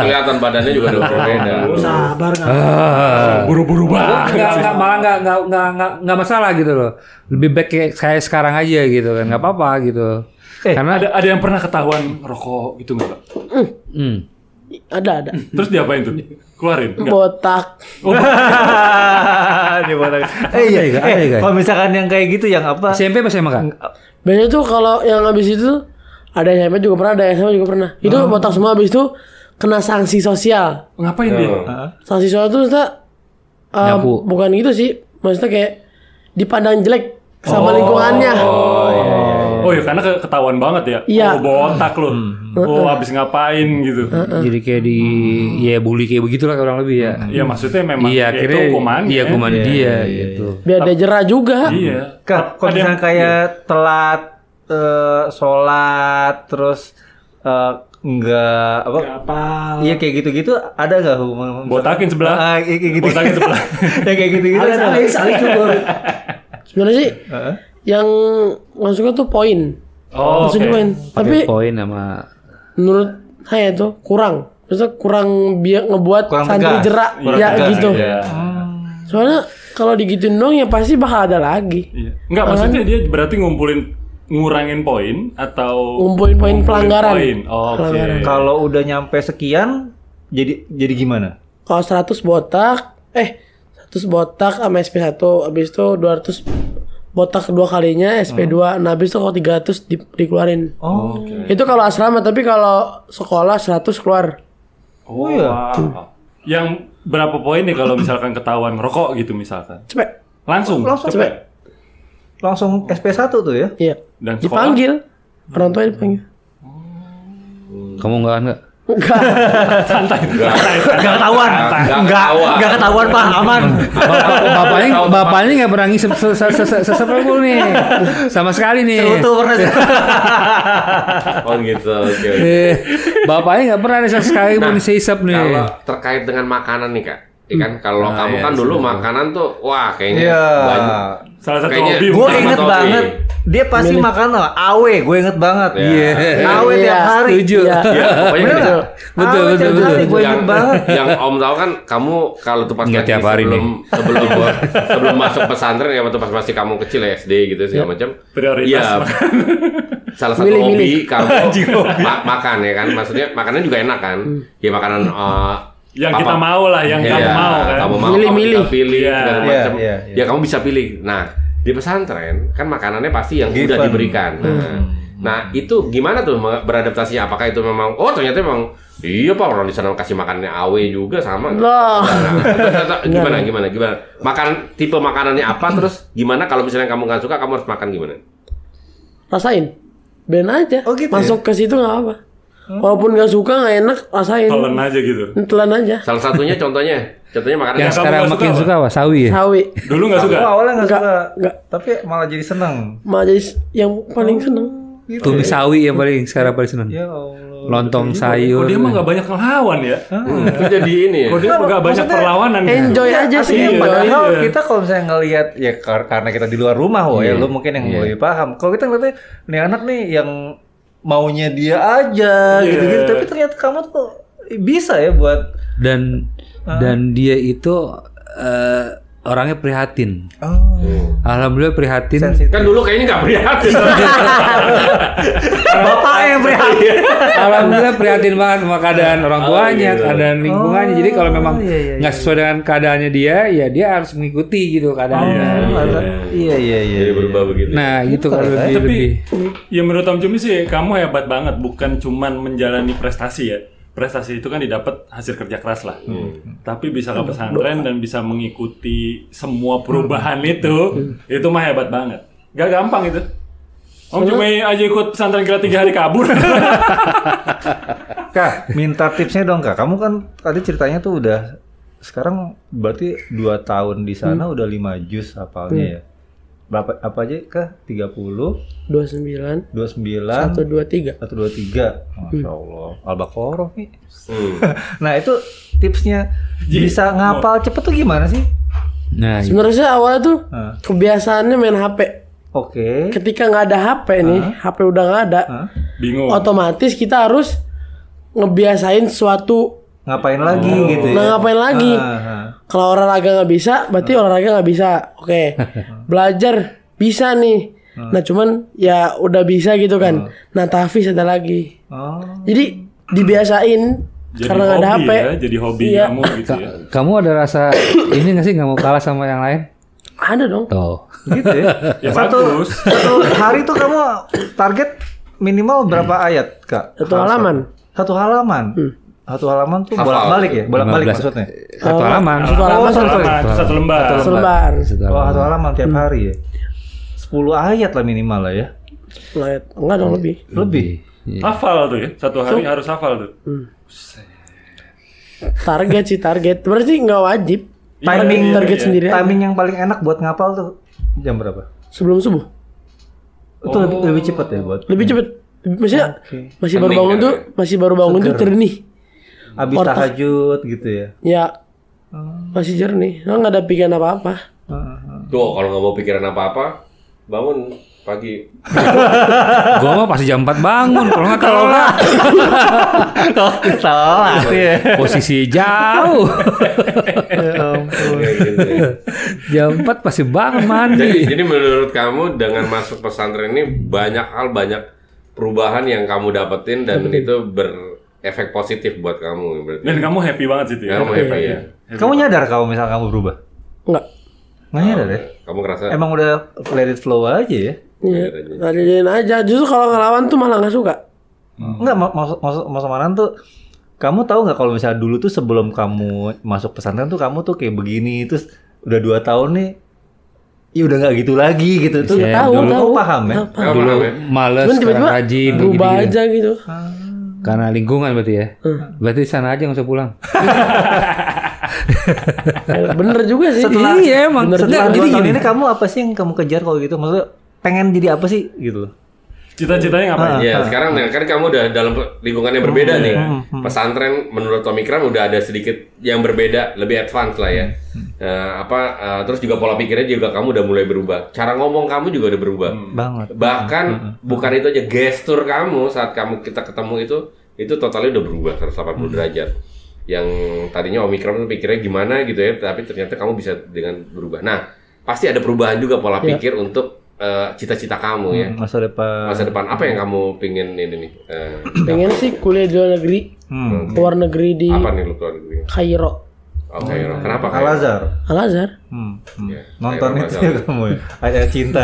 [SPEAKER 4] kelihatan badannya juga udah berbeda.
[SPEAKER 3] Sabar nggak?
[SPEAKER 5] Ah.
[SPEAKER 1] Buru-buru banget.
[SPEAKER 5] Enggak, enggak, malah enggak, enggak, enggak, enggak, enggak masalah gitu loh. Lebih baik kayak kayak sekarang aja gitu kan, enggak apa-apa gitu. Karena
[SPEAKER 1] Ada ada yang pernah ketahuan rokok gitu enggak? Pak?
[SPEAKER 5] hmm,
[SPEAKER 6] Ada, ada.
[SPEAKER 1] Terus diapain tuh? Keluarin enggak?
[SPEAKER 6] Botak.
[SPEAKER 2] Ini botak. eh iya
[SPEAKER 5] Ada ya, ada
[SPEAKER 2] eh,
[SPEAKER 5] ya, guys?
[SPEAKER 2] kalau misalkan yang kayak gitu yang apa
[SPEAKER 5] SMP pas SMA kak?
[SPEAKER 6] Biasanya tuh kalau yang habis itu ada SMP juga pernah, ada SMA juga pernah. Itu
[SPEAKER 1] Ah.
[SPEAKER 6] botak semua habis itu kena sanksi sosial.
[SPEAKER 1] Ngapain dia?
[SPEAKER 6] Oh. Sanksi sosial itu maksudnya eh,
[SPEAKER 5] Nyapu.
[SPEAKER 6] bukan gitu sih. Maksudnya kayak dipandang jelek sama lingkungannya.
[SPEAKER 1] Oh, Oh iya karena ke- ketahuan banget ya.
[SPEAKER 6] Iya.
[SPEAKER 1] Oh botak lo.
[SPEAKER 5] Hmm.
[SPEAKER 1] Oh abis ngapain gitu.
[SPEAKER 5] Jadi kayak di ya bully kayak begitulah kurang lebih ya.
[SPEAKER 1] Iya maksudnya memang
[SPEAKER 5] Iya,
[SPEAKER 1] ya itu
[SPEAKER 5] akhirnya
[SPEAKER 1] hukumannya.
[SPEAKER 5] iya hukuman
[SPEAKER 2] Iya,
[SPEAKER 5] dia
[SPEAKER 2] iya, iya.
[SPEAKER 5] gitu.
[SPEAKER 6] Biar ada jerah juga.
[SPEAKER 1] Iya.
[SPEAKER 2] Ka-
[SPEAKER 1] Ada
[SPEAKER 2] Kalau
[SPEAKER 1] yang-
[SPEAKER 2] misalnya kayak telat eh, sholat terus eh, nggak apa?
[SPEAKER 3] Apa?
[SPEAKER 2] Iya kayak gitu-gitu ada nggak hubungan?
[SPEAKER 1] Botakin sebelah.
[SPEAKER 2] Ah, iya, kayak gitu.
[SPEAKER 1] Botakin sebelah.
[SPEAKER 2] ya kayak gitu-gitu
[SPEAKER 3] Alis,
[SPEAKER 2] ada.
[SPEAKER 3] alis, alis juga.
[SPEAKER 6] Sebenarnya sih
[SPEAKER 2] Heeh.
[SPEAKER 6] yang nggak suka tuh poin.
[SPEAKER 1] Oh, oke.
[SPEAKER 6] Maksudnya poin. Tapi
[SPEAKER 2] iya.
[SPEAKER 5] Pakai poin sama
[SPEAKER 6] menurut saya tuh kurang. Maksudnya kurang biar ngebuat
[SPEAKER 2] Kurang
[SPEAKER 6] santri
[SPEAKER 2] tegas.
[SPEAKER 6] jerak
[SPEAKER 2] Kurang
[SPEAKER 6] ya
[SPEAKER 2] tegas,
[SPEAKER 6] gitu.
[SPEAKER 1] Iya.
[SPEAKER 6] Soalnya kalau digituin dong ya pasti bakal ada lagi.
[SPEAKER 1] Iya. Enggak maksudnya dia berarti ngumpulin ngurangin poin atau
[SPEAKER 6] Ngumpulin poin pelanggaran.
[SPEAKER 1] poin? Oh, Oke.
[SPEAKER 6] Pelanggaran.
[SPEAKER 2] Kalau udah nyampe sekian jadi jadi gimana?
[SPEAKER 6] Kalau 100 botak, eh 100 botak sama SP1, habis itu 200 botak dua kalinya
[SPEAKER 1] Hmm.
[SPEAKER 6] SP2, nah habis itu kalau 300 di- dikeluarin.
[SPEAKER 2] Oh,
[SPEAKER 6] Itu kalau asrama, tapi kalau sekolah 100 keluar.
[SPEAKER 1] Oh, wow. Yang berapa poin nih kalau misalkan ketahuan ngerokok gitu misalkan?
[SPEAKER 6] Cepet.
[SPEAKER 1] Langsung.
[SPEAKER 2] Langsung.
[SPEAKER 1] cepet.
[SPEAKER 2] langsung SP1 tuh ya?
[SPEAKER 6] Iya.
[SPEAKER 1] Dan sekolah?
[SPEAKER 6] Dipanggil. Orang tuanya dipanggil.
[SPEAKER 5] kamu enggak enggak?
[SPEAKER 6] Enggak.
[SPEAKER 1] Santai. Santai.
[SPEAKER 2] Gak ketahuan.
[SPEAKER 4] Nggak
[SPEAKER 2] Enggak,
[SPEAKER 4] ketahuan.
[SPEAKER 2] enggak ketahuan Pak, aman.
[SPEAKER 5] Bapak- bapaknya bapaknya nggak pernah ngisep se- se- se- se- sesepuluh nih sama sekali nih
[SPEAKER 2] Seutuh pernah.
[SPEAKER 4] Oh gitu. Oke. oke.
[SPEAKER 5] Eh, bapaknya nggak pernah ada sama sekali pun
[SPEAKER 4] Nah,
[SPEAKER 5] seisep nih Hmm. Nah,
[SPEAKER 4] Kalau terkait dengan makanan nih kak, ikan kalau kamu
[SPEAKER 5] iya,
[SPEAKER 4] kan dulu makanan tuh wah kayaknya
[SPEAKER 2] Iya.
[SPEAKER 4] banyak.
[SPEAKER 1] Salah satu
[SPEAKER 4] Kayaknya-
[SPEAKER 1] hobi.
[SPEAKER 2] Gue
[SPEAKER 1] mungkin.
[SPEAKER 4] Sama
[SPEAKER 2] inget
[SPEAKER 4] topi.
[SPEAKER 2] banget dia pasti makan apa? Awe, gue inget banget.
[SPEAKER 4] Iya.
[SPEAKER 2] Awe
[SPEAKER 6] Iya,
[SPEAKER 2] tiap hari.
[SPEAKER 5] setuju
[SPEAKER 6] Iya.
[SPEAKER 4] Ya, pokoknya
[SPEAKER 2] Bener
[SPEAKER 4] gitu. Iya.
[SPEAKER 2] nggak?
[SPEAKER 5] Betul,
[SPEAKER 2] Awe
[SPEAKER 5] betul,
[SPEAKER 2] tiap
[SPEAKER 5] betul.
[SPEAKER 2] hari, Gue inget
[SPEAKER 4] yang,
[SPEAKER 2] banget.
[SPEAKER 4] yang Om tahu kan kamu kalau tuh pas
[SPEAKER 5] Nggak
[SPEAKER 4] lagi
[SPEAKER 5] tiap hari
[SPEAKER 4] sebelum sebelum sebelum masuk pesantren ya waktu pas masih kamu kecil ya, SD gitu segala macam.
[SPEAKER 1] Prioritas
[SPEAKER 4] Iya. Salah satu
[SPEAKER 6] Milih,
[SPEAKER 4] hobi
[SPEAKER 6] milih.
[SPEAKER 4] kamu ma- makan ya kan. Maksudnya makanannya juga enak kan.
[SPEAKER 2] Hmm.
[SPEAKER 4] Ya makanan eh,
[SPEAKER 1] Yang
[SPEAKER 4] papa-
[SPEAKER 1] kita mau lah, yang
[SPEAKER 4] Iya,
[SPEAKER 1] kamu mau kan.
[SPEAKER 4] Kamu mau,
[SPEAKER 6] Milih,
[SPEAKER 4] kamu
[SPEAKER 6] milih.
[SPEAKER 4] tinggal pilih
[SPEAKER 1] Iya.
[SPEAKER 4] segala
[SPEAKER 2] Iya,
[SPEAKER 4] macam.
[SPEAKER 2] iya, iya.
[SPEAKER 4] Ya kamu bisa pilih. Nah, di pesantren kan makanannya pasti yang
[SPEAKER 2] Given.
[SPEAKER 4] sudah diberikan. Nah,
[SPEAKER 1] Hmm.
[SPEAKER 4] nah, itu gimana tuh me- beradaptasinya? Apakah itu memang oh ternyata memang iya Pak orang di sana kasih makanannya AW juga sama.
[SPEAKER 6] Loh.
[SPEAKER 4] Nah, gimana gimana gimana? Makan tipe makanannya apa terus gimana kalau misalnya kamu nggak suka kamu harus makan gimana?
[SPEAKER 6] rasain ben aja
[SPEAKER 2] Oh, gitu
[SPEAKER 6] masuk ke situ nggak apa walaupun nggak suka nggak enak rasain
[SPEAKER 1] Telan aja gitu.
[SPEAKER 6] telan aja
[SPEAKER 4] Salah satunya contohnya, contohnya makanan
[SPEAKER 5] yang
[SPEAKER 4] apa?
[SPEAKER 5] sekarang
[SPEAKER 1] nggak
[SPEAKER 5] makin
[SPEAKER 1] suka
[SPEAKER 5] suka apa sawi
[SPEAKER 1] Iya.
[SPEAKER 5] ya
[SPEAKER 6] sawi
[SPEAKER 1] Dulu nggak suka.
[SPEAKER 2] Gue awalnya nggak
[SPEAKER 6] Nggak,
[SPEAKER 2] suka,
[SPEAKER 6] nggak.
[SPEAKER 2] tapi malah jadi seneng.
[SPEAKER 6] malah jadi s- yang paling seneng
[SPEAKER 2] Gitu.
[SPEAKER 5] tumis sawi yang paling sekarang paling seneng
[SPEAKER 2] Ya Allah.
[SPEAKER 1] Oh,
[SPEAKER 5] lontong sayur
[SPEAKER 1] dia mah nggak banyak ngelawan ya.
[SPEAKER 4] Itu jadi ini ya.
[SPEAKER 1] Oh, dia nggak banyak
[SPEAKER 2] maksudnya
[SPEAKER 1] perlawanan. gitu.
[SPEAKER 6] enjoy aja sih
[SPEAKER 1] iya.
[SPEAKER 6] enjoy
[SPEAKER 2] ya, Padahal
[SPEAKER 1] Iya.
[SPEAKER 2] kita kalau misalnya ngelihat ya kar- karena kita di luar rumah wah ya lu mungkin yang lebih paham. Kalau kita ngeliatnya nih anak nih yang maunya dia aja gitu-gitu. Tapi ternyata kamu tuh bisa ya buat
[SPEAKER 5] dan dan dia itu eh, orangnya prihatin Oh. alhamdulillah prihatin
[SPEAKER 4] Kan dulu kayaknya nggak prihatin.
[SPEAKER 1] Iya.
[SPEAKER 2] bapak yang prihatin.
[SPEAKER 5] Alhamdulillah prihatin banget sama keadaan orang tuanya, keadaan lingkungannya. Jadi kalau memang nggak sesuai dengan keadaannya dia, ya dia harus mengikuti gitu keadaannya.
[SPEAKER 2] Iya iya iya.
[SPEAKER 4] Oh, Jadi berubah begitu.
[SPEAKER 5] Nah, gitu kalau lebih
[SPEAKER 1] Tapi
[SPEAKER 5] lebih.
[SPEAKER 1] ya menurut Om Jumi sih kamu hebat banget bukan cuman menjalani prestasi ya. Prestasi itu kan didapat hasil kerja keras lah.
[SPEAKER 4] Hmm.
[SPEAKER 1] Tapi bisa ke pesantren dan bisa mengikuti
[SPEAKER 4] Hmm.
[SPEAKER 1] semua perubahan itu, itu mah hebat banget. Gak gampang itu. Om Jumi aja ikut pesantren kira tiga hari kabur.
[SPEAKER 2] Kak, minta tipsnya dong Kak. Kamu kan tadi ceritanya tuh udah sekarang berarti dua tahun di sana udah 5 jus hafalnya ya. Berapa apa aja Kak? 30,
[SPEAKER 6] dua
[SPEAKER 2] 29,
[SPEAKER 6] sembilan satu dua
[SPEAKER 1] Iya.
[SPEAKER 6] tiga
[SPEAKER 2] satu Hmm. dua tiga masya allah albakoroh nih
[SPEAKER 4] Hmm.
[SPEAKER 2] nah itu tipsnya bisa ngapal cepet tuh gimana sih
[SPEAKER 5] Nah, gitu.
[SPEAKER 6] sebenarnya sih awalnya tuh
[SPEAKER 2] Hah.
[SPEAKER 6] kebiasaannya main HP
[SPEAKER 2] oke
[SPEAKER 6] ketika nggak ada HP nih HP udah nggak ada
[SPEAKER 2] Hah?
[SPEAKER 1] Bingung.
[SPEAKER 6] Oh, otomatis kita harus ngebiasain sesuatu
[SPEAKER 2] ngapain lagi
[SPEAKER 4] Oh.
[SPEAKER 2] gitu
[SPEAKER 1] Iya.
[SPEAKER 2] ya Ah,
[SPEAKER 6] nah ngapain lagi
[SPEAKER 1] Ah.
[SPEAKER 2] Hah, hah.
[SPEAKER 6] Kalau olahraga nggak bisa, berarti olahraga nggak bisa. Oke, belajar bisa nih. Nah cuman ya udah bisa gitu kan. Nah tahfiz ada lagi.
[SPEAKER 2] oh
[SPEAKER 6] Jadi dibiasain
[SPEAKER 1] Jadi
[SPEAKER 6] karena nggak ada
[SPEAKER 1] hobi
[SPEAKER 6] HP.
[SPEAKER 1] ya, jadi hobi
[SPEAKER 6] Iya.
[SPEAKER 1] kamu gitu ya.
[SPEAKER 5] kamu ada rasa ini nggak sih nggak mau kalah sama yang lain?
[SPEAKER 6] Ada dong.
[SPEAKER 5] Tuh.
[SPEAKER 2] gitu ya,
[SPEAKER 1] Ya
[SPEAKER 2] satu
[SPEAKER 1] bagus.
[SPEAKER 2] satu hari tuh kamu target minimal berapa ayat kak
[SPEAKER 6] Satu halaman. Hmm.
[SPEAKER 2] satu halaman satu halaman tuh
[SPEAKER 4] Hafal.
[SPEAKER 2] bolak balik ya bolak balik
[SPEAKER 5] 15.
[SPEAKER 2] maksudnya
[SPEAKER 5] Satu halaman.
[SPEAKER 6] Satu halaman
[SPEAKER 1] Satu
[SPEAKER 2] sorry, sorry.
[SPEAKER 1] lembar, satu lembar.
[SPEAKER 6] selembar.
[SPEAKER 2] Wah,
[SPEAKER 5] Satu
[SPEAKER 6] Hmm.
[SPEAKER 5] halaman.
[SPEAKER 1] Iya,
[SPEAKER 2] satu halaman tiap hari ya 10 ayat lah minimal lah ya
[SPEAKER 6] Layak. Enggak dong lebih.
[SPEAKER 5] Lebih.
[SPEAKER 1] Hafal tuh ya. Satu hari harus hafal tuh.
[SPEAKER 6] Target sih target. Berarti nggak wajib.
[SPEAKER 2] Timing
[SPEAKER 1] Iya,
[SPEAKER 6] target
[SPEAKER 1] iya.
[SPEAKER 6] sendiri. aja.
[SPEAKER 2] Timing yang paling enak buat ngapal tuh jam berapa?
[SPEAKER 6] Sebelum subuh.
[SPEAKER 2] Itu
[SPEAKER 1] Oh.
[SPEAKER 2] lebih, lebih cepat ya buat.
[SPEAKER 6] Lebih cepet. Maksudnya masih baru
[SPEAKER 4] Hening
[SPEAKER 6] bangun
[SPEAKER 4] kan
[SPEAKER 6] tuh, masih baru bangun tuh jernih.
[SPEAKER 2] Abis
[SPEAKER 6] Portas.
[SPEAKER 2] tahajud gitu ya.
[SPEAKER 6] Ya. Masih jernih. Lo nggak ada pikiran apa-apa.
[SPEAKER 4] Tuh kalau nggak mau pikiran apa-apa, bangun pagi.
[SPEAKER 5] Gua mah pasti jam 4 bangun kalau nggak telat.
[SPEAKER 2] Salah ya.
[SPEAKER 5] Posisi jauh.
[SPEAKER 4] Kayak gitu ya.
[SPEAKER 5] jam 4 pasti bangun
[SPEAKER 4] jadi,
[SPEAKER 5] mandi.
[SPEAKER 4] jadi menurut kamu dengan masuk pesantren ini banyak hal banyak perubahan yang kamu dapetin dan itu berefek positif buat kamu berarti.
[SPEAKER 1] Dan kamu happy banget sih tuh ya.
[SPEAKER 4] Kamu happy ya.
[SPEAKER 2] Kamu nyadar kalau misal kamu berubah?
[SPEAKER 6] Enggak.
[SPEAKER 2] Nggak nyadar ya?
[SPEAKER 4] Kamu ngerasa
[SPEAKER 1] Oh.
[SPEAKER 2] Emang udah let it flow aja ya?
[SPEAKER 6] Ya, ngajarin aja. Justru kalau ngelawan tuh malah nggak suka.
[SPEAKER 2] Enggak, mak- maksud maksud maksud Manan tuh kamu tahu nggak kalau misalnya dulu tuh sebelum kamu masuk pesantren tuh kamu tuh kayak begini terus udah dua tahun nih ya udah nggak gitu lagi gitu tuh
[SPEAKER 5] Iya,
[SPEAKER 6] Tahu,
[SPEAKER 2] dulu
[SPEAKER 6] tahu.
[SPEAKER 2] kamu paham ya
[SPEAKER 6] Tahu.
[SPEAKER 4] Kamu
[SPEAKER 5] Dulu
[SPEAKER 4] paham ya?
[SPEAKER 5] males,
[SPEAKER 6] Cuman
[SPEAKER 5] sekarang
[SPEAKER 6] tiba-tiba
[SPEAKER 5] rajin.
[SPEAKER 6] berubah Hmm.
[SPEAKER 5] gini-gini.
[SPEAKER 6] aja gitu.
[SPEAKER 5] Karena lingkungan berarti ya. Berarti sana aja nggak usah pulang.
[SPEAKER 6] Eh, Bener juga sih.
[SPEAKER 5] iya emang.
[SPEAKER 6] Bener
[SPEAKER 5] Setelah
[SPEAKER 2] Nah,
[SPEAKER 5] jadi
[SPEAKER 2] dua tahun
[SPEAKER 5] gini.
[SPEAKER 2] ini kamu apa sih yang kamu kejar kalau gitu maksudnya pengen jadi apa sih gitu loh
[SPEAKER 1] Cita-citanya ngapain?
[SPEAKER 4] Ya sekarang nah, kan kamu udah dalam lingkungan yang berbeda nih. Pesantren menurut Tommy Kram udah ada sedikit yang berbeda, lebih advance lah ya. Eh, apa eh, terus juga pola pikirnya juga kamu udah mulai berubah. Cara ngomong kamu juga udah berubah.
[SPEAKER 2] banget
[SPEAKER 4] Bahkan bukan itu aja gestur kamu saat kamu kita ketemu itu itu totalnya udah berubah 180 derajat. Yang tadinya Omikron tuh pikirnya gimana gitu ya, tapi ternyata kamu bisa dengan berubah. Nah, pasti ada perubahan juga pola pikir untuk eh, cita-cita kamu ya.
[SPEAKER 2] masa depan
[SPEAKER 4] Masa depan apa yang kamu pingin ini nih? Eh,
[SPEAKER 6] Pengen sih kuliah di luar negeri,
[SPEAKER 2] hmm.
[SPEAKER 6] ke luar negeri di
[SPEAKER 4] apa nih lu keluar negeri?
[SPEAKER 6] Kairo.
[SPEAKER 4] Oh, Kairo. Kenapa
[SPEAKER 2] Al
[SPEAKER 4] Kairo?
[SPEAKER 2] Azhar
[SPEAKER 6] Al Azhar.
[SPEAKER 2] hmm. hmm.
[SPEAKER 4] Iya,
[SPEAKER 2] nonton
[SPEAKER 4] Al
[SPEAKER 2] itu
[SPEAKER 4] Azhar.
[SPEAKER 2] ya kamu ya ayat cinta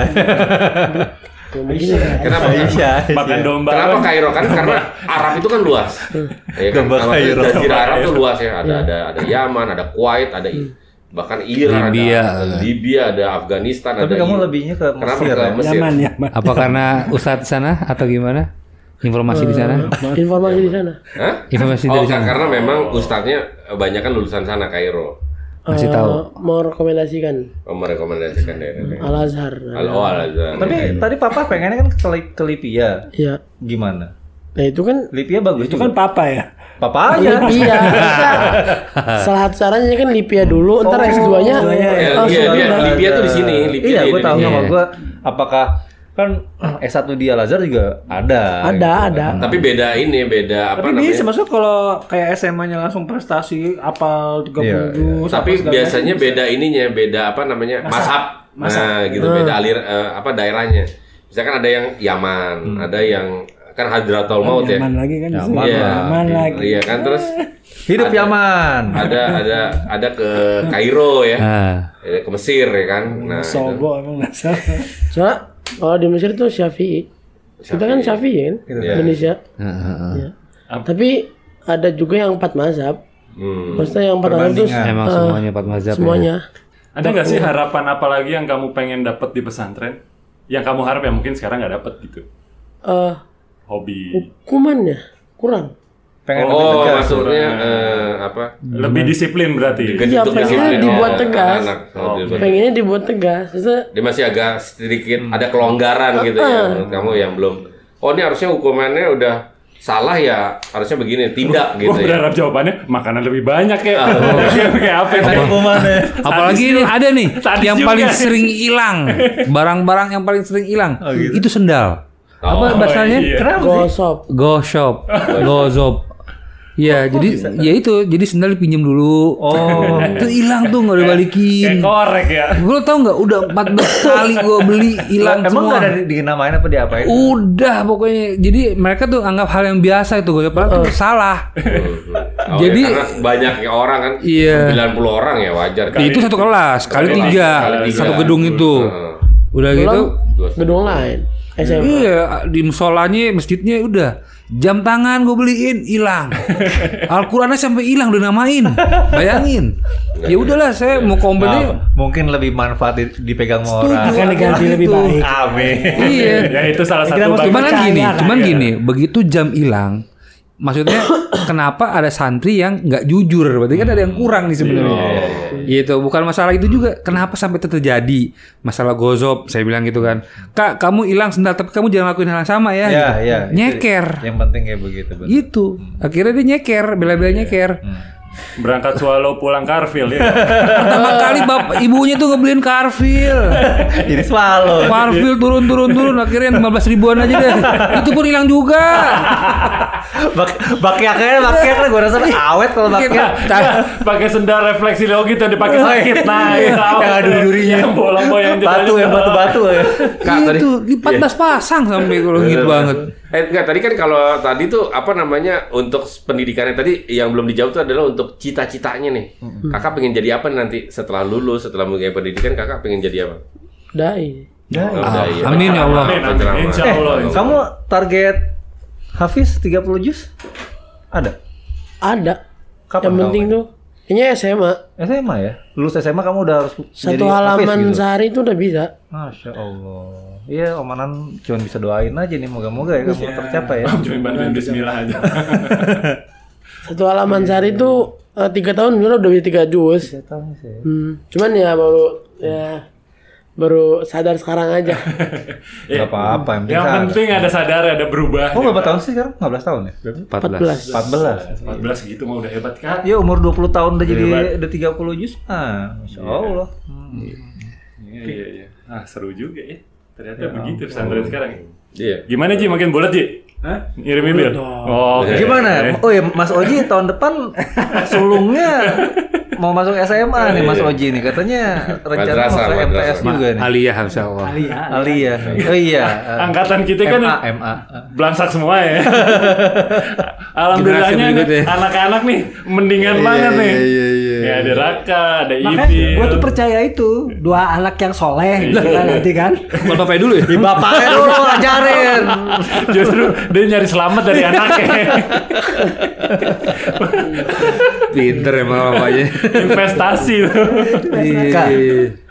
[SPEAKER 4] Kenapa?
[SPEAKER 2] Aisyah
[SPEAKER 1] Makan domba.
[SPEAKER 4] Iya. Kenapa
[SPEAKER 1] kan?
[SPEAKER 4] Kairo kan? Karena Arab itu kan luas. Ya kan?
[SPEAKER 2] Gambar
[SPEAKER 4] Nama
[SPEAKER 2] Kairo.
[SPEAKER 4] Jazirah Arab itu luas ya. Ada ada
[SPEAKER 5] Iya.
[SPEAKER 4] ada Yaman, ada Kuwait, ada I- bahkan Iran,
[SPEAKER 5] Libya.
[SPEAKER 4] ada Libya, ada Afghanistan,
[SPEAKER 2] tapi
[SPEAKER 4] ada
[SPEAKER 2] kamu
[SPEAKER 4] I-
[SPEAKER 2] lebihnya ke
[SPEAKER 4] Kenapa
[SPEAKER 2] Mesir
[SPEAKER 4] ke
[SPEAKER 2] ya?
[SPEAKER 4] Mesir?
[SPEAKER 3] Nyaman, nyaman.
[SPEAKER 5] Apa karena ustadz di sana atau gimana? Informasi di
[SPEAKER 6] Hmm.
[SPEAKER 5] sana?
[SPEAKER 6] Informasi di sana.
[SPEAKER 4] Hah?
[SPEAKER 5] Informasi
[SPEAKER 4] Oh,
[SPEAKER 5] dari sana.
[SPEAKER 4] karena memang ustadznya banyak kan lulusan sana Kairo
[SPEAKER 5] Kasih
[SPEAKER 6] Eh,
[SPEAKER 5] tahu.
[SPEAKER 6] merekomendasikan
[SPEAKER 4] merekomendasikan daerah.
[SPEAKER 6] Al Azhar.
[SPEAKER 4] Al oh, Al
[SPEAKER 2] Iya.
[SPEAKER 4] Azhar.
[SPEAKER 2] tapi tadi papa pengennya kan ke, ke Libya
[SPEAKER 6] Ya,
[SPEAKER 2] gimana
[SPEAKER 6] nah itu kan
[SPEAKER 2] Libya bagus
[SPEAKER 3] Itu kan papa ya.
[SPEAKER 2] papa aja
[SPEAKER 6] Lipia. Salah satu caranya kan Lipia dulu, ntar S2-nya
[SPEAKER 4] Ya,
[SPEAKER 6] langsung
[SPEAKER 4] Libya, Libya,
[SPEAKER 6] ke-
[SPEAKER 4] Libya tuh di sini. Libya
[SPEAKER 2] kan. iya,
[SPEAKER 4] di
[SPEAKER 2] gue tahu
[SPEAKER 4] Indonesia.
[SPEAKER 2] sama gue apakah kan S1 di Al Azhar juga ada. gitu kan.
[SPEAKER 6] Ada, ada.
[SPEAKER 4] Tapi beda ini, beda apa
[SPEAKER 3] Tapi
[SPEAKER 4] namanya?
[SPEAKER 3] bisa maksudnya kalau kayak SMA-nya langsung prestasi apal 30
[SPEAKER 2] Iya,
[SPEAKER 3] juz, apa
[SPEAKER 4] Tapi
[SPEAKER 3] segala
[SPEAKER 4] biasanya beda ininya, beda apa namanya? Masab. Nah, gitu
[SPEAKER 3] Hmm.
[SPEAKER 4] beda alir eh, apa daerahnya. Misalkan ada yang Yaman,
[SPEAKER 3] Hmm.
[SPEAKER 4] ada yang kan Hadratul Maut ya.
[SPEAKER 3] macam. Nyaman lagi kan. bisa.
[SPEAKER 2] Nyaman
[SPEAKER 4] Iya,
[SPEAKER 3] Nyaman
[SPEAKER 4] gitu.
[SPEAKER 3] lagi.
[SPEAKER 4] Iya kan terus
[SPEAKER 2] Hidup Yaman.
[SPEAKER 4] ada ada ada ke Kairo ya.
[SPEAKER 5] Ah.
[SPEAKER 4] Eh, Ke Mesir ya kan. Nah, itu.
[SPEAKER 3] Hmm, Sobo emang dasar.
[SPEAKER 6] Soalnya kalau di Mesir tuh Syafi'i. Kita kan Syafi'i kan, Indonesia. Ya. Tapi ada juga yang empat mazhab.
[SPEAKER 4] Hmm.
[SPEAKER 6] Maksudnya yang empat mazhab itu
[SPEAKER 5] Emang semuanya Pak Mazhab ya.
[SPEAKER 6] Ah. semuanya.
[SPEAKER 1] Ada nggak sih harapan apa lagi yang kamu pengen dapat di pesantren? Yang kamu harap ya mungkin sekarang nggak dapat gitu.
[SPEAKER 6] eh
[SPEAKER 1] Hobi.
[SPEAKER 6] hukumannya kurang.
[SPEAKER 2] Pengen
[SPEAKER 4] Oh, maksudnya eh, apa?
[SPEAKER 1] Lebih disiplin berarti.
[SPEAKER 6] Iya,
[SPEAKER 4] Gedung
[SPEAKER 6] pengennya
[SPEAKER 4] disiplin.
[SPEAKER 6] dibuat
[SPEAKER 4] Oh,
[SPEAKER 6] tegas.
[SPEAKER 4] anak-anak. Oh, dibuat
[SPEAKER 6] Pengennya dibuat tegas. Maksudnya
[SPEAKER 4] dia masih agak sedikit ada kelonggaran gitu ya menurut kamu yang belum oh ini harusnya hukumannya udah salah ya harusnya begini tindak
[SPEAKER 1] Gue
[SPEAKER 4] gitu ya
[SPEAKER 1] berharap jawabannya makanan lebih banyak ya.
[SPEAKER 4] Ah, oh.
[SPEAKER 1] Kayak apa ya?
[SPEAKER 2] hukumannya.
[SPEAKER 5] Apalagi ini ada nih
[SPEAKER 1] Sadis
[SPEAKER 5] yang
[SPEAKER 1] juga.
[SPEAKER 5] paling sering hilang, barang-barang yang paling sering hilang itu sendal. Apa
[SPEAKER 4] gitu. Oh,
[SPEAKER 5] bahasanya?
[SPEAKER 1] iya.
[SPEAKER 6] gosop.
[SPEAKER 5] Go shop, go shop. Iya, jadi ya itu, jadi sendal pinjam dulu. Oh, terus hilang tuh nggak
[SPEAKER 1] Kayak
[SPEAKER 5] dibalikin.
[SPEAKER 1] korek ya.
[SPEAKER 5] Lo tau nggak? Udah 14 kali gue beli hilang
[SPEAKER 2] Emang
[SPEAKER 5] semua.
[SPEAKER 2] gak ada di- dinamain apa diapain?
[SPEAKER 5] Udah pokoknya. Jadi mereka tuh anggap hal yang biasa itu gue padahal itu salah.
[SPEAKER 4] Oh,
[SPEAKER 5] Jadi-
[SPEAKER 4] ya, karena banyak orang kan
[SPEAKER 5] Iya.
[SPEAKER 4] 90 orang ya wajar kan
[SPEAKER 5] Itu satu kelas kali
[SPEAKER 4] Kali
[SPEAKER 5] tiga,
[SPEAKER 4] tiga.
[SPEAKER 5] satu gedung itu.
[SPEAKER 4] Heeh.
[SPEAKER 5] Udah gitu.
[SPEAKER 6] Belum gedung lain. SMA.
[SPEAKER 5] Iya, di musolanya, iya, masjidnya udah. Jam tangan gue beliin hilang. Al-Qur'annya sampai hilang dinamain. Bayangin. Ya udahlah saya mau komplain.
[SPEAKER 2] Mungkin lebih manfaat di- dipegang sama orang.
[SPEAKER 3] Akan diganti lebih baik.
[SPEAKER 2] Amin.
[SPEAKER 5] Gitu. Iya.
[SPEAKER 1] ya itu salah satu
[SPEAKER 3] Ya, kita mesti
[SPEAKER 1] bagus.
[SPEAKER 5] Cuman
[SPEAKER 3] percaya kan?
[SPEAKER 5] gini,
[SPEAKER 1] Iya.
[SPEAKER 5] cuman gini, begitu jam hilang, maksudnya kenapa ada santri yang nggak jujur? Berarti kan ada yang kurang nih sebenarnya.
[SPEAKER 3] Iya,
[SPEAKER 5] Gitu, bukan masalah itu juga. Kenapa sampai itu terjadi? Masalah gozop, saya bilang gitu kan. Kak, kamu hilang sendal, tapi kamu jangan lakuin hal yang sama ya.
[SPEAKER 2] Ya, ya. itu
[SPEAKER 5] Nyeker.
[SPEAKER 2] Yang penting kayak begitu. bener.
[SPEAKER 5] Gitu. Akhirnya dia nyeker, bela-bela
[SPEAKER 2] Iya.
[SPEAKER 5] nyeker.
[SPEAKER 2] Hmm.
[SPEAKER 1] berangkat swallow pulang Karfil ya.
[SPEAKER 5] Pertama kali bapak ibunya tuh ngebeliin Carville.
[SPEAKER 2] Ini swallow.
[SPEAKER 5] Carville turun turun turun akhirnya 15 ribuan aja deh. Itu pun hilang juga.
[SPEAKER 2] Bak bakiaknya bakiaknya gue rasa awet kalau
[SPEAKER 5] Iya.
[SPEAKER 2] bakiak.
[SPEAKER 1] pakai sendal refleksi logi yang dipakai sakit nah itu
[SPEAKER 2] Yang ada durinya.
[SPEAKER 1] yang bolong yang
[SPEAKER 2] Batu ya batu-batu ya. Kak tadi.
[SPEAKER 5] itu Iya, di 14 pasang sampai kalau gitu banget.
[SPEAKER 4] Eh enggak, tadi kan kalau tadi tuh apa namanya untuk pendidikannya tadi yang belum dijawab tuh adalah untuk cita-citanya nih. Kakak pengen jadi apa nanti setelah lulus, setelah mengikuti pendidikan kakak pengen jadi apa?
[SPEAKER 6] Dai.
[SPEAKER 4] Oh, udah,
[SPEAKER 5] Ah,
[SPEAKER 4] iya.
[SPEAKER 5] amin ya Allah.
[SPEAKER 1] Amin, amin.
[SPEAKER 4] Ceramah.
[SPEAKER 1] Insya Allah.
[SPEAKER 4] Eh,
[SPEAKER 2] Kamu target Hafiz 30 juz? Ada.
[SPEAKER 6] Ada.
[SPEAKER 2] Kapan
[SPEAKER 6] Yang
[SPEAKER 2] kamu
[SPEAKER 6] penting
[SPEAKER 2] main?
[SPEAKER 6] tuh kayaknya SMA.
[SPEAKER 2] SMA ya? Lulus SMA kamu udah harus
[SPEAKER 6] Satu
[SPEAKER 2] jadi Hafiz
[SPEAKER 6] halaman
[SPEAKER 2] gitu.
[SPEAKER 6] sehari itu udah bisa.
[SPEAKER 2] Masya Allah. Iya, omanan cuma bisa doain aja nih moga-moga ya kamu
[SPEAKER 1] Iya.
[SPEAKER 2] tercapai ya.
[SPEAKER 1] cuma bantuin bismillah aja
[SPEAKER 6] Satu halaman sehari itu eh, tiga tahun dulu udah bisa tiga juz.
[SPEAKER 2] Saya tahu sih.
[SPEAKER 6] Hmm. Cuman ya baru ya baru sadar sekarang aja.
[SPEAKER 2] Enggak apa-apa, yang
[SPEAKER 1] Eh, Iya.
[SPEAKER 2] penting
[SPEAKER 1] yang
[SPEAKER 2] sadar.
[SPEAKER 1] penting ada sadar ada berubah
[SPEAKER 2] Oh, berapa tahun sih sekarang? 15 tahun ya?
[SPEAKER 6] 14.
[SPEAKER 2] 14.
[SPEAKER 1] 14 gitu mah udah hebat kan
[SPEAKER 2] Ya umur 20 tahun udah jadi udah 30 juz. Ah, Masya Allah. Hmm.
[SPEAKER 1] iya iya iya ah seru juga ya ternyata begitu pesantren sekarang ya.
[SPEAKER 4] Iya.
[SPEAKER 1] gimana Ji makin bulat Ji Hah? ngirim email oh oke.
[SPEAKER 4] Eh.
[SPEAKER 2] Gimana? Oh ya Mas Oji tahun depan sulungnya mau masuk SMA nih Mas Oji nih katanya rencana
[SPEAKER 4] Iya. Madrasah,
[SPEAKER 2] masuk
[SPEAKER 4] madrasah.
[SPEAKER 2] MTS juga nih.
[SPEAKER 5] Aliyah Masya Allah.
[SPEAKER 2] Alia. Oh iya.
[SPEAKER 1] angkatan kita kan
[SPEAKER 2] MA MA.
[SPEAKER 1] belangsak semua ya alhamdulillahnya
[SPEAKER 5] Generasi berikut ya.
[SPEAKER 1] anak-anak nih mendingan banget
[SPEAKER 5] Iya,
[SPEAKER 1] nih ya ada Raka ada
[SPEAKER 3] Makanya
[SPEAKER 1] Ipi
[SPEAKER 3] gue tuh percaya itu dua anak yang soleh gitu kan nanti kan.
[SPEAKER 5] Buat bapaknya dulu ya.
[SPEAKER 2] Di bapaknya dulu ajarin.
[SPEAKER 1] Justru dia nyari selamat dari anaknya.
[SPEAKER 5] Pinter emang bapaknya.
[SPEAKER 1] Investasi tuh.
[SPEAKER 4] Iya.
[SPEAKER 2] Kak,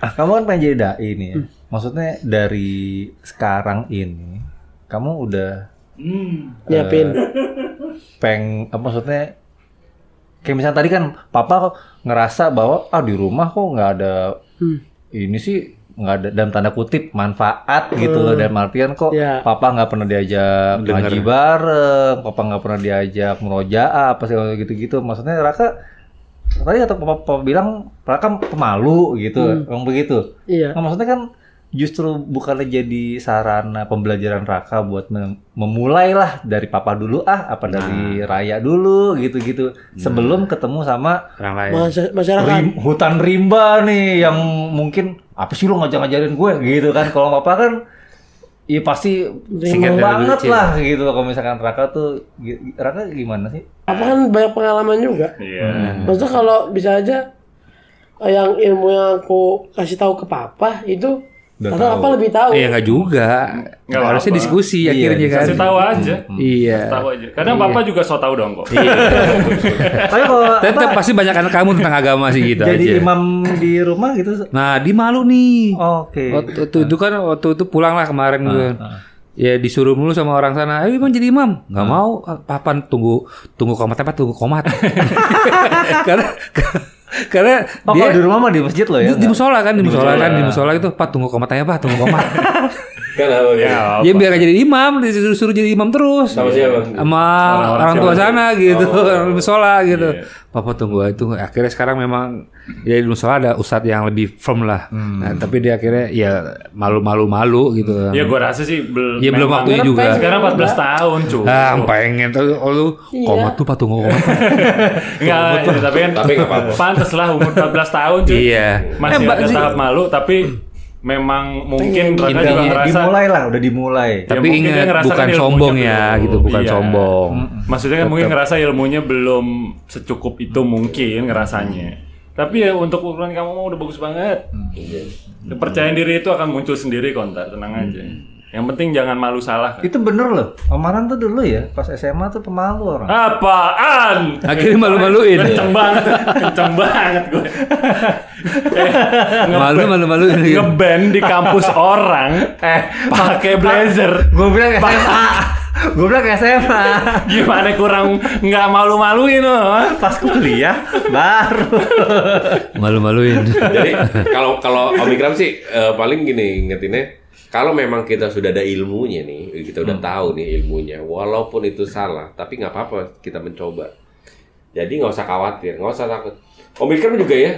[SPEAKER 2] ah, kamu kan pengen jadi dai nih. Ya? Maksudnya dari sekarang ini kamu udah
[SPEAKER 6] Nyiapin.
[SPEAKER 2] peng apa maksudnya kayak misalnya tadi kan papa kok ngerasa bahwa ah di rumah kok nggak ada ini sih nggak ada dalam tanda kutip manfaat gitu loh dan artian kok
[SPEAKER 6] Ya.
[SPEAKER 2] papa nggak pernah diajak ngaji bareng papa nggak pernah diajak merojaah apa segala gitu-gitu maksudnya Raka tadi kata papa, papa bilang Raka pemalu gitu emang begitu
[SPEAKER 6] Iya.
[SPEAKER 2] Nah, maksudnya kan justru bukannya jadi sarana pembelajaran Raka buat mem- memulailah dari papa dulu ah apa dari Raya dulu gitu-gitu sebelum ketemu sama
[SPEAKER 5] Orang lain.
[SPEAKER 6] Masa- masyarakat.
[SPEAKER 2] rim- hutan rimba nih yang mungkin apa sih lu ngajak ngajarin gue gitu kan kalau papa kan Iya pasti
[SPEAKER 5] Singkat
[SPEAKER 2] seneng
[SPEAKER 5] dari
[SPEAKER 2] banget
[SPEAKER 5] kecil.
[SPEAKER 2] lah gitu kalau misalkan Raka tuh gi- Raka gimana sih?
[SPEAKER 6] Apa kan banyak pengalaman juga.
[SPEAKER 1] Iya.
[SPEAKER 6] Maksudnya kalau bisa aja eh, yang ilmu yang aku kasih tahu ke papa itu atau apa lebih tahu.
[SPEAKER 5] Eh, ya nggak juga.
[SPEAKER 1] Nggak
[SPEAKER 5] Harusnya
[SPEAKER 1] apa-apa.
[SPEAKER 5] diskusi
[SPEAKER 2] Iya,
[SPEAKER 5] akhirnya kan.
[SPEAKER 1] Kasih tahu aja.
[SPEAKER 5] Iya.
[SPEAKER 1] Tahu aja. Kadang papa juga so tahu dong kok.
[SPEAKER 2] Tapi kalau
[SPEAKER 5] Tetap
[SPEAKER 2] apa,
[SPEAKER 5] pasti banyak anak kamu tentang agama sih gitu
[SPEAKER 2] jadi
[SPEAKER 5] aja.
[SPEAKER 2] imam di rumah gitu. Oh,
[SPEAKER 5] Nah, di malu nih.
[SPEAKER 2] Oke.
[SPEAKER 5] Waktu itu, itu kan waktu itu pulang lah kemarin gue. Ya disuruh mulu sama orang sana. Ayo bang jadi imam. Nggak mau. "Ah, Papan tunggu tunggu komat apa tunggu komat. karena karena
[SPEAKER 2] Oh,
[SPEAKER 5] dia
[SPEAKER 2] kalau di rumah mah di masjid loh ya.
[SPEAKER 5] di,
[SPEAKER 2] nggak?
[SPEAKER 5] di
[SPEAKER 2] ya.
[SPEAKER 5] musola kan di musola kan di musola itu pak tunggu komat aja pak tunggu komat.
[SPEAKER 4] Kan apa ya?
[SPEAKER 5] ya biar gak jadi imam disuruh suruh jadi imam terus.
[SPEAKER 4] Sama siapa?
[SPEAKER 5] sama orang tua sana gitu,
[SPEAKER 1] Oh.
[SPEAKER 5] orang di musola
[SPEAKER 1] Iya.
[SPEAKER 5] gitu. Papa tunggu aja, tunggu. Akhirnya sekarang memang ya di musola ada ustadz yang lebih firm lah.
[SPEAKER 1] Hmm.
[SPEAKER 5] Nah, tapi dia akhirnya ya malu-malu malu gitu.
[SPEAKER 1] Ya gua rasa sih bel-
[SPEAKER 5] Ya, belum
[SPEAKER 1] memang-
[SPEAKER 5] waktunya juga.
[SPEAKER 1] Sekarang 14 tahun, cuy.
[SPEAKER 5] Ah, pengen tuh oh, lu komat tuh patung komat.
[SPEAKER 1] Enggak, ya, tapi kan
[SPEAKER 4] Tapi nggak apa-apa.
[SPEAKER 1] pantes lah umur 14 tahun, cuy.
[SPEAKER 5] Iya. Hmm.
[SPEAKER 1] Masih
[SPEAKER 5] Eh, Mbak,
[SPEAKER 1] ada
[SPEAKER 5] sih-
[SPEAKER 1] tahap malu tapi memang mungkin Raka
[SPEAKER 5] Intinya
[SPEAKER 1] juga ngerasa
[SPEAKER 2] dimulai lah udah dimulai
[SPEAKER 1] Iya,
[SPEAKER 5] tapi
[SPEAKER 1] mungkin dia
[SPEAKER 5] ingat
[SPEAKER 1] ngerasakan
[SPEAKER 5] bukan
[SPEAKER 1] ilmunya
[SPEAKER 5] sombong ya
[SPEAKER 1] belum.
[SPEAKER 5] gitu, bukan
[SPEAKER 1] Iya.
[SPEAKER 5] sombong.
[SPEAKER 1] Maksudnya kan mungkin ngerasa ilmunya belum secukup itu
[SPEAKER 5] Hmm.
[SPEAKER 1] mungkin ngerasanya. Tapi ya untuk ukuran
[SPEAKER 5] Hmm.
[SPEAKER 1] kamu mah udah bagus banget. Kepercayaan diri itu akan muncul sendiri kontar, tenang aja. Yang penting jangan malu salah. kan.
[SPEAKER 2] Itu bener loh. Omaran tuh dulu ya, pas SMA tuh pemalu orang.
[SPEAKER 1] Apaan?
[SPEAKER 5] Akhirnya malu-maluin.
[SPEAKER 1] Kenceng banget, kenceng banget gue. Eh, nge-
[SPEAKER 5] Malu malu-maluin.
[SPEAKER 1] Iya.
[SPEAKER 5] gitu.
[SPEAKER 1] ngeband di kampus orang, eh pakai blazer.
[SPEAKER 2] Gue bilang SMA. Gue bilang SMA.
[SPEAKER 1] Gimana kurang nggak malu-maluin oh? lo? ha?
[SPEAKER 2] Pas kuliah baru.
[SPEAKER 5] Malu-maluin.
[SPEAKER 1] Iya.
[SPEAKER 4] Jadi kalau kalau Omikron sih eh, paling gini ingetinnya kalau memang kita sudah ada ilmunya nih, kita udah tahu nih ilmunya, walaupun itu salah, tapi nggak apa-apa kita mencoba. Jadi nggak usah khawatir, nggak usah takut. Omikron juga ya,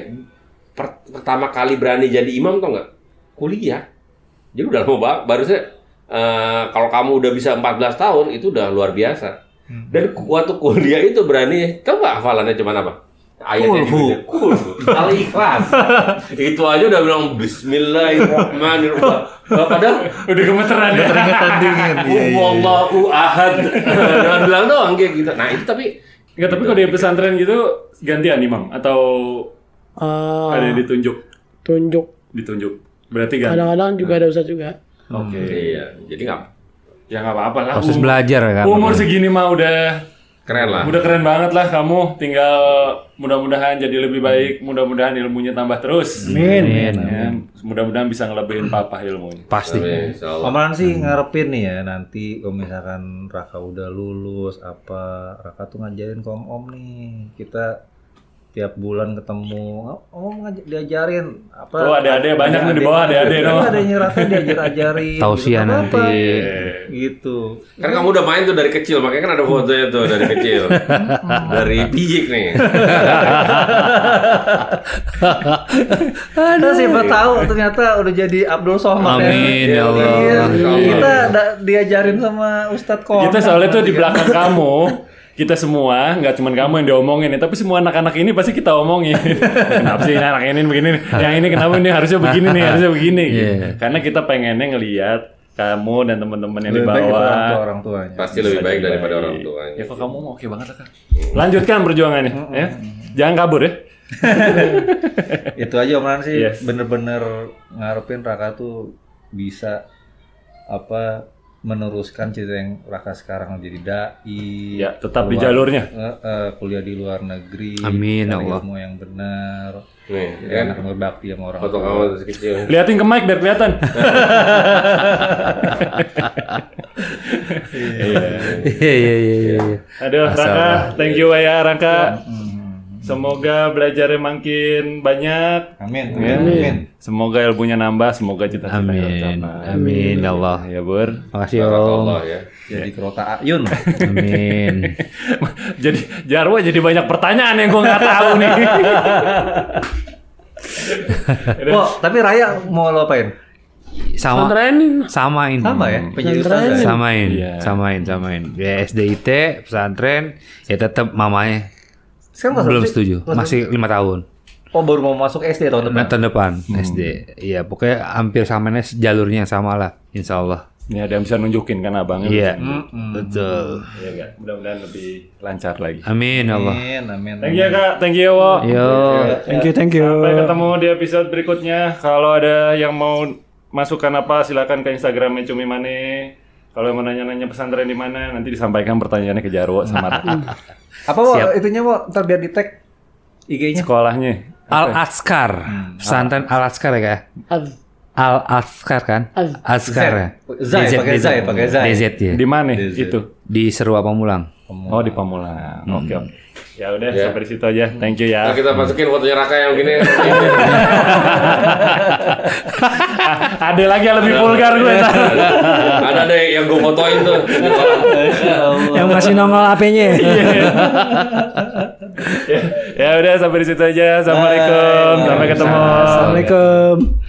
[SPEAKER 4] per- pertama kali berani jadi imam tau nggak? Kuliah. Jadi udah lama banget. Barunya eh, kalau kamu udah bisa 14 tahun itu udah luar biasa. Dan ku- waktu kuliah itu berani, coba hafalannya cuman apa? Ayatnya
[SPEAKER 2] Kulhu.
[SPEAKER 4] juga. Kulhu. Al-Ikhlas. itu aja udah bilang Bismillahirrahmanirrahim. Nah, Padahal
[SPEAKER 1] Udah gemeteran ya.
[SPEAKER 2] Keringetan dingin. Iya, iya, iya.
[SPEAKER 4] Wallahu ahad. Jangan bilang doang kayak gitu. Nah itu tapi
[SPEAKER 1] Nggak, tapi kalau di pesantren gitu gantian imam atau
[SPEAKER 6] Ah,
[SPEAKER 1] ada yang ditunjuk,
[SPEAKER 6] tunjuk.
[SPEAKER 1] ditunjuk. Berarti ganti.
[SPEAKER 6] Kadang-kadang juga ada usah juga.
[SPEAKER 1] Oke.
[SPEAKER 4] iya jadi nggak
[SPEAKER 1] Ya nggak apa-apa lah.
[SPEAKER 5] Proses
[SPEAKER 1] Um-
[SPEAKER 5] belajar ya kan.
[SPEAKER 1] Umur segini mah udah
[SPEAKER 4] keren lah.
[SPEAKER 1] Udah keren banget lah kamu, tinggal mudah-mudahan jadi lebih baik, mudah-mudahan ilmunya tambah terus.
[SPEAKER 3] Amin.
[SPEAKER 1] Ya, mudah-mudahan bisa ngelebihin papa ilmunya.
[SPEAKER 5] Pasti.
[SPEAKER 1] Iya.
[SPEAKER 4] Tapi, insya Allah.
[SPEAKER 2] Omaran sih ngarepin nih ya nanti kalau misalkan Raka udah lulus apa Raka tuh ngajarin ke om om nih kita tiap bulan ketemu "Oh, om ngaj- diajarin apa
[SPEAKER 1] Oh, adek-adek banyak nih di bawah, adek-adek, no.
[SPEAKER 2] ada Raka diajar ajarin
[SPEAKER 5] Tausiah nanti.
[SPEAKER 2] gitu
[SPEAKER 4] Kan kamu udah main tuh dari kecil, makanya kan ada fotonya tuh dari kecil. dari pijik nih.
[SPEAKER 2] Aduh. siapa tahu ternyata udah jadi Abdul Somad ya.
[SPEAKER 5] Amin ya
[SPEAKER 2] Iya,
[SPEAKER 5] Allah.
[SPEAKER 2] kita da- diajarin sama Ustadz Kong.
[SPEAKER 1] Kita soalnya tuh di belakang kamu, kita semua, nggak cuma kamu yang diomongin ya, tapi semua anak-anak ini pasti kita omongin. kenapa sih ini anak ini begini, nih? yang ini kenapa ini harusnya begini nih, harusnya begini. gitu.
[SPEAKER 5] Iya.
[SPEAKER 1] Karena kita pengennya ngeliat kamu dan teman-teman yang di
[SPEAKER 2] Lebih baik kita orang tua
[SPEAKER 1] bawah.
[SPEAKER 2] orang tuanya.
[SPEAKER 4] Pasti lebih baik daripada orang tua.
[SPEAKER 1] Ya kok kamu mau oke banget lah Kak. Lanjutkan perjuangannya, ya. Jangan kabur ya.
[SPEAKER 2] itu aja omongan sih
[SPEAKER 1] Yes.
[SPEAKER 2] bener-bener ngarepin Raka tuh bisa apa meneruskan cerita yang Raka sekarang jadi dai
[SPEAKER 1] Ya, tetap di
[SPEAKER 2] Iya. keluar-
[SPEAKER 1] jalurnya.
[SPEAKER 2] eh, eh, kuliah di luar negeri
[SPEAKER 5] Amin,
[SPEAKER 2] cari
[SPEAKER 5] Allah.
[SPEAKER 2] ilmu yang benar
[SPEAKER 1] Iya.
[SPEAKER 4] Nih,
[SPEAKER 2] jadi
[SPEAKER 4] kan
[SPEAKER 2] anak yang berbakti sama orang
[SPEAKER 4] foto
[SPEAKER 2] tua.
[SPEAKER 4] kamu dari kecil.
[SPEAKER 1] Liatin ke mic biar kelihatan.
[SPEAKER 5] Iya iya iya iya.
[SPEAKER 1] Aduh,
[SPEAKER 5] Masalah.
[SPEAKER 1] Rangka, thank you ya Rangka. Semoga belajarnya makin banyak.
[SPEAKER 2] amin amin, amin.
[SPEAKER 1] Semoga ilmunya nambah, semoga cita-cita
[SPEAKER 5] Amin. Amin ya Allah.
[SPEAKER 1] Ya, Bur.
[SPEAKER 5] Makasih Om.
[SPEAKER 4] Allah ya.
[SPEAKER 2] jadi kerota ayun
[SPEAKER 5] Amin.
[SPEAKER 1] jadi Jarwo jadi banyak pertanyaan yang gue nggak tahu nih.
[SPEAKER 2] Wah, tapi Raya mau lo apain
[SPEAKER 5] Sama
[SPEAKER 6] Pesantren
[SPEAKER 5] samain.
[SPEAKER 2] sama ya penjadi
[SPEAKER 6] Pesantren.
[SPEAKER 2] ustaz ya?
[SPEAKER 5] Samain,
[SPEAKER 1] Iya.
[SPEAKER 5] samain, samain. Ya SDIT, pesantren, ya tetap mamanya
[SPEAKER 2] sekarang kelas
[SPEAKER 5] belum
[SPEAKER 2] berapa sih?
[SPEAKER 5] setuju.
[SPEAKER 2] Kelas
[SPEAKER 5] Masih lima tahun.
[SPEAKER 2] berapa? oh baru mau masuk SD tahun
[SPEAKER 5] Nah,
[SPEAKER 2] depan
[SPEAKER 5] tahun depan SD. Iya, pokoknya hampir samanya jalurnya sama lah, insya Allah.
[SPEAKER 1] Ini ada yang bisa nunjukin kan abangnya.
[SPEAKER 5] Iya, betul.
[SPEAKER 1] Iya, nggak? Mudah-mudahan lebih lancar lagi.
[SPEAKER 5] Amin ya Allah.
[SPEAKER 2] amin amin
[SPEAKER 1] Thank you Kak, thank you Wo.
[SPEAKER 5] Yo,
[SPEAKER 3] Thank you, thank you.
[SPEAKER 1] Sampai ketemu di episode berikutnya. Kalau ada yang mau masukkan apa silakan ke Instagramnya Cumi Mane. Kalau yang mau nanya-nanya pesantren di mana nanti disampaikan pertanyaannya ke Jarwo sama Raka.
[SPEAKER 2] Apa wo, itunya wo, ntar biar di tag IG-nya.
[SPEAKER 1] sekolahnya.
[SPEAKER 5] Al Askar, pesantren Al Askar ya kak?
[SPEAKER 6] Az-
[SPEAKER 5] Al Askar kan?
[SPEAKER 6] Az-
[SPEAKER 5] Askar ya.
[SPEAKER 2] Zai,
[SPEAKER 5] DZ,
[SPEAKER 2] pakai
[SPEAKER 5] DZ.
[SPEAKER 2] Zai, pakai Zai.
[SPEAKER 5] DZ ya.
[SPEAKER 1] Di mana
[SPEAKER 2] Di-
[SPEAKER 1] itu?
[SPEAKER 5] Di Serua Pamulang.
[SPEAKER 1] Oh di Pamulang. Oke oke. Ya udah
[SPEAKER 4] Ya.
[SPEAKER 1] sampai di situ aja. Thank you ya.
[SPEAKER 4] Nah, kita masukin fotonya Raka yang gini.
[SPEAKER 1] ada lagi yang lebih vulgar gue.
[SPEAKER 4] Ada deh yang gue fotoin tuh.
[SPEAKER 3] Yang masih nongol AP-nya.
[SPEAKER 1] Iya. ya udah sampai di situ aja. Assalamualaikum. Sampai ketemu.
[SPEAKER 3] Assalamualaikum.